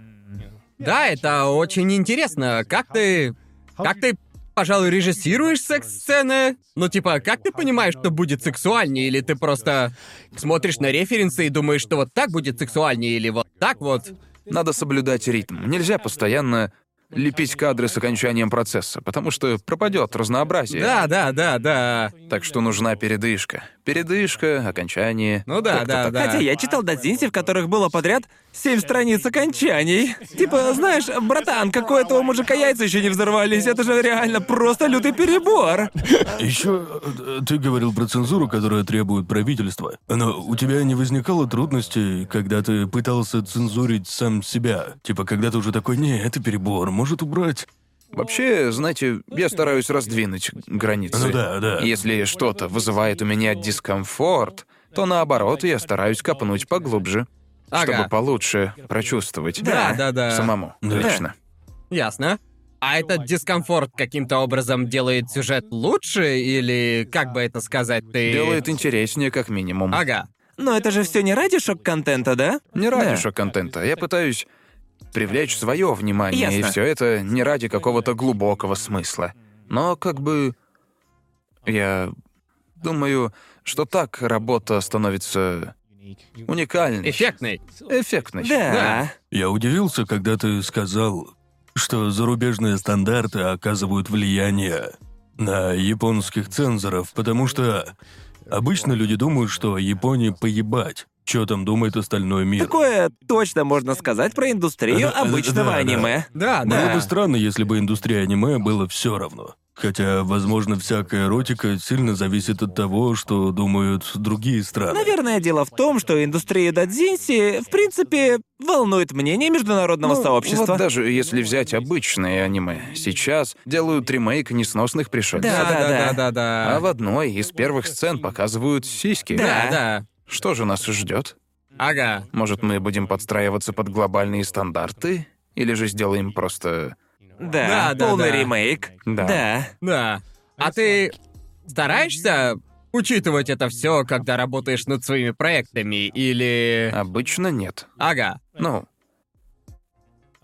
[SPEAKER 2] Да, это очень интересно. Как ты. Как ты, пожалуй, режиссируешь секс-сцены? Ну, типа, как ты понимаешь, что будет сексуальнее, или ты просто смотришь на референсы и думаешь, что вот так будет сексуальнее, или вот так вот?
[SPEAKER 4] Надо соблюдать ритм. Нельзя постоянно лепить кадры с окончанием процесса, потому что пропадет разнообразие.
[SPEAKER 2] Да, да, да, да.
[SPEAKER 4] Так что нужна передышка. Передышка, окончание.
[SPEAKER 2] Ну да,
[SPEAKER 4] Как-то
[SPEAKER 2] да,
[SPEAKER 4] так.
[SPEAKER 2] да.
[SPEAKER 1] Хотя я читал додзинси, в которых было подряд семь страниц окончаний. Типа, знаешь, братан, как у этого мужика яйца еще не взорвались, это же реально просто лютый перебор.
[SPEAKER 5] Еще э, ты говорил про цензуру, которая требует правительства. Но у тебя не возникало трудностей, когда ты пытался цензурить сам себя? Типа, когда ты уже такой, не, это перебор, может убрать.
[SPEAKER 4] Вообще, знаете, я стараюсь раздвинуть границы.
[SPEAKER 5] Ну да, да.
[SPEAKER 4] Если что-то вызывает у меня дискомфорт, то наоборот, я стараюсь копнуть поглубже,
[SPEAKER 2] Ага.
[SPEAKER 4] чтобы получше прочувствовать.
[SPEAKER 2] Да, да, да.
[SPEAKER 4] Самому.
[SPEAKER 5] Да.
[SPEAKER 4] Лично.
[SPEAKER 2] Ясно. А этот дискомфорт каким-то образом делает сюжет лучше, или как бы это сказать, ты.
[SPEAKER 4] Делает интереснее, как минимум.
[SPEAKER 2] Ага.
[SPEAKER 1] Но это же все не ради шок-контента, да?
[SPEAKER 4] Не ради
[SPEAKER 1] Да.
[SPEAKER 4] шок-контента. Я пытаюсь привлечь свое внимание, и
[SPEAKER 1] Ясно.
[SPEAKER 4] все это не ради какого-то глубокого смысла. Но как бы... Я думаю, что так работа становится уникальной,
[SPEAKER 2] Эффектный.
[SPEAKER 4] эффектной.
[SPEAKER 1] Да.
[SPEAKER 5] Я удивился, когда ты сказал, что зарубежные стандарты оказывают влияние на японских цензоров, потому что обычно люди думают, что Японии поебать, что там думает остальной мир.
[SPEAKER 1] Такое точно можно сказать про индустрию
[SPEAKER 5] Да, да, да,
[SPEAKER 1] обычного
[SPEAKER 5] да.
[SPEAKER 1] аниме.
[SPEAKER 2] Да,
[SPEAKER 5] Было
[SPEAKER 2] да.
[SPEAKER 5] бы странно, если бы индустрия аниме было все равно. Хотя, возможно, всякая эротика сильно зависит от того, что думают другие страны.
[SPEAKER 1] Наверное, дело в том, что индустрия дадзинси, в принципе, волнует мнение международного
[SPEAKER 4] Ну,
[SPEAKER 1] сообщества.
[SPEAKER 4] Вот даже если взять обычные аниме, сейчас делают ремейк несносных пришельцев.
[SPEAKER 1] Да, да,
[SPEAKER 2] да,
[SPEAKER 1] да.
[SPEAKER 2] да, да.
[SPEAKER 4] А в одной из первых сцен показывают сиськи.
[SPEAKER 2] Да, да.
[SPEAKER 4] Что же нас ждет?
[SPEAKER 2] Ага.
[SPEAKER 4] Может, мы будем подстраиваться под глобальные стандарты? Или же сделаем просто...
[SPEAKER 1] Да,
[SPEAKER 2] Да, да,
[SPEAKER 1] полный
[SPEAKER 2] да.
[SPEAKER 1] ремейк.
[SPEAKER 4] Да.
[SPEAKER 1] Да.
[SPEAKER 2] Да. А ты стараешься учитывать это все, когда работаешь над своими проектами, или...
[SPEAKER 4] Обычно нет.
[SPEAKER 2] Ага.
[SPEAKER 4] Ну,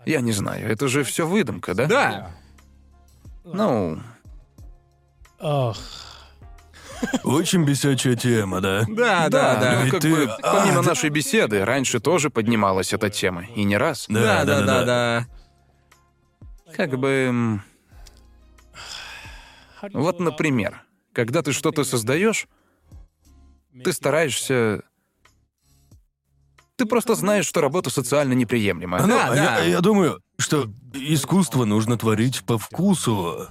[SPEAKER 4] я не знаю, это же все выдумка, да?
[SPEAKER 2] Да.
[SPEAKER 4] Ну,
[SPEAKER 3] Ugh.
[SPEAKER 5] Очень бесячая тема, да?
[SPEAKER 2] Да, да,
[SPEAKER 4] да,
[SPEAKER 2] да.
[SPEAKER 4] ну,
[SPEAKER 5] ведь
[SPEAKER 4] как
[SPEAKER 5] ты-
[SPEAKER 4] бы,
[SPEAKER 5] а,
[SPEAKER 4] помимо
[SPEAKER 5] да.
[SPEAKER 4] нашей беседы, раньше тоже поднималась эта тема, и не раз.
[SPEAKER 2] Да, да, да, да.
[SPEAKER 4] Как бы... м, Вот, например, когда ты что-то создаешь, ты стараешься... Ты просто знаешь, что работа социально неприемлема.
[SPEAKER 5] Ну,
[SPEAKER 2] Да,
[SPEAKER 5] а
[SPEAKER 2] да.
[SPEAKER 5] Я, я думаю, что искусство нужно творить по вкусу,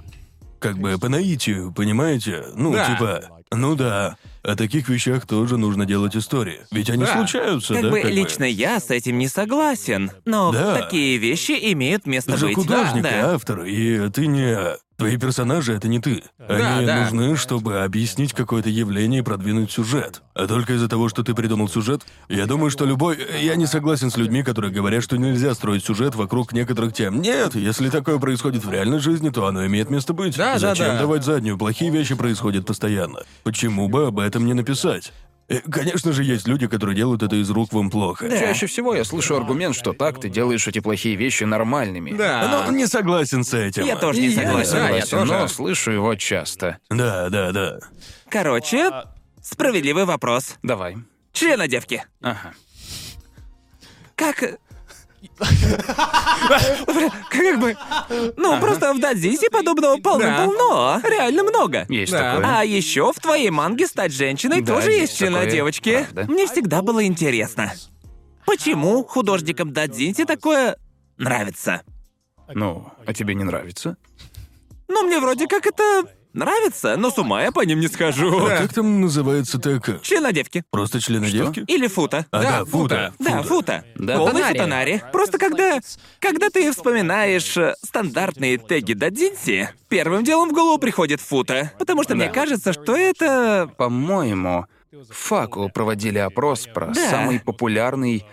[SPEAKER 5] как бы по наитию, понимаете? Ну,
[SPEAKER 2] Да.
[SPEAKER 5] типа, Ну да. О таких вещах тоже нужно делать истории. Ведь они
[SPEAKER 2] Да.
[SPEAKER 5] случаются,
[SPEAKER 1] Как
[SPEAKER 5] да?
[SPEAKER 1] бы лично я с этим не согласен, но
[SPEAKER 5] Да.
[SPEAKER 1] такие вещи имеют место
[SPEAKER 5] Ты же
[SPEAKER 1] быть.
[SPEAKER 5] художник
[SPEAKER 1] да,
[SPEAKER 5] и
[SPEAKER 1] да.
[SPEAKER 5] автор, и ты не... Твои персонажи — это не ты. Они
[SPEAKER 2] да.
[SPEAKER 5] нужны, чтобы объяснить какое-то явление и продвинуть сюжет. А только из-за того, что ты придумал сюжет, я думаю, что любой... Я не согласен с людьми, которые говорят, что нельзя строить сюжет вокруг некоторых тем. Нет, если такое происходит в реальной жизни, то оно имеет место быть.
[SPEAKER 2] Да, да,
[SPEAKER 5] Зачем
[SPEAKER 2] да.
[SPEAKER 5] давать заднюю? Плохие вещи происходят постоянно. Почему бы об этом не написать? Э, Конечно же, есть люди, которые делают это из рук вам плохо.
[SPEAKER 4] Чаще всего я слышу аргумент, что так ты делаешь эти плохие вещи нормальными.
[SPEAKER 2] Да.
[SPEAKER 5] Ну, не согласен с этим.
[SPEAKER 1] Я тоже не
[SPEAKER 4] Я не
[SPEAKER 1] согласен.
[SPEAKER 2] Да, я
[SPEAKER 4] согласен,
[SPEAKER 2] тоже.
[SPEAKER 4] но слышу его часто.
[SPEAKER 5] Да, да, да.
[SPEAKER 1] Короче, справедливый вопрос.
[SPEAKER 4] Давай.
[SPEAKER 1] Члена девки.
[SPEAKER 4] Ага.
[SPEAKER 1] Как... Как бы... Ну, просто в Дадзисе подобного полно-полно. Реально много.
[SPEAKER 4] Есть
[SPEAKER 2] Да.
[SPEAKER 4] такое.
[SPEAKER 1] А еще в твоей манге стать женщиной
[SPEAKER 4] Да,
[SPEAKER 1] тоже
[SPEAKER 4] есть
[SPEAKER 1] есть члена
[SPEAKER 4] такое,
[SPEAKER 1] девочки.
[SPEAKER 4] правда.
[SPEAKER 1] Мне всегда было интересно. Почему художникам Дадзинси такое нравится?
[SPEAKER 4] Ну, а тебе не нравится?
[SPEAKER 1] Ну, мне вроде как это нравится, но с ума я по ним не схожу.
[SPEAKER 5] А как там называется так?
[SPEAKER 1] Члена девки.
[SPEAKER 5] Просто члены девки?
[SPEAKER 1] Или фута.
[SPEAKER 5] А,
[SPEAKER 2] Да,
[SPEAKER 5] да, фута.
[SPEAKER 1] Да, фута.
[SPEAKER 4] Да,
[SPEAKER 1] Полный
[SPEAKER 2] тонари.
[SPEAKER 1] футонари. Просто когда... Когда ты вспоминаешь э, стандартные теги Дадзинси, первым делом в голову приходит фута. Потому что мне
[SPEAKER 4] Да.
[SPEAKER 1] кажется, что это...
[SPEAKER 4] По-моему, в Факу проводили опрос про
[SPEAKER 1] Да.
[SPEAKER 4] самый популярный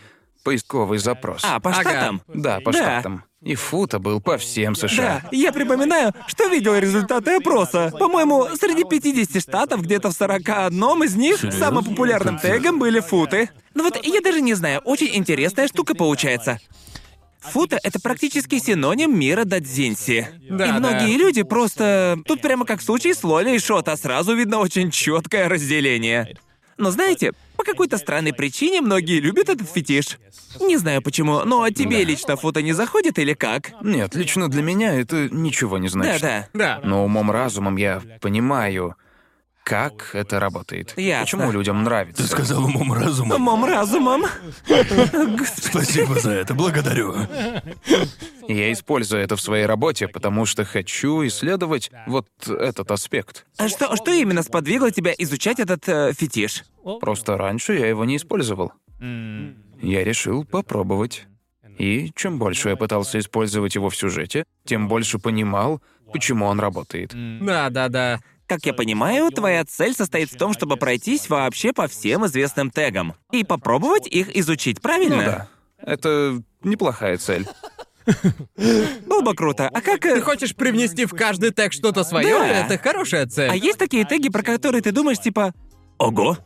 [SPEAKER 4] поисковый запрос.
[SPEAKER 1] А, по
[SPEAKER 2] Ага.
[SPEAKER 1] штатам?
[SPEAKER 4] Да, по
[SPEAKER 1] Да.
[SPEAKER 4] штатам. И Фута был по всем США.
[SPEAKER 1] Да, я припоминаю, что видел результаты опроса. По-моему, среди 50 штатов, где-то в 41 из них,
[SPEAKER 5] Серьёзно?
[SPEAKER 1] самым популярным
[SPEAKER 5] Капец.
[SPEAKER 1] тегом были футы. Ну вот я даже не знаю, очень интересная штука получается. Фута — это практически синоним мира дадзинси.
[SPEAKER 2] Да,
[SPEAKER 1] и
[SPEAKER 2] да.
[SPEAKER 1] многие люди просто... Тут прямо как в случае с Лоли и Шота, сразу видно очень четкое разделение. Но знаете, по какой-то странной причине многие любят этот фетиш. Не знаю почему, но а тебе лично фото не заходит или как?
[SPEAKER 4] Нет, лично для меня это ничего не значит.
[SPEAKER 1] Да-да.
[SPEAKER 2] Да.
[SPEAKER 4] Но умом-разумом я понимаю, как это работает.
[SPEAKER 1] Ясно.
[SPEAKER 4] Почему людям нравится.
[SPEAKER 5] Ты сказал умом разумом.
[SPEAKER 1] Умом разумом.
[SPEAKER 5] Спасибо за это, благодарю.
[SPEAKER 4] И Я использую это в своей работе, потому что хочу исследовать вот этот аспект.
[SPEAKER 1] А что, что именно сподвигло тебя изучать этот э, фетиш?
[SPEAKER 4] Просто раньше я его не использовал. Я решил попробовать. И чем больше я пытался использовать его в сюжете, тем больше понимал, почему он работает.
[SPEAKER 2] Да, да, да.
[SPEAKER 1] Как я понимаю, твоя цель состоит в том, чтобы пройтись вообще по всем известным тегам и попробовать их изучить, правильно?
[SPEAKER 4] Ну да, это неплохая цель.
[SPEAKER 1] Оба круто. А как... э,
[SPEAKER 2] Ты хочешь привнести в каждый тег что-то свое?
[SPEAKER 1] Да.
[SPEAKER 2] Это хорошая цель.
[SPEAKER 1] А есть такие теги, про которые ты думаешь, типа... Ого!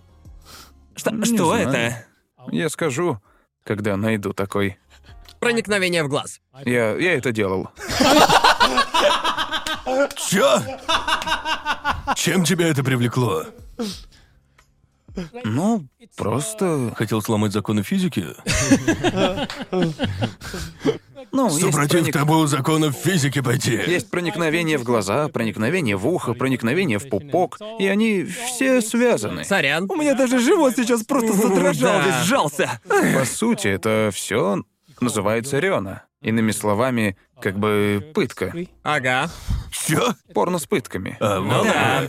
[SPEAKER 1] Что,
[SPEAKER 4] Не
[SPEAKER 1] что
[SPEAKER 4] знаю.
[SPEAKER 1] это?
[SPEAKER 4] Я скажу, когда найду такой.
[SPEAKER 2] Проникновение в глаз.
[SPEAKER 4] Я, я это делал.
[SPEAKER 5] Чё? Чем тебя это привлекло?
[SPEAKER 4] Ну, просто...
[SPEAKER 5] Хотел сломать законы физики?
[SPEAKER 4] Ну, есть,
[SPEAKER 5] Супротив
[SPEAKER 4] проник-
[SPEAKER 5] табу законов физики пойти.
[SPEAKER 4] есть проникновение в глаза, проникновение в ухо, проникновение в пупок, и они все связаны.
[SPEAKER 2] Сорян.
[SPEAKER 1] У меня даже живот сейчас просто задрожал,
[SPEAKER 2] Да.
[SPEAKER 1] весь сжался.
[SPEAKER 4] По сути, это все называется Рёна. Иными словами, как бы пытка.
[SPEAKER 2] Ага.
[SPEAKER 5] Чё?
[SPEAKER 4] Порно с пытками.
[SPEAKER 5] А, вау.
[SPEAKER 1] Да.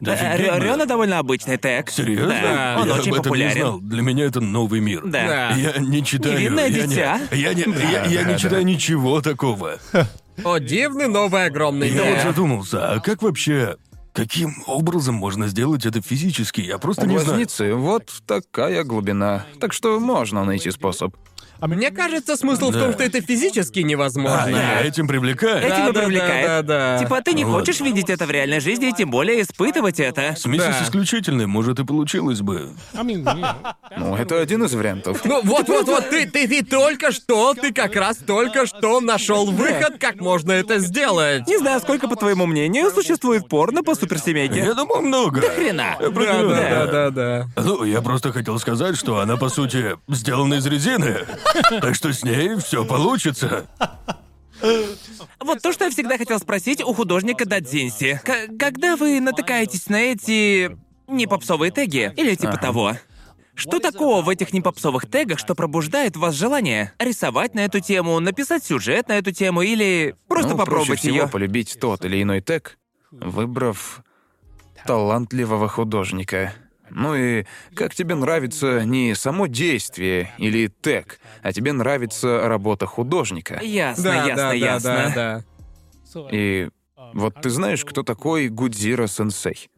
[SPEAKER 5] Да офигеть,
[SPEAKER 1] Рё-
[SPEAKER 5] блин.
[SPEAKER 1] Э, Рёна довольно обычный тег.
[SPEAKER 5] Серьезно?
[SPEAKER 1] Да, он
[SPEAKER 5] я
[SPEAKER 1] очень
[SPEAKER 5] об этом не
[SPEAKER 1] популярен.
[SPEAKER 5] знал. Для меня это новый мир.
[SPEAKER 1] Да.
[SPEAKER 2] Да.
[SPEAKER 5] Я не читаю.
[SPEAKER 1] Невинное
[SPEAKER 5] я не-
[SPEAKER 1] дитя.
[SPEAKER 5] я не, я, я не
[SPEAKER 4] да,
[SPEAKER 5] читаю ничего такого.
[SPEAKER 2] О, дивный новый огромный
[SPEAKER 5] Я вот
[SPEAKER 2] мир.
[SPEAKER 5] задумался, а как вообще, каким образом можно сделать это физически? Я просто
[SPEAKER 4] У
[SPEAKER 5] не знаю.
[SPEAKER 4] глазницы вот такая глубина. Так что можно найти способ.
[SPEAKER 2] Мне кажется, смысл в
[SPEAKER 5] Да.
[SPEAKER 2] том, что это физически
[SPEAKER 5] А,
[SPEAKER 2] невозможно.
[SPEAKER 5] я этим привлекаю.
[SPEAKER 2] Э,
[SPEAKER 1] Этим и привлекает.
[SPEAKER 2] Да, да, да.
[SPEAKER 1] Типа, ты не
[SPEAKER 5] Вот.
[SPEAKER 1] хочешь видеть это в реальной жизни и тем более испытывать это.
[SPEAKER 5] Смесь
[SPEAKER 2] Да.
[SPEAKER 5] исключительной, может, и получилось бы.
[SPEAKER 4] Ну, это один из вариантов.
[SPEAKER 2] Ну вот, вот, вот, ты, ты, ты только что, ты как раз только что нашел выход, как можно это сделать.
[SPEAKER 1] Не знаю, сколько, по твоему мнению, существует порно по суперсемейке.
[SPEAKER 5] Я думал, много.
[SPEAKER 1] Хрена.
[SPEAKER 2] Да, да, да, да.
[SPEAKER 5] Ну, я просто хотел сказать, что она, по сути, сделана из резины. Так что с ней все получится.
[SPEAKER 1] Вот то, что я всегда хотел спросить у художника Дадзинси. К- когда вы натыкаетесь на эти непопсовые теги или типа того? Что такого в этих непопсовых тегах, что пробуждает в вас желание рисовать на эту тему, написать сюжет на эту тему или просто
[SPEAKER 4] Ну, проще
[SPEAKER 1] попробовать
[SPEAKER 4] всего
[SPEAKER 1] ее?
[SPEAKER 4] полюбить тот или иной тег, выбрав талантливого художника. Ну и как тебе нравится не само действие или тег, а тебе нравится работа художника.
[SPEAKER 1] Ясно,
[SPEAKER 2] Да,
[SPEAKER 1] ясно,
[SPEAKER 2] да, да,
[SPEAKER 1] ясно.
[SPEAKER 2] да, да.
[SPEAKER 4] И вот ты знаешь, кто такой Гудзира Сенсей?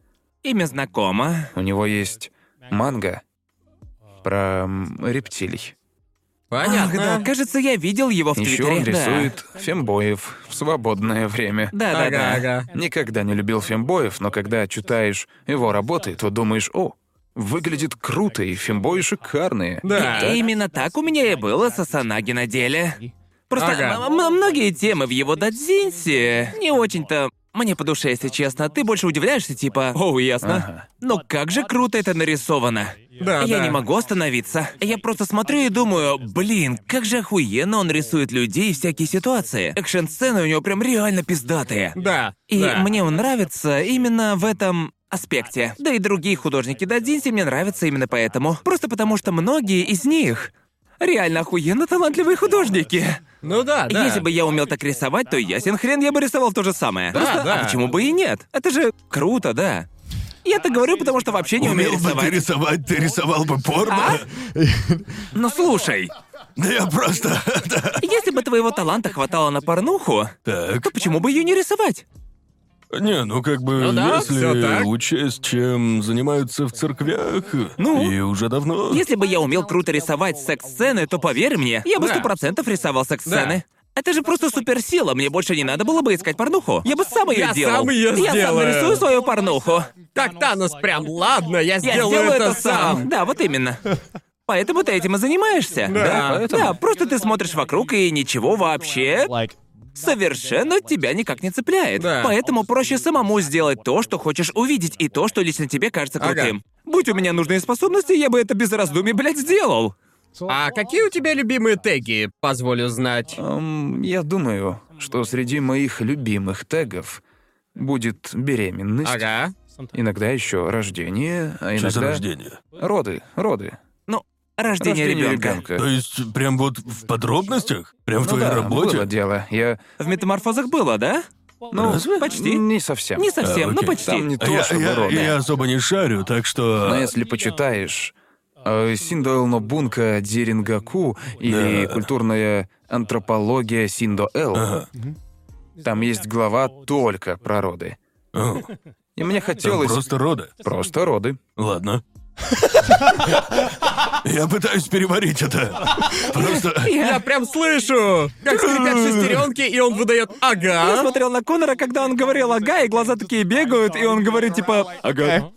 [SPEAKER 1] Имя знакомо.
[SPEAKER 4] У него есть манга про м, рептилий.
[SPEAKER 1] Ах,
[SPEAKER 2] Понятно.
[SPEAKER 1] да, кажется, я видел его в
[SPEAKER 4] Еще
[SPEAKER 1] Твиттере.
[SPEAKER 4] он
[SPEAKER 1] Да.
[SPEAKER 4] рисует фембоев в свободное время.
[SPEAKER 1] Да, да, да.
[SPEAKER 2] Ага, ага.
[SPEAKER 4] Никогда не любил фембоев, но когда читаешь его работы, то думаешь, о, выглядит круто, и фембои шикарные.
[SPEAKER 2] Да.
[SPEAKER 1] И именно так у меня и было со Санаги на деле. Просто
[SPEAKER 2] Ага.
[SPEAKER 1] м- м- многие темы в его дадзинсе не очень-то мне по душе, если честно. Ты больше удивляешься, типа, оу, ясно. Но как же круто это нарисовано.
[SPEAKER 2] Да,
[SPEAKER 1] я
[SPEAKER 2] А, да.
[SPEAKER 1] не могу остановиться. Я просто смотрю и думаю, блин, как же охуенно он рисует людей и всякие ситуации. Экшн-сцены у него прям реально пиздатые.
[SPEAKER 2] Да.
[SPEAKER 1] И
[SPEAKER 2] да.
[SPEAKER 1] мне он нравится именно в этом аспекте. Да и другие художники Дадзинси мне нравятся именно поэтому. Просто потому, что многие из них реально охуенно талантливые художники.
[SPEAKER 2] Ну да, да.
[SPEAKER 1] Если бы я умел так рисовать, то ясен хрен, я бы рисовал то же самое. Просто,
[SPEAKER 2] да.
[SPEAKER 1] а почему бы и нет? Это же круто, да. Я так говорю, потому что вообще не умею
[SPEAKER 5] Умел бы ты
[SPEAKER 1] рисовать.
[SPEAKER 5] рисовать, ты рисовал бы порно.
[SPEAKER 1] Но слушай,
[SPEAKER 5] Да я просто...
[SPEAKER 1] если бы твоего таланта хватало на порнуху,
[SPEAKER 5] Так.
[SPEAKER 1] то почему бы ее не рисовать?
[SPEAKER 5] Не, ну как бы,
[SPEAKER 2] Ну да, всё
[SPEAKER 5] если
[SPEAKER 2] так.
[SPEAKER 5] учесть, чем занимаются в церквях,
[SPEAKER 1] Ну?
[SPEAKER 5] и уже давно...
[SPEAKER 1] Если бы я умел круто рисовать секс-сцены, то поверь мне, я бы
[SPEAKER 2] Да.
[SPEAKER 1] сто процентов рисовал секс-сцены. Это же просто суперсила, мне больше не надо было бы искать порнуху. Я бы сам ее
[SPEAKER 2] Я
[SPEAKER 1] делал.
[SPEAKER 2] сам её
[SPEAKER 1] я сам
[SPEAKER 2] сделаю.
[SPEAKER 1] нарисую свою порнуху.
[SPEAKER 2] Так Танос прям, ладно, я
[SPEAKER 1] Я
[SPEAKER 2] сделаю,
[SPEAKER 1] сделаю это сам. Да, вот именно. Поэтому ты этим и занимаешься.
[SPEAKER 2] Да,
[SPEAKER 4] поэтому.
[SPEAKER 1] Да, просто ты смотришь вокруг и ничего вообще
[SPEAKER 3] Like,
[SPEAKER 1] совершенно тебя никак не цепляет.
[SPEAKER 2] Да.
[SPEAKER 1] Поэтому проще самому сделать то, что хочешь увидеть, и то, что лично тебе кажется
[SPEAKER 2] Ага.
[SPEAKER 1] крутым. Будь у меня нужные способности, я бы это без раздумий, блядь, сделал.
[SPEAKER 2] А какие у тебя любимые теги, позволю знать?
[SPEAKER 4] Эм, я думаю, что среди моих любимых тегов будет беременность,
[SPEAKER 2] Ага.
[SPEAKER 4] иногда еще рождение, а
[SPEAKER 5] Что за
[SPEAKER 4] иногда
[SPEAKER 5] рождение?
[SPEAKER 4] роды, роды,
[SPEAKER 1] Рождение,
[SPEAKER 4] рождение
[SPEAKER 1] ребенка.
[SPEAKER 5] То есть, прям вот в подробностях? Прям в
[SPEAKER 4] Ну
[SPEAKER 5] твоей
[SPEAKER 4] да,
[SPEAKER 5] работе?
[SPEAKER 4] было дело. Я,
[SPEAKER 1] В метаморфозах было, да?
[SPEAKER 4] ну,
[SPEAKER 5] Разве?
[SPEAKER 1] Почти.
[SPEAKER 4] не совсем.
[SPEAKER 1] Не совсем,
[SPEAKER 5] А,
[SPEAKER 1] но
[SPEAKER 5] окей.
[SPEAKER 1] почти.
[SPEAKER 4] Там не
[SPEAKER 5] А
[SPEAKER 4] то,
[SPEAKER 5] я,
[SPEAKER 4] чтобы
[SPEAKER 5] я-
[SPEAKER 4] роды.
[SPEAKER 5] я особо не шарю, так что...
[SPEAKER 4] Но Ну, если почитаешь э, Синдо Эл Нобунка Дерингаку или
[SPEAKER 5] Да.
[SPEAKER 4] культурная антропология Синдо Эл,
[SPEAKER 5] Ага.
[SPEAKER 4] там есть глава только про роды.
[SPEAKER 5] О,
[SPEAKER 4] И мне
[SPEAKER 5] там
[SPEAKER 4] хотелось
[SPEAKER 5] просто роды.
[SPEAKER 4] просто роды.
[SPEAKER 5] Ладно. Я пытаюсь переварить это. Просто...
[SPEAKER 2] Я прям слышу, как скрипят шестеренки, и он выдает
[SPEAKER 1] Я
[SPEAKER 2] ага.
[SPEAKER 1] смотрел на Конора, когда он говорил «ага», и глаза такие бегают, и он говорит типа «ага».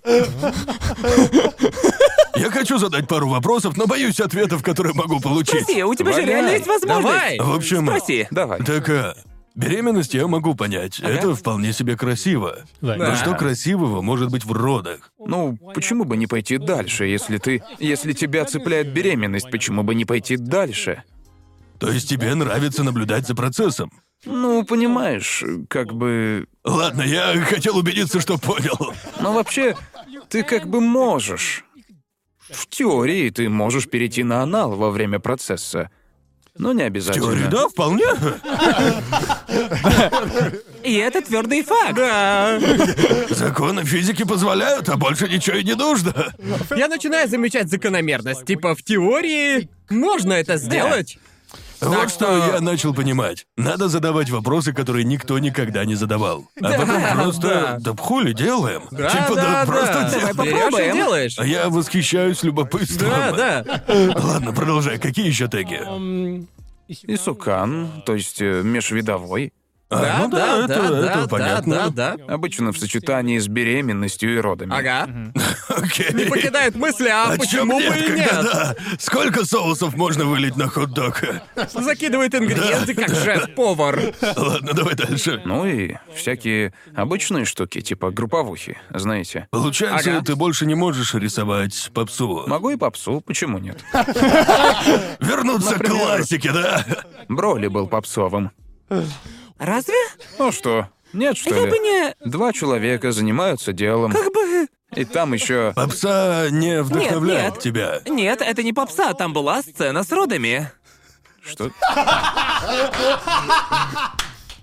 [SPEAKER 5] Я хочу задать пару вопросов, но боюсь ответов, которые могу получить.
[SPEAKER 1] Спроси, у тебя же
[SPEAKER 4] Валяй.
[SPEAKER 1] реально есть возможность.
[SPEAKER 2] Давай.
[SPEAKER 5] В общем...
[SPEAKER 1] Спроси.
[SPEAKER 4] Давай.
[SPEAKER 5] Так, а, беременность я могу понять. Это вполне себе красиво.
[SPEAKER 3] like,
[SPEAKER 2] Да.
[SPEAKER 5] Но что красивого может быть в родах?
[SPEAKER 4] Ну, почему бы не пойти дальше, если ты... Если тебя цепляет беременность, почему бы не пойти дальше?
[SPEAKER 5] То есть тебе нравится наблюдать за процессом?
[SPEAKER 4] Ну, понимаешь, как бы...
[SPEAKER 5] Ладно, я хотел убедиться, что понял.
[SPEAKER 4] Но вообще, ты как бы можешь. В теории ты можешь перейти на анал во время процесса. Но не обязательно.
[SPEAKER 5] Теорию, да, вполне.
[SPEAKER 1] И это твердый факт.
[SPEAKER 5] Законы физики позволяют, а больше ничего и не нужно.
[SPEAKER 2] Я начинаю замечать закономерность. Типа, в теории можно это сделать.
[SPEAKER 5] Вот что
[SPEAKER 2] что-
[SPEAKER 5] я начал понимать. Надо задавать вопросы, которые никто никогда не задавал. А потом просто
[SPEAKER 2] да.
[SPEAKER 5] да хули делаем. Типа
[SPEAKER 2] да, да.
[SPEAKER 5] да,
[SPEAKER 2] Давай
[SPEAKER 5] просто делаем.
[SPEAKER 2] Берёшь и
[SPEAKER 1] попробуем.
[SPEAKER 2] делаешь.
[SPEAKER 5] А Я восхищаюсь любопытством.
[SPEAKER 2] Да, да.
[SPEAKER 5] Ладно, продолжай. Какие еще теги?
[SPEAKER 4] Исукан, то есть э, межвидовой,
[SPEAKER 5] А, ну да, это, это
[SPEAKER 2] да,
[SPEAKER 5] понятно.
[SPEAKER 2] да, да.
[SPEAKER 4] обычно в сочетании с беременностью и родами.
[SPEAKER 2] Ага.
[SPEAKER 5] Окей.
[SPEAKER 2] Не покидает мысли, а
[SPEAKER 5] О чём
[SPEAKER 2] почему
[SPEAKER 5] нет,
[SPEAKER 2] бы и
[SPEAKER 5] когда
[SPEAKER 2] нет?
[SPEAKER 5] да? Сколько соусов можно вылить на хот-дог?
[SPEAKER 2] Закидывает ингредиенты, как шеф-повар.
[SPEAKER 5] Ладно, давай дальше.
[SPEAKER 4] Ну и всякие обычные штуки, типа групповухи, знаете.
[SPEAKER 5] Получается,
[SPEAKER 2] Ага.
[SPEAKER 5] ты больше не можешь рисовать попсу.
[SPEAKER 4] Могу и попсу, почему нет?
[SPEAKER 5] Вернуться к классике, да?
[SPEAKER 4] Броли был попсовым.
[SPEAKER 1] Разве?
[SPEAKER 4] Ну что, нет что
[SPEAKER 1] Я
[SPEAKER 4] ли?
[SPEAKER 1] бы не...
[SPEAKER 4] Два человека занимаются делом,
[SPEAKER 1] Как бы...
[SPEAKER 4] и там еще
[SPEAKER 5] Попса не вдохновляет
[SPEAKER 1] нет.
[SPEAKER 5] тебя.
[SPEAKER 1] Нет, это не попса, там была сцена с родами.
[SPEAKER 4] что?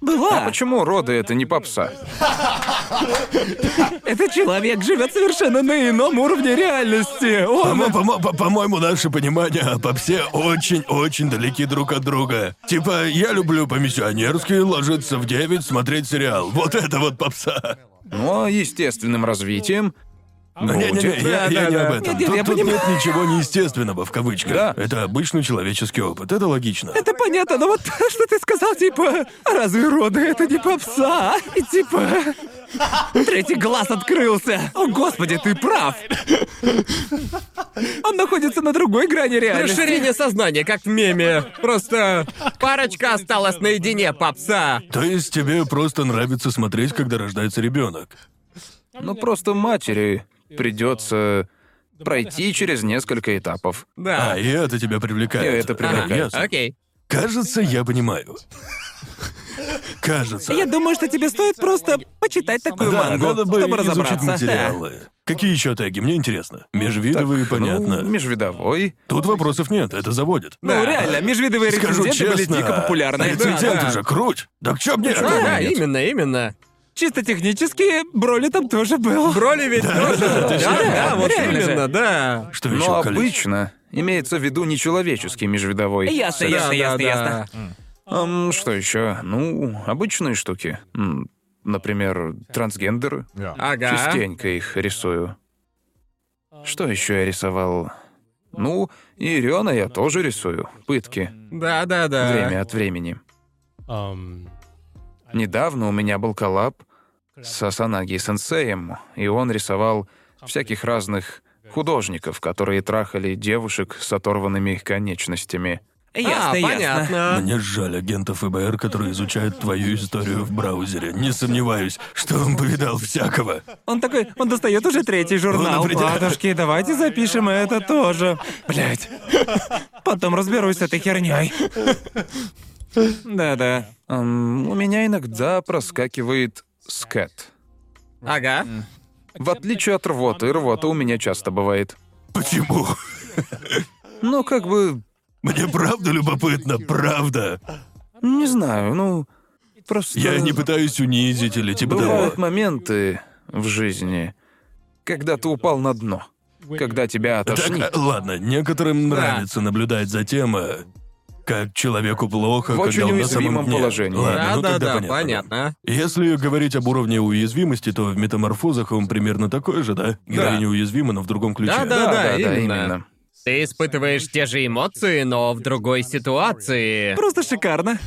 [SPEAKER 1] Была.
[SPEAKER 4] А почему роды это не попса?
[SPEAKER 1] Этот человек живет совершенно на ином уровне реальности. Он...
[SPEAKER 5] По- по- по- По-моему, наши понимания о попсе очень-очень далеки друг от друга. Типа, я люблю по-миссионерски ложиться в 9, смотреть сериал. Вот это вот попса.
[SPEAKER 4] Но Ну, а естественным развитием...
[SPEAKER 5] Не-не-не, Ну, я, я не об этом.
[SPEAKER 1] Нет-нет,
[SPEAKER 5] тут
[SPEAKER 1] я
[SPEAKER 5] тут
[SPEAKER 1] понимаю.
[SPEAKER 5] нет ничего неестественного в кавычках.
[SPEAKER 4] Да.
[SPEAKER 5] Это обычный человеческий опыт, это логично.
[SPEAKER 1] Это понятно, но вот что ты сказал, типа, разве роды это не попса? И типа... Третий глаз открылся. О, господи, ты прав. Он находится на другой грани реальности.
[SPEAKER 2] Расширение сознания, как в меме. Просто парочка осталась наедине, попса.
[SPEAKER 5] То есть тебе просто нравится смотреть, когда рождается ребенок.
[SPEAKER 4] Ну, просто матери придется пройти через несколько этапов.
[SPEAKER 2] Да.
[SPEAKER 5] А, и это тебя привлекает.
[SPEAKER 4] И это привлекает.
[SPEAKER 5] А, ясно.
[SPEAKER 2] Окей.
[SPEAKER 5] Кажется, я понимаю. Кажется.
[SPEAKER 1] Я думаю, что тебе стоит просто почитать такую
[SPEAKER 5] Да,
[SPEAKER 1] мангу,
[SPEAKER 5] надо бы
[SPEAKER 1] чтобы
[SPEAKER 5] изучить
[SPEAKER 1] разобраться.
[SPEAKER 5] материалы. Какие еще теги? Мне интересно. Межвидовые, понятно.
[SPEAKER 4] Ну, межвидовой.
[SPEAKER 5] Тут вопросов нет, это заводит.
[SPEAKER 1] Ну, реально, межвидовые
[SPEAKER 5] Скажу
[SPEAKER 1] рецензенты
[SPEAKER 5] честно,
[SPEAKER 1] были
[SPEAKER 5] а
[SPEAKER 1] дико популярны.
[SPEAKER 5] рецензент
[SPEAKER 2] да.
[SPEAKER 5] уже круть. Да к чё мне?
[SPEAKER 2] Да,
[SPEAKER 5] Кроме
[SPEAKER 2] А, да,
[SPEAKER 5] нет.
[SPEAKER 2] именно, именно.
[SPEAKER 1] Чисто технически, Броли там тоже был.
[SPEAKER 2] Броли ведь тоже. Да, да, вот
[SPEAKER 1] Реально же.
[SPEAKER 2] именно, да.
[SPEAKER 5] Что еще,
[SPEAKER 4] Но Ну, обычно имеется в виду нечеловеческий межвидовой.
[SPEAKER 1] Ясно,
[SPEAKER 2] Да,
[SPEAKER 1] ясно,
[SPEAKER 2] да,
[SPEAKER 1] ясно,
[SPEAKER 2] да.
[SPEAKER 1] ясно.
[SPEAKER 4] Ам, что еще? Ну, обычные штуки. М, Например, трансгендеры.
[SPEAKER 2] Ага.
[SPEAKER 4] Частенько их рисую. Что еще я рисовал? Ну, Ириона я тоже рисую. Пытки.
[SPEAKER 2] Да, да, да.
[SPEAKER 4] Время от времени.
[SPEAKER 3] Um,
[SPEAKER 4] Недавно у меня был коллаб с Асанаги Сенсеем, и он рисовал всяких разных художников, которые трахали девушек с оторванными конечностями.
[SPEAKER 1] Ясно,
[SPEAKER 2] а,
[SPEAKER 1] ясно.
[SPEAKER 2] понятно.
[SPEAKER 5] Мне жаль агентов ФБР, которые изучают твою историю в браузере. Не сомневаюсь, что он повидал всякого.
[SPEAKER 1] Он такой, он достает уже третий журнал.
[SPEAKER 5] Он придёт.
[SPEAKER 1] Ладушки, давайте запишем это тоже. Блять. Потом разберусь с этой херней. Да-да.
[SPEAKER 4] Ам, у меня иногда проскакивает скэт.
[SPEAKER 2] Ага.
[SPEAKER 4] В отличие от рвоты, рвота у меня часто бывает.
[SPEAKER 5] Почему?
[SPEAKER 4] Ну, как бы,
[SPEAKER 5] Мне правда любопытно, правда.
[SPEAKER 4] не знаю, ну, просто...
[SPEAKER 5] Я не пытаюсь унизить или типа того.
[SPEAKER 4] Бывают моменты в жизни, когда ты упал на дно, когда тебя
[SPEAKER 5] Так,
[SPEAKER 4] отошли.
[SPEAKER 5] э, ладно, некоторым нравится наблюдать за тем, э, как человеку плохо,
[SPEAKER 4] В
[SPEAKER 5] когда
[SPEAKER 4] очень
[SPEAKER 5] он на
[SPEAKER 4] уязвимом
[SPEAKER 5] самом дне.
[SPEAKER 4] положении.
[SPEAKER 5] Ладно,
[SPEAKER 2] Да,
[SPEAKER 5] ну
[SPEAKER 2] да,
[SPEAKER 5] тогда
[SPEAKER 2] да,
[SPEAKER 5] понятно.
[SPEAKER 2] понятно.
[SPEAKER 5] Если говорить об уровне уязвимости, то в метаморфозах он примерно такой же, да? Героиня уязвима, но в другом ключе.
[SPEAKER 2] Да, да, да, именно.
[SPEAKER 4] именно.
[SPEAKER 2] Ты испытываешь те же эмоции, но в другой ситуации.
[SPEAKER 1] Просто шикарно.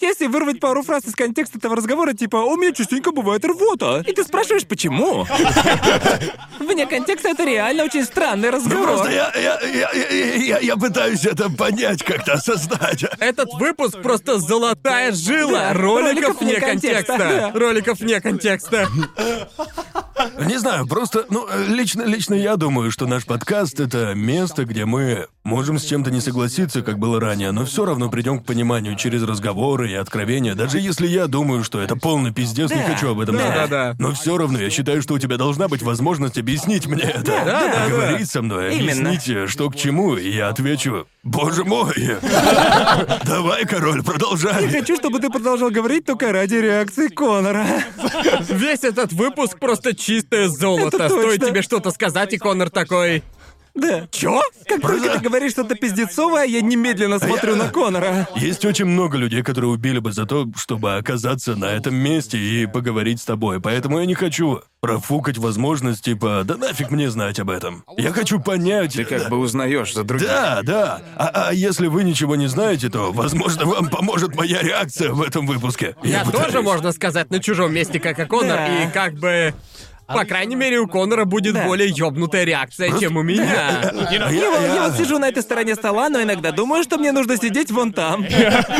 [SPEAKER 1] Если вырвать пару фраз из контекста этого разговора, типа «У меня частенько бывает рвота», и ты спрашиваешь, почему? Вне контекста это реально очень странный
[SPEAKER 5] Ну,
[SPEAKER 1] разговор.
[SPEAKER 5] просто я, я, я, я, я- я пытаюсь это понять, как-то осознать.
[SPEAKER 2] Этот выпуск просто золотая жила.
[SPEAKER 1] Да,
[SPEAKER 2] роликов вне контекста.
[SPEAKER 1] да.
[SPEAKER 2] Роликов вне контекста.
[SPEAKER 5] Не знаю, просто, ну, э, лично, лично я думаю, что наш подкаст — это место, где мы можем с чем-то не согласиться, как было ранее, но все равно придем к пониманию через разговоры и откровения, даже если я думаю, что это полный пиздец, не
[SPEAKER 1] Да.
[SPEAKER 5] хочу об этом
[SPEAKER 2] Да,
[SPEAKER 5] знать.
[SPEAKER 2] да, да.
[SPEAKER 5] Но все равно я считаю, что у тебя должна быть возможность объяснить мне это.
[SPEAKER 2] да, да.
[SPEAKER 5] Говорить со мной,
[SPEAKER 1] Именно.
[SPEAKER 5] объясните, что к чему, и я отвечу, боже мой, давай, король, продолжай.
[SPEAKER 1] Хочу, чтобы ты продолжал говорить только ради реакции Конора.
[SPEAKER 2] Весь этот выпуск просто чистое золото.
[SPEAKER 1] Это
[SPEAKER 2] Стоит
[SPEAKER 1] точно.
[SPEAKER 2] тебе что-то сказать, и Конор такой.
[SPEAKER 1] Да. Чё? Как только ты говоришь что-то пиздецовое, я немедленно смотрю на Конора.
[SPEAKER 5] Есть очень много людей, которые убили бы за то, чтобы оказаться на этом месте и поговорить с тобой. Поэтому я не хочу профукать возможность, типа, да нафиг мне знать об этом. Я хочу понять.
[SPEAKER 4] Ты как бы узнаешь за других.
[SPEAKER 5] Да, да. А, а если вы ничего не знаете, то, возможно, вам поможет моя реакция в этом выпуске.
[SPEAKER 2] Я
[SPEAKER 5] пытаюсь.
[SPEAKER 2] тоже, можно сказать, на чужом месте, как и Конор,
[SPEAKER 1] Да.
[SPEAKER 2] и как бы... По крайней мере, у Конора будет более ёбнутая реакция, чем у меня.
[SPEAKER 5] А
[SPEAKER 1] Я,
[SPEAKER 5] я,
[SPEAKER 1] вот- я
[SPEAKER 5] я-
[SPEAKER 1] вот сижу на этой стороне стола, но иногда думаю, что мне нужно сидеть вон там.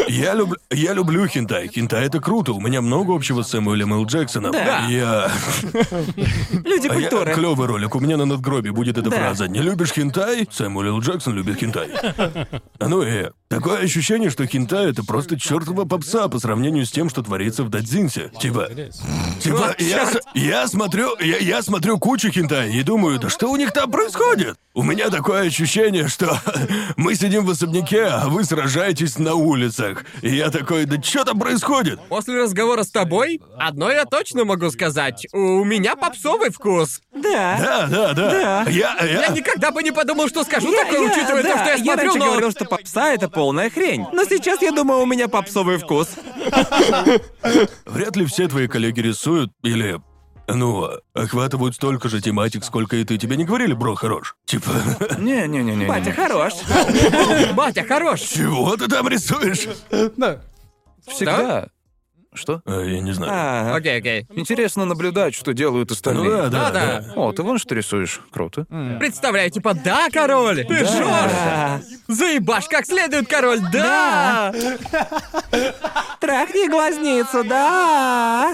[SPEAKER 5] я люблю, я люблю хентай. Хентай — это круто. У меня много общего с Сэмюэлем Л. Джексоном.
[SPEAKER 1] Да.
[SPEAKER 5] Я...
[SPEAKER 1] Люди
[SPEAKER 2] А
[SPEAKER 1] культуры.
[SPEAKER 5] Клевый А ролик. У меня на надгробе будет эта
[SPEAKER 1] Да.
[SPEAKER 5] фраза. Не любишь хентай? Сэмюэл Л. Джексон любит хентай. А Ну и Такое ощущение, что хентай — это просто чертова попса по сравнению с тем, что творится в Дадзинсе. Типа, типа, я, с- я смотрю, я, я смотрю кучу хентай и думаю, да что у них там происходит? У меня такое ощущение, что мы сидим в особняке, а вы сражаетесь на улицах. И я такой, да что там происходит?
[SPEAKER 2] После разговора с тобой, одно я точно могу сказать. У меня попсовый вкус.
[SPEAKER 1] Да.
[SPEAKER 5] Да, да, да. Я, я,
[SPEAKER 2] Я никогда бы не подумал, что скажу
[SPEAKER 1] Я-
[SPEAKER 2] Ну, такое,
[SPEAKER 1] я-
[SPEAKER 2] учитывая то,
[SPEAKER 1] да,
[SPEAKER 2] что я смотрю,
[SPEAKER 1] раньше
[SPEAKER 2] но...
[SPEAKER 1] говорил, что попса — это полная хрень. Но сейчас, я думаю, у меня попсовый вкус.
[SPEAKER 5] Вряд ли все твои коллеги рисуют или... Ну, охватывают столько же тематик, сколько и ты. Тебе не говорили, бро, хорош? Типа,
[SPEAKER 4] Не-не-не-не.
[SPEAKER 1] Батя хорош.
[SPEAKER 2] Батя, хорош.
[SPEAKER 5] чего ты там рисуешь?
[SPEAKER 4] Всегда. Что?
[SPEAKER 5] А, я не знаю.
[SPEAKER 1] А,
[SPEAKER 2] Окей, окей.
[SPEAKER 4] Интересно наблюдать, что делают
[SPEAKER 5] Ну да,
[SPEAKER 4] остальные.
[SPEAKER 5] да,
[SPEAKER 2] Да-да.
[SPEAKER 5] да.
[SPEAKER 4] О, ты вон что рисуешь. Круто.
[SPEAKER 2] Представляю, типа, да, король, ты
[SPEAKER 1] а,
[SPEAKER 2] жжешь. Заебашь как следует, король, да.
[SPEAKER 1] Трахни глазницу, да.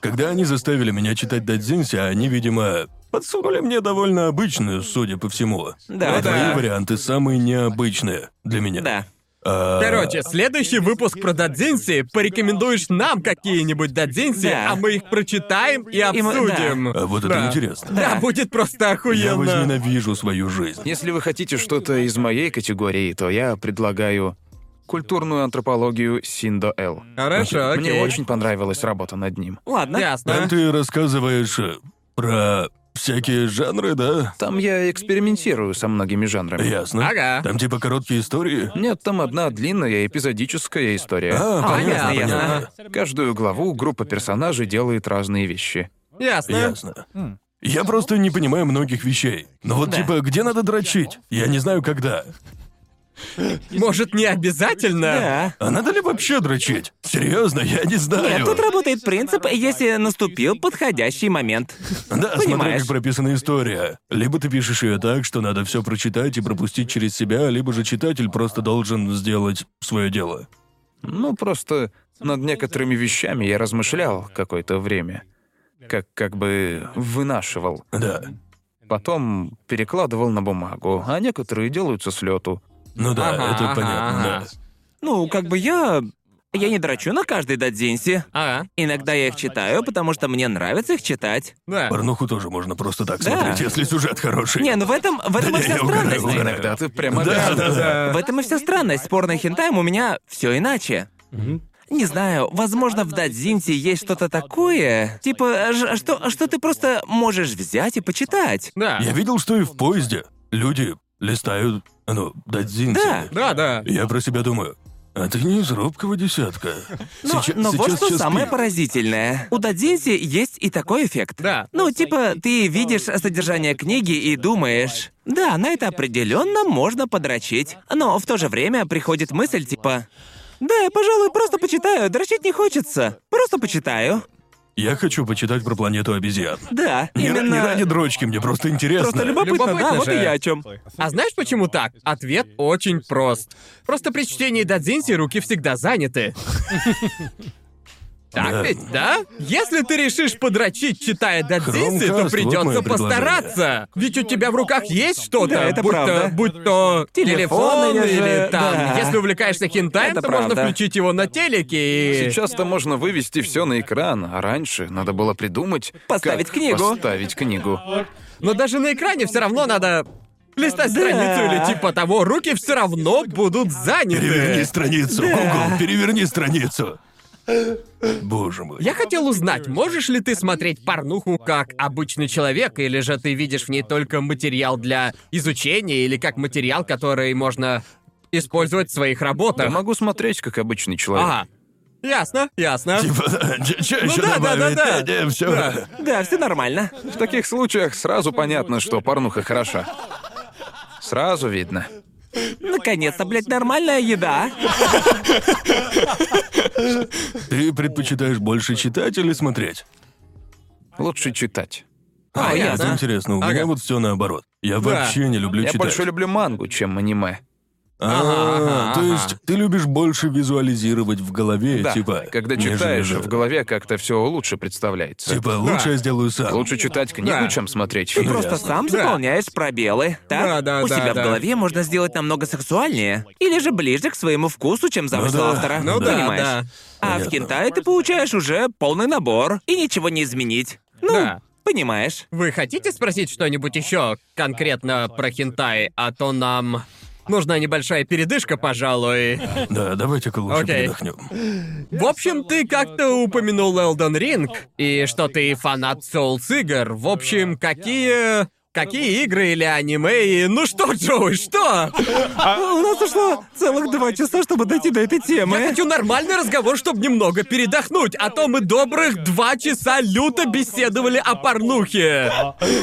[SPEAKER 5] Когда они заставили меня читать Дадзинси, они, видимо, подсунули мне довольно обычную, судя по всему.
[SPEAKER 1] Да.
[SPEAKER 5] а твои
[SPEAKER 1] Да.
[SPEAKER 5] варианты самые необычные для меня.
[SPEAKER 1] Да.
[SPEAKER 5] А,
[SPEAKER 2] Короче, следующий выпуск про дадзинси порекомендуешь нам какие-нибудь дадзинси,
[SPEAKER 1] Да.
[SPEAKER 2] а мы их прочитаем и
[SPEAKER 1] мы- да.
[SPEAKER 2] обсудим.
[SPEAKER 5] а вот это
[SPEAKER 2] Да.
[SPEAKER 5] интересно.
[SPEAKER 2] Да, будет просто
[SPEAKER 5] Я
[SPEAKER 2] охуенно.
[SPEAKER 5] возненавижу свою жизнь.
[SPEAKER 4] Если вы хотите что-то из моей категории, то я предлагаю культурную антропологию Синдо Л.
[SPEAKER 2] Хорошо, окей.
[SPEAKER 4] Мне очень понравилась работа над ним.
[SPEAKER 1] Ладно.
[SPEAKER 5] Там
[SPEAKER 2] Ясно.
[SPEAKER 5] ты рассказываешь э, про всякие жанры, да?
[SPEAKER 4] Там я экспериментирую со многими жанрами.
[SPEAKER 5] Ясно.
[SPEAKER 2] Ага.
[SPEAKER 5] Там типа короткие истории.
[SPEAKER 4] Нет, там одна длинная эпизодическая история.
[SPEAKER 5] А, понятно,
[SPEAKER 1] ясно, ясно.
[SPEAKER 5] понятно.
[SPEAKER 4] Каждую главу группа персонажей делает разные вещи.
[SPEAKER 2] Ясно.
[SPEAKER 5] Ясно.
[SPEAKER 1] Хм.
[SPEAKER 5] Я просто не понимаю многих вещей. Но вот типа, где надо дрочить? Я не знаю, когда.
[SPEAKER 2] Может, не обязательно?
[SPEAKER 1] Да.
[SPEAKER 5] А надо ли вообще дрочить? Серьезно, я не знаю.
[SPEAKER 1] Нет, тут работает принцип, если наступил подходящий момент.
[SPEAKER 5] Да, смотри,
[SPEAKER 1] понимаешь.
[SPEAKER 5] как прописана история. Либо ты пишешь ее так, что надо все прочитать и пропустить через себя, либо же читатель просто должен сделать свое дело.
[SPEAKER 4] Ну, просто над некоторыми вещами я размышлял какое-то время. Как, как бы вынашивал.
[SPEAKER 5] Да.
[SPEAKER 4] Потом перекладывал на бумагу, а некоторые делаются с лету.
[SPEAKER 5] Ну да,
[SPEAKER 2] Ага,
[SPEAKER 5] это
[SPEAKER 2] ага,
[SPEAKER 5] понятно,
[SPEAKER 2] ага.
[SPEAKER 1] Ну, как бы я... Я не драчу на каждой дадзинси.
[SPEAKER 2] Ага.
[SPEAKER 1] Иногда я их читаю, потому что мне нравится их читать.
[SPEAKER 2] Да.
[SPEAKER 5] да. Порнуху тоже можно просто так смотреть, если сюжет хороший.
[SPEAKER 1] Не, ну в этом, в этом и
[SPEAKER 5] не,
[SPEAKER 1] вся
[SPEAKER 5] я угораю,
[SPEAKER 1] странность.
[SPEAKER 5] угораю.
[SPEAKER 4] Иногда ты прямо
[SPEAKER 5] Да,
[SPEAKER 4] обязан.
[SPEAKER 5] да, да.
[SPEAKER 1] В этом и вся странность. С порно хентаем у меня все иначе. Не знаю, возможно, в Дадзинте есть что-то такое, типа, ж- что, что ты просто можешь взять и почитать.
[SPEAKER 2] Да.
[SPEAKER 5] Я видел, что и в поезде люди листают, ну, дадзинси.
[SPEAKER 1] Да.
[SPEAKER 2] Да, да.
[SPEAKER 5] Я про себя думаю. А ты не из робкого десятка.
[SPEAKER 1] Но,
[SPEAKER 5] Сейчас-
[SPEAKER 1] но Ну, вот
[SPEAKER 5] сейчас
[SPEAKER 1] что
[SPEAKER 5] час
[SPEAKER 1] самое
[SPEAKER 5] пик.
[SPEAKER 1] поразительное. У Дадзинси есть и такой эффект.
[SPEAKER 2] Да.
[SPEAKER 1] Ну, типа, ты видишь содержание книги и думаешь, да, на это определенно можно подрочить. Но в то же время приходит мысль типа, да, я, пожалуй, просто почитаю, дрочить не хочется. Просто почитаю.
[SPEAKER 5] Я хочу почитать про планету обезьян.
[SPEAKER 1] Да,
[SPEAKER 5] Не, ра-
[SPEAKER 1] именно.
[SPEAKER 5] не ради дрочки, мне просто интересно.
[SPEAKER 1] Просто любопытно,
[SPEAKER 2] Любопытно
[SPEAKER 1] да, вот и
[SPEAKER 2] же.
[SPEAKER 1] я о чем.
[SPEAKER 2] А знаешь, почему так? Ответ очень прост. Просто при чтении дадзинси руки всегда заняты.
[SPEAKER 5] Да.
[SPEAKER 2] Так ведь, да? Если ты решишь подрочить, читая дадзинси,
[SPEAKER 5] Хромкаст,
[SPEAKER 2] то
[SPEAKER 5] вот мое
[SPEAKER 2] придется
[SPEAKER 5] предложение.
[SPEAKER 2] постараться. Ведь у тебя в руках есть что-то.
[SPEAKER 1] Да, это
[SPEAKER 2] будь
[SPEAKER 1] правда.
[SPEAKER 2] То, будь то
[SPEAKER 1] Телефон
[SPEAKER 2] телефон
[SPEAKER 1] или
[SPEAKER 2] или,
[SPEAKER 1] же-
[SPEAKER 2] там.
[SPEAKER 1] да.
[SPEAKER 2] Если увлекаешься хентаем,
[SPEAKER 1] Это
[SPEAKER 2] то можно
[SPEAKER 1] правда.
[SPEAKER 2] включить его на телеке и...
[SPEAKER 4] Сейчас-то можно вывести все на экран, а раньше надо было придумать... как
[SPEAKER 1] Поставить книгу.
[SPEAKER 4] Поставить книгу.
[SPEAKER 2] Но даже на экране все равно надо листать страницу или типа того, руки все равно будут
[SPEAKER 5] Переверни
[SPEAKER 2] заняты.
[SPEAKER 5] страницу, Google, переверни страницу. Боже мой.
[SPEAKER 2] Я хотел узнать, можешь ли ты смотреть порнуху как обычный человек, или же ты видишь в ней только материал для изучения, или как материал, который можно использовать в своих
[SPEAKER 4] Я
[SPEAKER 2] работах?
[SPEAKER 4] могу смотреть, как обычный человек.
[SPEAKER 2] Ага. Ясно, ясно.
[SPEAKER 5] Типа, что еще
[SPEAKER 2] да, да,
[SPEAKER 5] добавить?
[SPEAKER 2] да, да.
[SPEAKER 5] Не, все.
[SPEAKER 1] Да, все нормально.
[SPEAKER 4] В таких случаях сразу понятно, что порнуха хороша. Сразу видно.
[SPEAKER 1] Наконец-то, блядь, нормальная еда.
[SPEAKER 5] Ты предпочитаешь больше читать или смотреть?
[SPEAKER 4] Лучше читать.
[SPEAKER 2] А,
[SPEAKER 5] Ой,
[SPEAKER 2] ясно.
[SPEAKER 5] Это интересно, у
[SPEAKER 2] Ага.
[SPEAKER 5] меня вот все наоборот. Я вообще не люблю
[SPEAKER 4] Я
[SPEAKER 5] читать.
[SPEAKER 4] больше люблю мангу, чем аниме.
[SPEAKER 5] А,
[SPEAKER 2] Ага,
[SPEAKER 5] то
[SPEAKER 2] ага.
[SPEAKER 5] есть ты любишь больше визуализировать в голове,
[SPEAKER 4] Да,
[SPEAKER 5] типа.
[SPEAKER 4] когда
[SPEAKER 5] нежели
[SPEAKER 4] читаешь,
[SPEAKER 5] же-
[SPEAKER 4] в голове как-то все лучше представляется.
[SPEAKER 5] Типа, лучше я сделаю сам.
[SPEAKER 4] Лучше читать книгу,
[SPEAKER 2] Да.
[SPEAKER 4] чем смотреть
[SPEAKER 1] Ты
[SPEAKER 4] фильм.
[SPEAKER 1] просто
[SPEAKER 5] ясно.
[SPEAKER 1] сам
[SPEAKER 2] Да.
[SPEAKER 1] заполняешь пробелы, так?
[SPEAKER 2] Да, да,
[SPEAKER 1] У
[SPEAKER 2] да,
[SPEAKER 1] себя
[SPEAKER 2] да.
[SPEAKER 1] в голове можно сделать намного сексуальнее. Или же ближе к своему вкусу, чем замысел
[SPEAKER 5] да,
[SPEAKER 1] автора.
[SPEAKER 2] Ну да,
[SPEAKER 1] Понимаешь?
[SPEAKER 2] да.
[SPEAKER 1] А в
[SPEAKER 5] Понятно.
[SPEAKER 1] Китае ты получаешь уже полный набор, и ничего не изменить. Ну,
[SPEAKER 2] Да.
[SPEAKER 1] понимаешь.
[SPEAKER 2] Вы хотите спросить что-нибудь еще конкретно про хентай, а то нам нужна небольшая передышка, пожалуй.
[SPEAKER 5] Да, давайте-ка лучше
[SPEAKER 2] Окей.
[SPEAKER 5] передохнем.
[SPEAKER 2] В общем, ты как-то упомянул Элден Ринг и что ты фанат Souls игр. В общем, какие какие игры или аниме? и- Ну что, Джоуи, что?
[SPEAKER 1] У нас ушло целых два часа, чтобы дойти до этой
[SPEAKER 2] Я
[SPEAKER 1] темы.
[SPEAKER 2] хочу нормальный разговор, чтобы немного передохнуть, а то мы добрых два часа люто беседовали о порнухе.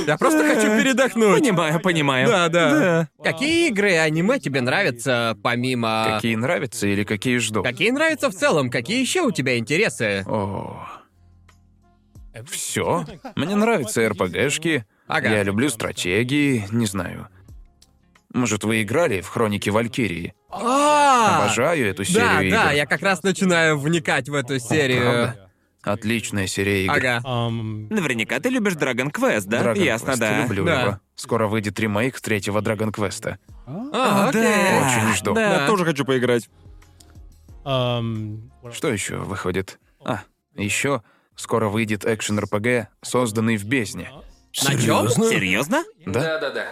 [SPEAKER 2] Я просто хочу передохнуть.
[SPEAKER 1] Понимаю, понимаю.
[SPEAKER 2] Да, да.
[SPEAKER 1] Да.
[SPEAKER 2] Какие игры и аниме тебе нравятся, помимо...
[SPEAKER 4] А Какие нравятся или какие жду?
[SPEAKER 2] Какие нравятся в целом? Какие еще у тебя интересы?
[SPEAKER 4] О. Все. Мне нравятся РПГшки.
[SPEAKER 2] Ага.
[SPEAKER 4] Я люблю стратегии, не знаю. Может, вы играли в Хроники Валькирии?
[SPEAKER 2] А,
[SPEAKER 4] Обожаю эту серию
[SPEAKER 2] Да,
[SPEAKER 4] игр.
[SPEAKER 2] да, я как раз начинаю вникать в эту серию.
[SPEAKER 4] Правда? Отличная серия игр.
[SPEAKER 2] Ага.
[SPEAKER 3] Um,
[SPEAKER 1] Наверняка ты любишь Dragon Quest, да?
[SPEAKER 4] Dragon
[SPEAKER 1] Ясно,
[SPEAKER 4] Quest,
[SPEAKER 1] да.
[SPEAKER 4] Люблю
[SPEAKER 2] Да.
[SPEAKER 4] его. Скоро выйдет ремейк третьего Драгон Квеста.
[SPEAKER 2] А, окей.
[SPEAKER 4] Очень жду.
[SPEAKER 1] Да,
[SPEAKER 2] Да.
[SPEAKER 1] тоже хочу поиграть.
[SPEAKER 3] um, what-
[SPEAKER 4] Что еще выходит? А, еще скоро выйдет экшен РПГ, созданный в бездне.
[SPEAKER 2] На чем?
[SPEAKER 5] Серьезно?
[SPEAKER 1] Серьезно?
[SPEAKER 4] Да?
[SPEAKER 6] Да-да-да.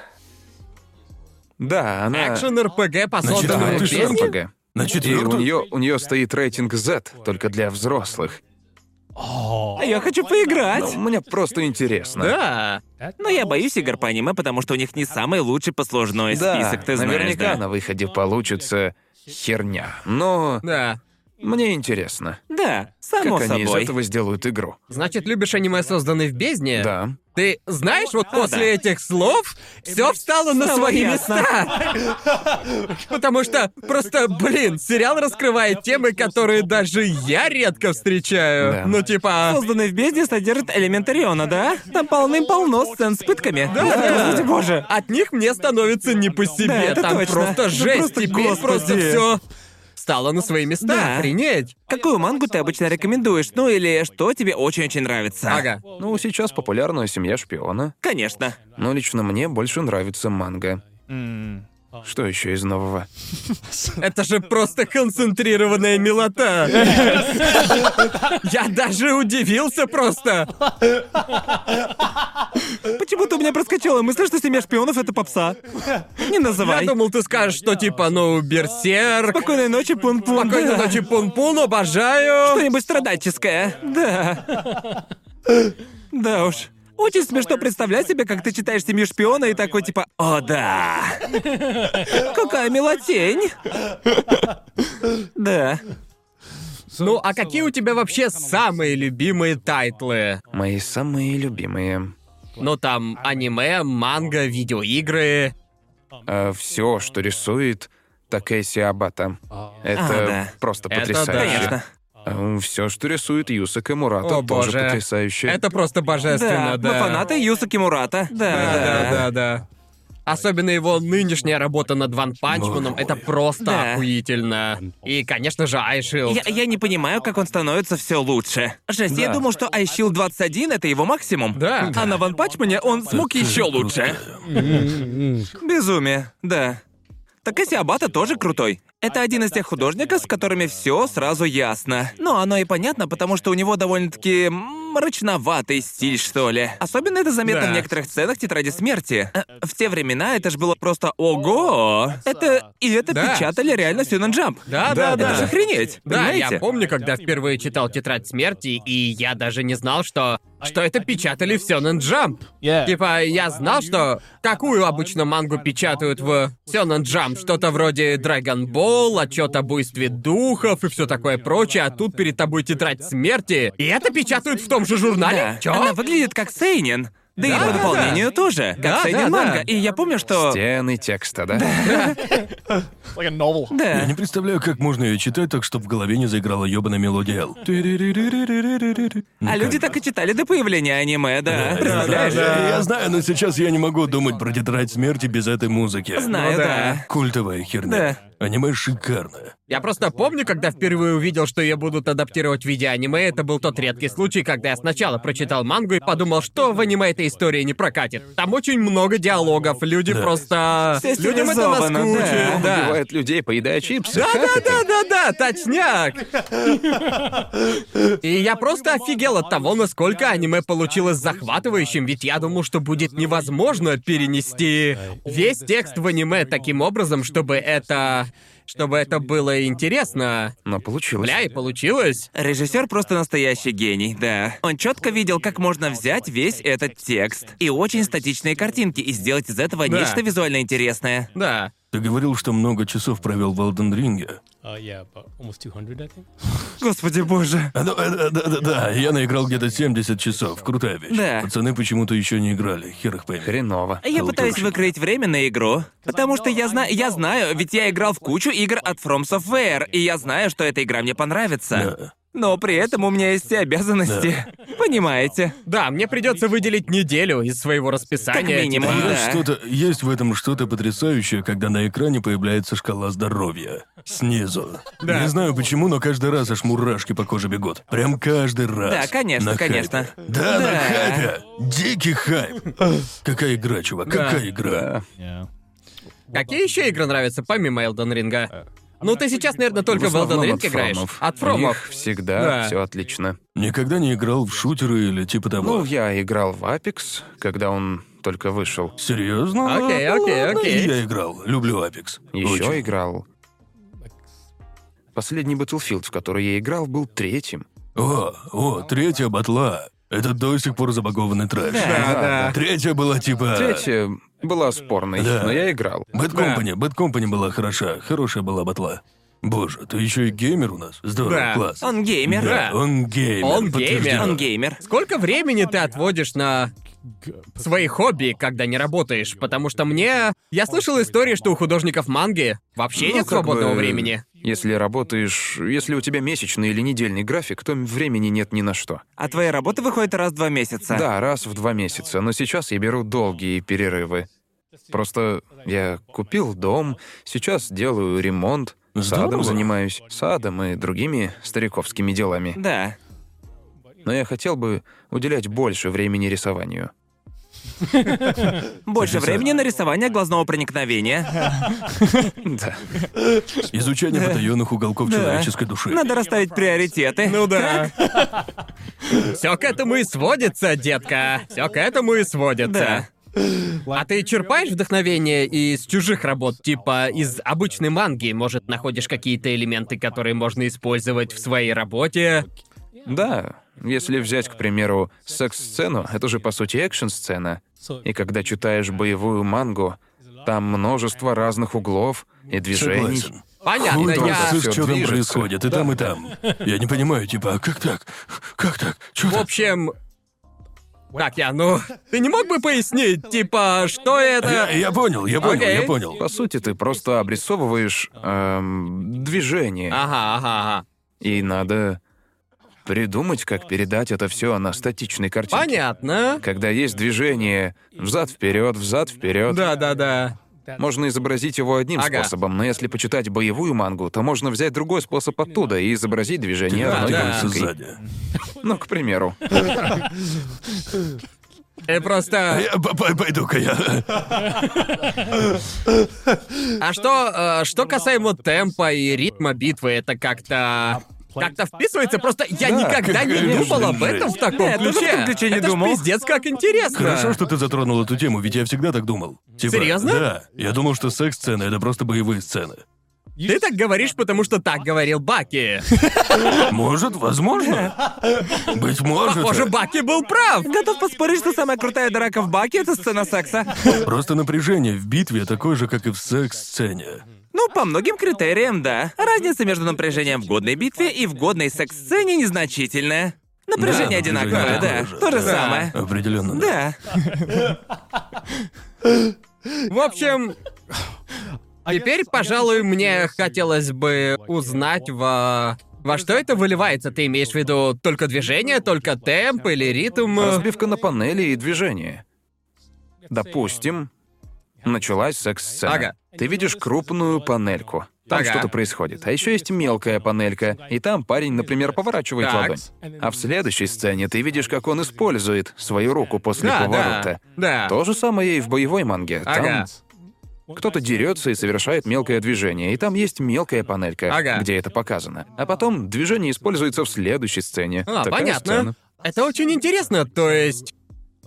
[SPEAKER 4] Да, она...
[SPEAKER 2] Экшен РПГ по
[SPEAKER 5] Значит,
[SPEAKER 4] Да,
[SPEAKER 2] созданному
[SPEAKER 5] ты
[SPEAKER 4] экшен
[SPEAKER 5] что?
[SPEAKER 2] песне?
[SPEAKER 4] РПГ.
[SPEAKER 5] На
[SPEAKER 4] И у
[SPEAKER 5] четвертую?
[SPEAKER 4] нее, у нее стоит рейтинг Z, только для взрослых.
[SPEAKER 3] Oh,
[SPEAKER 1] А я хочу поиграть.
[SPEAKER 4] Ну, мне просто интересно.
[SPEAKER 2] Да.
[SPEAKER 3] that-
[SPEAKER 1] Но Ну, я боюсь игр по аниме, потому что у них не самый лучший послужной
[SPEAKER 4] Да,
[SPEAKER 1] список, ты знаешь,
[SPEAKER 4] наверняка
[SPEAKER 1] да?
[SPEAKER 4] на выходе получится херня. Но
[SPEAKER 2] Да.
[SPEAKER 4] мне интересно,
[SPEAKER 1] Да, само
[SPEAKER 4] как они из
[SPEAKER 1] собой. Э.
[SPEAKER 4] этого сделают игру.
[SPEAKER 2] Значит, любишь аниме, созданные в бездне?
[SPEAKER 4] Да.
[SPEAKER 2] Ты знаешь, вот после
[SPEAKER 1] да.
[SPEAKER 2] этих слов все встало на
[SPEAKER 1] Стало
[SPEAKER 2] свои
[SPEAKER 1] ясно.
[SPEAKER 2] места. Потому что просто, блин, сериал раскрывает темы, которые даже я редко встречаю.
[SPEAKER 4] Да.
[SPEAKER 2] Ну типа.
[SPEAKER 1] Созданный в бездне содержит элементы Риона, да? Там полным-полно сцен с пытками.
[SPEAKER 2] Да, да.
[SPEAKER 1] Господи боже.
[SPEAKER 2] От них мне становится не по себе.
[SPEAKER 1] Да, это
[SPEAKER 2] Там
[SPEAKER 1] точно.
[SPEAKER 2] просто
[SPEAKER 1] Ну
[SPEAKER 2] жесть.
[SPEAKER 1] просто,
[SPEAKER 2] Теперь
[SPEAKER 1] господи.
[SPEAKER 2] просто все стало на свои места.
[SPEAKER 1] Да.
[SPEAKER 2] Охренеть.
[SPEAKER 1] Какую мангу ты обычно рекомендуешь? Ну или что тебе очень-очень нравится?
[SPEAKER 2] Ага.
[SPEAKER 4] Ну, сейчас популярная семья шпиона.
[SPEAKER 1] Конечно.
[SPEAKER 4] Но лично мне больше нравится манга. Что еще из нового?
[SPEAKER 2] Это же просто концентрированная милота. Я даже удивился просто.
[SPEAKER 1] Почему-то у меня проскочила мысль, что семья шпионов это попса. Не
[SPEAKER 2] Я
[SPEAKER 1] называй.
[SPEAKER 2] думал, ты скажешь, что типа, ну, берсерк.
[SPEAKER 1] Спокойной ночи, пун пун.
[SPEAKER 2] Спокойной ночи, Пун-Пун, обожаю.
[SPEAKER 1] Что-нибудь страдальческое. Да. Да уж. Очень смешно представлять себе, как ты читаешь «Семью шпиона» и такой типа «О, да! Какая милотень!» Да.
[SPEAKER 2] Ну, а какие у тебя вообще самые любимые тайтлы?
[SPEAKER 4] Мои самые любимые.
[SPEAKER 2] Ну, там, аниме, манга, видеоигры.
[SPEAKER 4] все, А, что рисует Такеси Абата. Это
[SPEAKER 1] А, да.
[SPEAKER 4] просто
[SPEAKER 2] Это
[SPEAKER 4] потрясающе.
[SPEAKER 1] Конечно.
[SPEAKER 4] Все, что рисует Юсака Мурата,
[SPEAKER 2] О,
[SPEAKER 4] тоже
[SPEAKER 2] боже.
[SPEAKER 4] потрясающе.
[SPEAKER 2] Это просто божественно,
[SPEAKER 1] Да, мы
[SPEAKER 2] да.
[SPEAKER 1] фанаты Юсаки Мурата.
[SPEAKER 2] Да, да,
[SPEAKER 1] Да,
[SPEAKER 2] да, да. Особенно его нынешняя работа над Ван Панчманом, это просто
[SPEAKER 1] Да.
[SPEAKER 2] охуительно. И, конечно же, Айшилд.
[SPEAKER 1] Я, я не понимаю, как он становится все лучше. Жесть, я
[SPEAKER 4] Да.
[SPEAKER 1] думал, что iShield 21 это его максимум.
[SPEAKER 2] Да.
[SPEAKER 1] А на Ван Пачмане он смог еще лучше. Безумие, да. Так и Абата тоже крутой. Это один из тех художников, с которыми все сразу ясно. Но оно и понятно, потому что у него довольно-таки м, мрачноватый стиль, что ли. Особенно это заметно
[SPEAKER 2] Да.
[SPEAKER 1] в некоторых сценах «Тетради смерти». Э, В те времена это же было просто «Ого!» Это... И это
[SPEAKER 2] Да.
[SPEAKER 1] печатали реально Сюнэн Джамп.
[SPEAKER 2] Да, да,
[SPEAKER 1] Это
[SPEAKER 2] да.
[SPEAKER 1] же охренеть,
[SPEAKER 2] Да,
[SPEAKER 1] понимаете?
[SPEAKER 2] я помню, когда впервые читал «Тетрадь смерти», и я даже не знал, что... Что это печатали в Сёнэн Джамп.
[SPEAKER 3] Yeah.
[SPEAKER 2] Типа, я знал, что... Какую обычно мангу печатают в Сёнэн Джамп? Что-то вроде Dragon Ball, отчет о буйстве духов и все такое прочее, а тут перед тобой «Тетрадь смерти», и это печатают в том же журнале?
[SPEAKER 1] Да.
[SPEAKER 2] Чё?
[SPEAKER 1] Она выглядит как Сейнин. А Да, и
[SPEAKER 2] Да,
[SPEAKER 1] по
[SPEAKER 2] да,
[SPEAKER 1] дополнению тоже. Как
[SPEAKER 2] Да,
[SPEAKER 1] Сейнин
[SPEAKER 2] да,
[SPEAKER 1] манга.
[SPEAKER 2] да.
[SPEAKER 1] И я помню, что.
[SPEAKER 4] Стены текста, да?
[SPEAKER 3] It's like a novel.
[SPEAKER 5] Я
[SPEAKER 1] Да.
[SPEAKER 5] не представляю, как можно ее читать так, чтобы в голове не заиграла ёбаная мелодия Л.
[SPEAKER 1] А люди так и читали до появления аниме, да. Представляешь?
[SPEAKER 5] Я, я знаю,
[SPEAKER 4] Ну
[SPEAKER 5] но сейчас я не могу думать про тетрадь смерти без этой музыки.
[SPEAKER 1] Знаю, да.
[SPEAKER 5] Культовая херня.
[SPEAKER 1] Да.
[SPEAKER 5] Аниме шикарное.
[SPEAKER 2] Я просто помню, когда впервые увидел, что ее будут адаптировать в виде аниме, это был тот редкий случай, когда я сначала прочитал мангу и подумал, что в аниме эта история не прокатит. Там очень много диалогов, люди
[SPEAKER 5] Да.
[SPEAKER 2] просто...
[SPEAKER 1] Все
[SPEAKER 2] Людям это
[SPEAKER 1] стилизовано,
[SPEAKER 2] наскучило, да.
[SPEAKER 4] Убивают людей, поедая чипсы.
[SPEAKER 2] Да,
[SPEAKER 4] Как
[SPEAKER 2] да,
[SPEAKER 4] это?
[SPEAKER 2] да, да, да, точняк. И я просто офигел от того, насколько аниме получилось захватывающим, ведь я думал, что будет невозможно перенести весь текст в аниме таким образом, чтобы это... чтобы это было интересно.
[SPEAKER 4] Но получилось.
[SPEAKER 2] Бля, и получилось.
[SPEAKER 1] Режиссер просто настоящий гений, да. Он четко видел, как можно взять весь этот текст и очень статичные картинки и сделать из этого
[SPEAKER 2] Да.
[SPEAKER 1] нечто визуально интересное.
[SPEAKER 2] Да.
[SPEAKER 5] Ты говорил, что много часов провел в Элден Ринге.
[SPEAKER 7] Uh, yeah, about almost 200, I think.
[SPEAKER 1] Господи боже.
[SPEAKER 5] А, ну, э, да, да, да, да, я наиграл где-то 70 часов. Крутая вещь.
[SPEAKER 1] Да.
[SPEAKER 5] Пацаны почему-то еще не играли, хер их пойми.
[SPEAKER 4] Хреново.
[SPEAKER 1] Я пытаюсь выкроить время на игру, потому что я знаю, я знаю, ведь я играл в кучу игр от From Software, и я знаю, что эта игра мне понравится.
[SPEAKER 5] Да.
[SPEAKER 1] Но при этом у меня есть все обязанности. Понимаете?
[SPEAKER 2] Да, мне придется выделить неделю из своего
[SPEAKER 1] Как
[SPEAKER 2] расписания. Типа,
[SPEAKER 1] минимум,
[SPEAKER 5] А,
[SPEAKER 1] да.
[SPEAKER 5] Что-то есть в этом что-то потрясающее, когда на экране появляется шкала здоровья снизу. Не знаю почему, но каждый раз аж мурашки по коже бегут. Прям каждый раз.
[SPEAKER 1] Да, конечно,
[SPEAKER 5] На хайпе.
[SPEAKER 1] конечно. Да.
[SPEAKER 5] Да, на хайпе. Дикий хайп. Какая игра, чувак, какая игра.
[SPEAKER 7] Yeah.
[SPEAKER 2] Какие еще игры нравятся помимо Элден Ринга? Ну, ты сейчас, наверное, только в Элден Ринг играешь. От
[SPEAKER 4] У них
[SPEAKER 2] фромов.
[SPEAKER 4] всегда
[SPEAKER 2] Да.
[SPEAKER 4] все отлично.
[SPEAKER 5] Никогда не играл в шутеры или типа того.
[SPEAKER 4] Ну, я играл в Apex, когда он только вышел.
[SPEAKER 5] Серьезно?
[SPEAKER 2] Окей,
[SPEAKER 5] Ну,
[SPEAKER 2] окей,
[SPEAKER 5] ладно,
[SPEAKER 2] окей.
[SPEAKER 5] Я играл, люблю Apex.
[SPEAKER 4] Еще
[SPEAKER 5] Очень.
[SPEAKER 4] играл. Последний Battlefield, в который я играл, был третьим.
[SPEAKER 5] О, о, третья батла. Это до сих пор забагованный трэш.
[SPEAKER 2] Да,
[SPEAKER 5] Третья была типа...
[SPEAKER 4] Третья была спорной,
[SPEAKER 5] Да.
[SPEAKER 4] но я играл.
[SPEAKER 5] Bad Company, Bad Company была хороша, хорошая была батла. Боже, ты еще и геймер у нас? Здорово,
[SPEAKER 2] Да.
[SPEAKER 5] класс.
[SPEAKER 1] Он геймер.
[SPEAKER 5] Да, он геймер.
[SPEAKER 2] Он
[SPEAKER 5] подтверждено.
[SPEAKER 2] геймер.
[SPEAKER 1] Он геймер.
[SPEAKER 2] Сколько времени ты отводишь на свои хобби, когда не работаешь? Потому что мне... Я слышал истории, что у художников манги вообще
[SPEAKER 4] Ну,
[SPEAKER 2] нет
[SPEAKER 4] как
[SPEAKER 2] свободного
[SPEAKER 4] бы,
[SPEAKER 2] времени.
[SPEAKER 4] Если работаешь, если у тебя месячный или недельный график, то времени нет ни на что.
[SPEAKER 1] А твоя работа выходит раз в два месяца.
[SPEAKER 4] Да, раз в два месяца, но сейчас я беру долгие перерывы. Просто я купил дом, сейчас делаю ремонт,
[SPEAKER 5] Здорово.
[SPEAKER 4] садом занимаюсь, садом и другими стариковскими делами.
[SPEAKER 1] Да.
[SPEAKER 4] Но я хотел бы уделять больше времени рисованию.
[SPEAKER 1] Больше времени на рисование глазного проникновения.
[SPEAKER 4] Да.
[SPEAKER 5] Изучение потаенных уголков
[SPEAKER 1] Да.
[SPEAKER 5] человеческой души.
[SPEAKER 1] Надо расставить приоритеты.
[SPEAKER 2] Ну да.
[SPEAKER 4] э,
[SPEAKER 2] Все к этому
[SPEAKER 4] ну,
[SPEAKER 2] и сводится, детка. Все к этому и сводится.
[SPEAKER 1] Да.
[SPEAKER 2] А ты черпаешь вдохновение из чужих работ, типа из обычной манги? Может, находишь какие-то элементы, которые можно использовать в своей работе?
[SPEAKER 4] Да, если взять, к примеру, секс-сцену, это же по сути экшн-сцена.
[SPEAKER 7] So
[SPEAKER 4] И когда читаешь боевую мангу, там множество разных углов и движений.
[SPEAKER 5] Согласен.
[SPEAKER 2] Понятно,
[SPEAKER 5] Хуй там
[SPEAKER 2] я...
[SPEAKER 5] слышь,
[SPEAKER 4] Всё
[SPEAKER 5] что там
[SPEAKER 4] движется.
[SPEAKER 5] происходит, и там, и там. Я не понимаю, типа, а как так? Как так? Чё
[SPEAKER 2] В
[SPEAKER 5] так?
[SPEAKER 2] общем... Так, я, ну... Ты не мог бы пояснить, типа, что
[SPEAKER 5] Я,
[SPEAKER 2] это...
[SPEAKER 5] я понял, я понял, я
[SPEAKER 2] Окей.
[SPEAKER 5] понял.
[SPEAKER 4] По сути, ты просто обрисовываешь эм, движение.
[SPEAKER 2] Ага, ага, ага.
[SPEAKER 4] И надо придумать, как передать это все на статичной картинке.
[SPEAKER 2] Понятно.
[SPEAKER 4] Когда есть движение взад вперед, взад вперед,
[SPEAKER 2] Да, да, да.
[SPEAKER 4] можно изобразить его одним
[SPEAKER 2] Ага.
[SPEAKER 4] способом, но если почитать боевую мангу, то можно взять другой способ оттуда и изобразить движение
[SPEAKER 5] Я
[SPEAKER 4] одной
[SPEAKER 2] да.
[SPEAKER 5] двигался
[SPEAKER 4] картинкой.
[SPEAKER 5] сзади.
[SPEAKER 4] Ну, к примеру.
[SPEAKER 2] Э,
[SPEAKER 5] А
[SPEAKER 2] просто...
[SPEAKER 5] я по- по- пойду-ка я.
[SPEAKER 2] А что, э, что касаемо темпа и ритма битвы, это как-то... Как-то вписывается, просто я никогда не
[SPEAKER 5] какая
[SPEAKER 2] думал об
[SPEAKER 5] жесть.
[SPEAKER 2] этом в таком
[SPEAKER 1] Да, я тоже ну в
[SPEAKER 2] ключе.
[SPEAKER 1] таком ключе не
[SPEAKER 2] это ж
[SPEAKER 1] думал.
[SPEAKER 2] пиздец, как интересно.
[SPEAKER 5] Хорошо, что ты затронул эту тему, ведь я всегда так думал. Типа,
[SPEAKER 2] Серьезно?
[SPEAKER 5] Да. Я думал, что секс-сцены — это просто боевые сцены.
[SPEAKER 2] Ты так говоришь, потому что так говорил Баки.
[SPEAKER 5] Может, возможно. Быть может.
[SPEAKER 2] Похоже, Баки был прав.
[SPEAKER 1] Готов поспорить, что самая крутая драка в баке — это сцена секса.
[SPEAKER 5] Просто напряжение в битве такое же, как и в секс-сцене.
[SPEAKER 1] Ну, по многим критериям, да. Разница между напряжением в годной битве и в годной секс-сцене незначительная. Напряжение
[SPEAKER 5] Да,
[SPEAKER 1] одинаковое,
[SPEAKER 5] напряжение
[SPEAKER 1] да.
[SPEAKER 5] тоже,
[SPEAKER 1] То же
[SPEAKER 5] да.
[SPEAKER 1] самое.
[SPEAKER 5] Определенно.
[SPEAKER 1] Да.
[SPEAKER 2] В общем, теперь, пожалуй, мне хотелось бы узнать во... Во что это выливается? Ты имеешь в виду только движение, только темп или ритм?
[SPEAKER 4] Разбивка на панели и движение. Допустим, началась секс-сцена.
[SPEAKER 2] Ага.
[SPEAKER 4] Ты видишь крупную панельку. Там
[SPEAKER 2] Ага.
[SPEAKER 4] что-то происходит. А еще есть мелкая панелька, и там парень, например, поворачивает
[SPEAKER 2] Так.
[SPEAKER 4] ладонь. А в следующей сцене ты видишь, как он использует свою руку после
[SPEAKER 2] А, Да,
[SPEAKER 4] поворота.
[SPEAKER 2] да, да.
[SPEAKER 4] То же самое и в боевой манге. Там
[SPEAKER 2] Ага.
[SPEAKER 3] um,
[SPEAKER 4] кто-то дерется и совершает мелкое движение, и там есть мелкая панелька,
[SPEAKER 2] Ага.
[SPEAKER 4] где это показано. А потом движение используется в следующей сцене.
[SPEAKER 2] А,
[SPEAKER 4] Такая
[SPEAKER 2] понятно.
[SPEAKER 4] сцена.
[SPEAKER 2] Это очень интересно, то есть,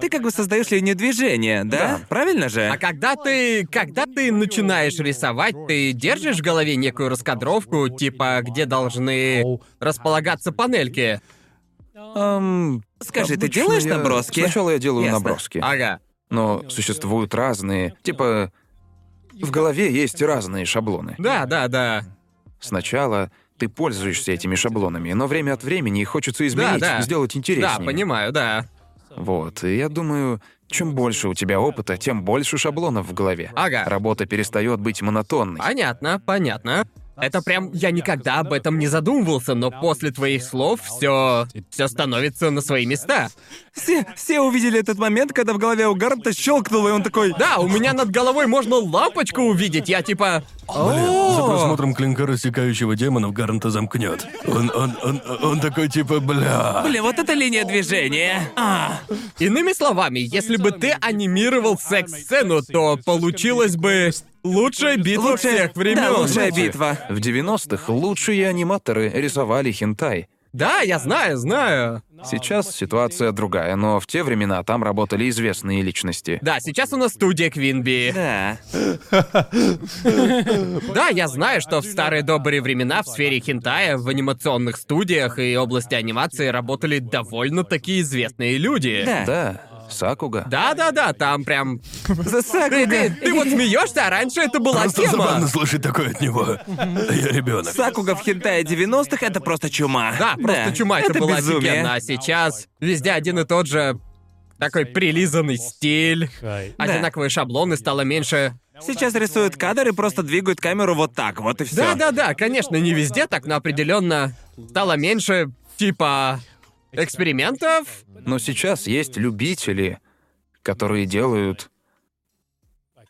[SPEAKER 1] Ты как бы создаешь линию движения, да? Правильно же?
[SPEAKER 2] а когда ты, когда ты начинаешь рисовать, ты держишь в голове некую раскадровку, типа, где должны располагаться панельки.
[SPEAKER 4] Эм,
[SPEAKER 1] Скажи, ты
[SPEAKER 4] обычно
[SPEAKER 1] делаешь
[SPEAKER 4] я-
[SPEAKER 1] наброски?
[SPEAKER 4] Сначала я делаю
[SPEAKER 1] Ясно.
[SPEAKER 4] наброски.
[SPEAKER 2] Ага.
[SPEAKER 4] Но существуют разные, типа... В голове есть разные шаблоны.
[SPEAKER 2] Да, да, да.
[SPEAKER 4] Сначала ты пользуешься этими шаблонами, но время от времени их хочется изменить,
[SPEAKER 2] да.
[SPEAKER 4] сделать интереснее.
[SPEAKER 2] Да, понимаю, да.
[SPEAKER 4] Вот, и я думаю, чем больше у тебя опыта, тем больше шаблонов в голове.
[SPEAKER 2] Ага.
[SPEAKER 4] Работа перестает быть монотонной.
[SPEAKER 2] Понятно, понятно. Это прям я никогда об этом не задумывался, но после твоих слов все все становится на свои места.
[SPEAKER 1] Все, все увидели этот момент, когда в голове у Гарнта щелкнуло, и он такой...
[SPEAKER 2] Да, у меня над головой можно лампочку увидеть. Я типа.
[SPEAKER 5] Блин, за
[SPEAKER 2] «О,
[SPEAKER 5] просмотром клинка рассекающего демонов Гарнта замкнет. Он, он, он, он такой типа, бля.
[SPEAKER 1] Блин, вот это линия движения. А,
[SPEAKER 2] Иными словами, если бы ты анимировал секс-сцену, то получилась бы лучшая битва
[SPEAKER 1] лучшая-
[SPEAKER 2] всех времен.
[SPEAKER 1] Да, лучшая
[SPEAKER 4] знаете.
[SPEAKER 1] битва.
[SPEAKER 4] В 90-х лучшие аниматоры рисовали хентай.
[SPEAKER 2] Да, я знаю, знаю.
[SPEAKER 4] Сейчас ситуация другая, но в те времена там работали известные личности.
[SPEAKER 2] Да, сейчас у нас студия Квинби.
[SPEAKER 1] Да.
[SPEAKER 2] Да, я знаю, что в старые добрые времена в сфере хентая, в анимационных студиях и области анимации работали довольно-таки известные люди.
[SPEAKER 1] Да.
[SPEAKER 4] Да, Сакуга.
[SPEAKER 2] Да-да-да, там прям... Ты, ты- ты вот смеешься, а раньше это была
[SPEAKER 5] Просто забавно
[SPEAKER 2] тема.
[SPEAKER 5] слышать такое от него. Я ребенок.
[SPEAKER 1] Сакуга в хентае 90-х — это просто чума.
[SPEAKER 2] Да, просто чума, это, была
[SPEAKER 1] безумие.
[SPEAKER 2] офигенно, а сейчас везде один и тот же такой прилизанный стиль,
[SPEAKER 7] Right.
[SPEAKER 2] одинаковые шаблоны, стало меньше.
[SPEAKER 1] Сейчас рисуют кадр и просто двигают камеру вот так, вот и все.
[SPEAKER 2] Да-да-да, конечно, не везде так, но определенно стало меньше, типа, экспериментов.
[SPEAKER 4] Но сейчас есть любители, которые делают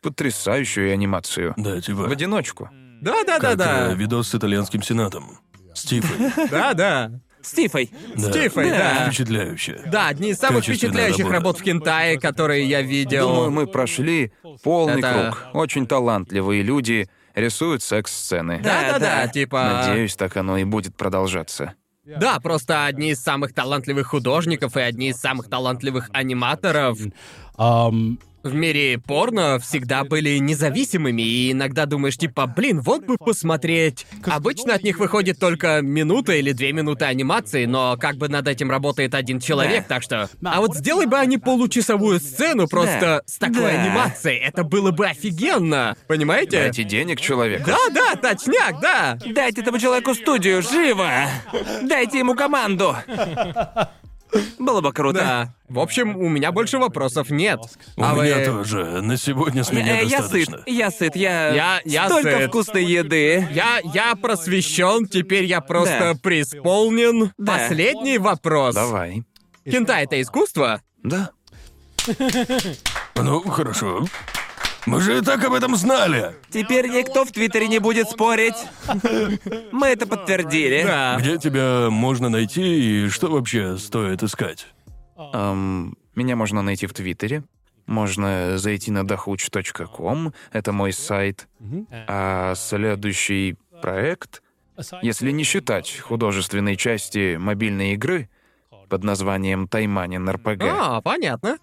[SPEAKER 4] потрясающую анимацию.
[SPEAKER 5] Да, типа.
[SPEAKER 4] В одиночку.
[SPEAKER 5] как, э,
[SPEAKER 2] Да-да-да-да.
[SPEAKER 5] видос с итальянским сенатом. Стивы.
[SPEAKER 2] Да-да.
[SPEAKER 1] С Тифой.
[SPEAKER 5] Да.
[SPEAKER 2] Тифой, да.
[SPEAKER 5] Впечатляюще.
[SPEAKER 2] Да, одни из самых
[SPEAKER 5] Качественная
[SPEAKER 2] впечатляющих
[SPEAKER 5] работа.
[SPEAKER 2] работ в Кентае, которые я
[SPEAKER 4] Думаю,
[SPEAKER 2] видел.
[SPEAKER 4] мы прошли полный
[SPEAKER 2] Это-
[SPEAKER 4] круг. Очень талантливые люди рисуют секс-сцены.
[SPEAKER 2] Да-да-да, типа...
[SPEAKER 4] Надеюсь, так оно и будет продолжаться.
[SPEAKER 2] Да, просто одни из самых талантливых художников и одни из самых талантливых аниматоров
[SPEAKER 7] Um,
[SPEAKER 2] в мире порно всегда были независимыми, и иногда думаешь, типа, блин, вот бы посмотреть. Обычно от них выходит только минута или две минуты анимации, но как бы над этим работает один человек, так что... А вот сделай бы они получасовую сцену просто
[SPEAKER 1] Да.
[SPEAKER 2] с такой
[SPEAKER 1] Да.
[SPEAKER 2] анимацией, это было бы офигенно, понимаете?
[SPEAKER 4] Дайте денег человеку.
[SPEAKER 2] Да, да, точняк, да.
[SPEAKER 1] Дайте этому человеку студию, живо! Дайте ему команду! Было бы круто.
[SPEAKER 2] Да. В общем, у меня больше вопросов нет.
[SPEAKER 5] У
[SPEAKER 2] а
[SPEAKER 5] меня
[SPEAKER 2] вы...
[SPEAKER 5] тоже. На сегодня с меня
[SPEAKER 1] Э, я сыт,
[SPEAKER 5] достаточно.
[SPEAKER 1] я сыт, я...
[SPEAKER 2] Я- я
[SPEAKER 1] Столько
[SPEAKER 2] сыт.
[SPEAKER 1] вкусной еды.
[SPEAKER 2] Я, я просвещен, теперь я просто
[SPEAKER 1] Да.
[SPEAKER 2] преисполнен.
[SPEAKER 1] Да.
[SPEAKER 2] Последний вопрос.
[SPEAKER 4] Давай.
[SPEAKER 2] Кентай это искусство?
[SPEAKER 4] Да.
[SPEAKER 5] Ну, хорошо. Мы же и так об этом знали.
[SPEAKER 1] Теперь никто в Твиттере не будет спорить. Мы это подтвердили.
[SPEAKER 2] Да.
[SPEAKER 5] Где тебя можно найти и что вообще стоит искать?
[SPEAKER 4] Эм, меня можно найти в Твиттере. Можно зайти на dahuch.com, это мой сайт. А следующий проект, если не считать художественной части мобильной игры под названием Тайманин
[SPEAKER 1] Э?
[SPEAKER 4] РПГ,
[SPEAKER 2] А, понятно.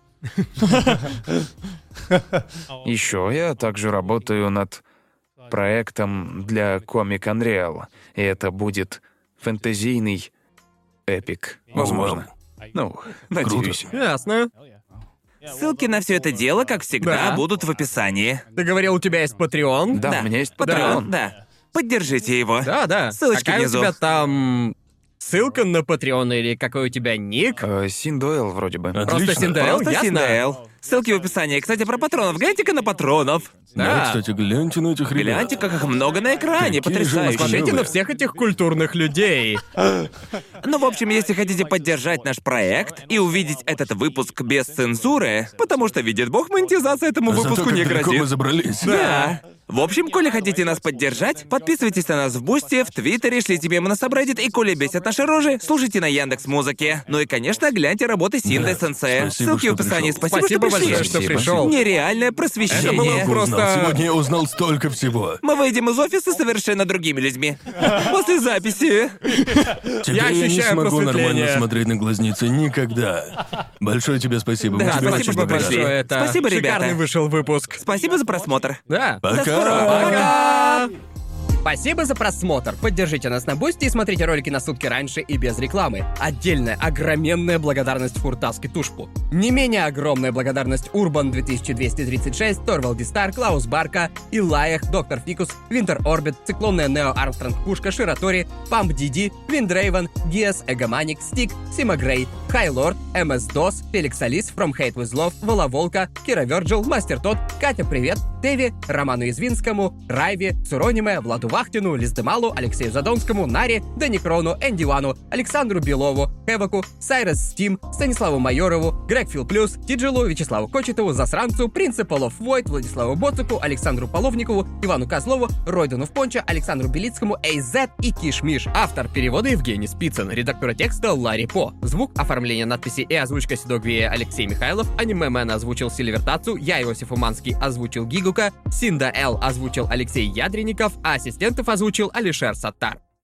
[SPEAKER 4] Еще я также работаю над проектом для Comic Unreal, и это будет фэнтезийный эпик, возможно. Ну, надеюсь.
[SPEAKER 2] Ясно.
[SPEAKER 1] Ссылки на все это дело, как всегда,
[SPEAKER 2] Да.
[SPEAKER 1] будут в описании.
[SPEAKER 2] Ты говорил, у тебя есть Patreon?
[SPEAKER 4] Да, у меня есть
[SPEAKER 1] Патреон,
[SPEAKER 4] Patreon.
[SPEAKER 1] да. Поддержите его.
[SPEAKER 2] Да, да.
[SPEAKER 1] Ссылочка
[SPEAKER 2] Какая
[SPEAKER 1] внизу.
[SPEAKER 2] у тебя там... Ссылка на Patreon или какой у тебя ник?
[SPEAKER 4] Э, Син Дойл вроде бы.
[SPEAKER 5] Отлично.
[SPEAKER 2] Просто Синдайл,
[SPEAKER 1] Просто
[SPEAKER 2] ясно?
[SPEAKER 1] Синдаэл. Ссылки в описании. Кстати, про патронов. Гляньте-ка на патронов.
[SPEAKER 5] Да,
[SPEAKER 2] Да.
[SPEAKER 5] кстати, гляньте на этих ребят.
[SPEAKER 1] Гляньте, как их много на экране.
[SPEAKER 5] Какие же
[SPEAKER 1] Потрясающе.
[SPEAKER 5] молодцы.
[SPEAKER 2] Смотрите на всех этих культурных людей.
[SPEAKER 1] Ну, в общем, если хотите поддержать наш проект и увидеть этот выпуск без цензуры, потому что, видит бог, монетизация этому
[SPEAKER 5] Зато
[SPEAKER 1] выпуску
[SPEAKER 5] как
[SPEAKER 1] не
[SPEAKER 5] далеко мы
[SPEAKER 1] грозит.
[SPEAKER 5] забрались.
[SPEAKER 1] Да. В общем, коли хотите нас поддержать, подписывайтесь на нас в Бусти, в Твиттере, шлите мемы на Сабреддит, и коли бесят наши рожи, слушайте на Яндекс Музыке. Ну и, конечно, гляньте работы Синде Сенсея.
[SPEAKER 5] спасибо,
[SPEAKER 1] Ссылки в
[SPEAKER 5] что
[SPEAKER 1] описании.
[SPEAKER 5] пришёл.
[SPEAKER 1] Спасибо,
[SPEAKER 2] Спасибо
[SPEAKER 1] что пришли.
[SPEAKER 2] большое, что пришел.
[SPEAKER 1] Нереальное
[SPEAKER 2] Это было
[SPEAKER 1] просвещение.
[SPEAKER 5] Много узнал.
[SPEAKER 2] просто-
[SPEAKER 5] Сегодня я узнал столько всего.
[SPEAKER 1] Мы выйдем из офиса совершенно другими людьми. После записи.
[SPEAKER 5] Теперь
[SPEAKER 2] Я
[SPEAKER 5] я, не
[SPEAKER 2] ощущаю
[SPEAKER 5] смогу нормально
[SPEAKER 2] просветление.
[SPEAKER 5] смотреть на глазницы никогда. Большое тебе спасибо. Мы
[SPEAKER 1] Да,
[SPEAKER 5] тебе
[SPEAKER 1] спасибо,
[SPEAKER 5] очень
[SPEAKER 1] что
[SPEAKER 5] благодарны.
[SPEAKER 1] пришли.
[SPEAKER 2] Это
[SPEAKER 1] Спасибо, ребята.
[SPEAKER 2] Шикарный вышел выпуск.
[SPEAKER 1] Спасибо за просмотр.
[SPEAKER 2] Да.
[SPEAKER 5] Пока.
[SPEAKER 2] Пока. Спасибо за просмотр. Поддержите нас на Бусти и смотрите ролики на сутки раньше и без рекламы. Отдельная огроменная благодарность Фуртаске Тушпу. Не менее огромная благодарность Урбан 2236, Торвал Дистар, Клаус Барка, Илаях, Доктор Фикус, Винтер Орбит, Циклонная Нео Армстронг Пушка, Ширатори, Памп Диди, Виндрейвен, Гиас, Эгоманик, Стик, Сима Грей, Хайлорд, МС Дос, Феликс Алис, From Hate With Love, Вола Волка, Кира Вёрджил, Мастер Тот, Катя Привет, Теви, Роману Извинскому, Райве, Сурониме, Владу Вахтину, Лиздемалу, Алексею Задонскому, Наре, Даникрону, Энди Вану, Александру Белову, Эваку, Сайрес Стим, Станиславу Майорову, Грегфил Плюс, Тиджилу, Вячеславу Кочетову, Засранцу, Принципал оф Войт, Владиславу Боцику, Александру Половникову, Ивану Козлову, Ройдену в Понча, Александру Белицкому, Эйзет и Киш Миш. Автор перевода Евгений Спицын, редактора текста Ларри По. Звук, оформление надписи и озвучка Седогвия Алексей Михайлов, аниме-мен озвучил Сильвер Тацу, я, Иосиф Уманский, озвучил Гигука, Синда Л озвучил Алексей Ядренников, а ассистентов озвучил Алишер Саттар.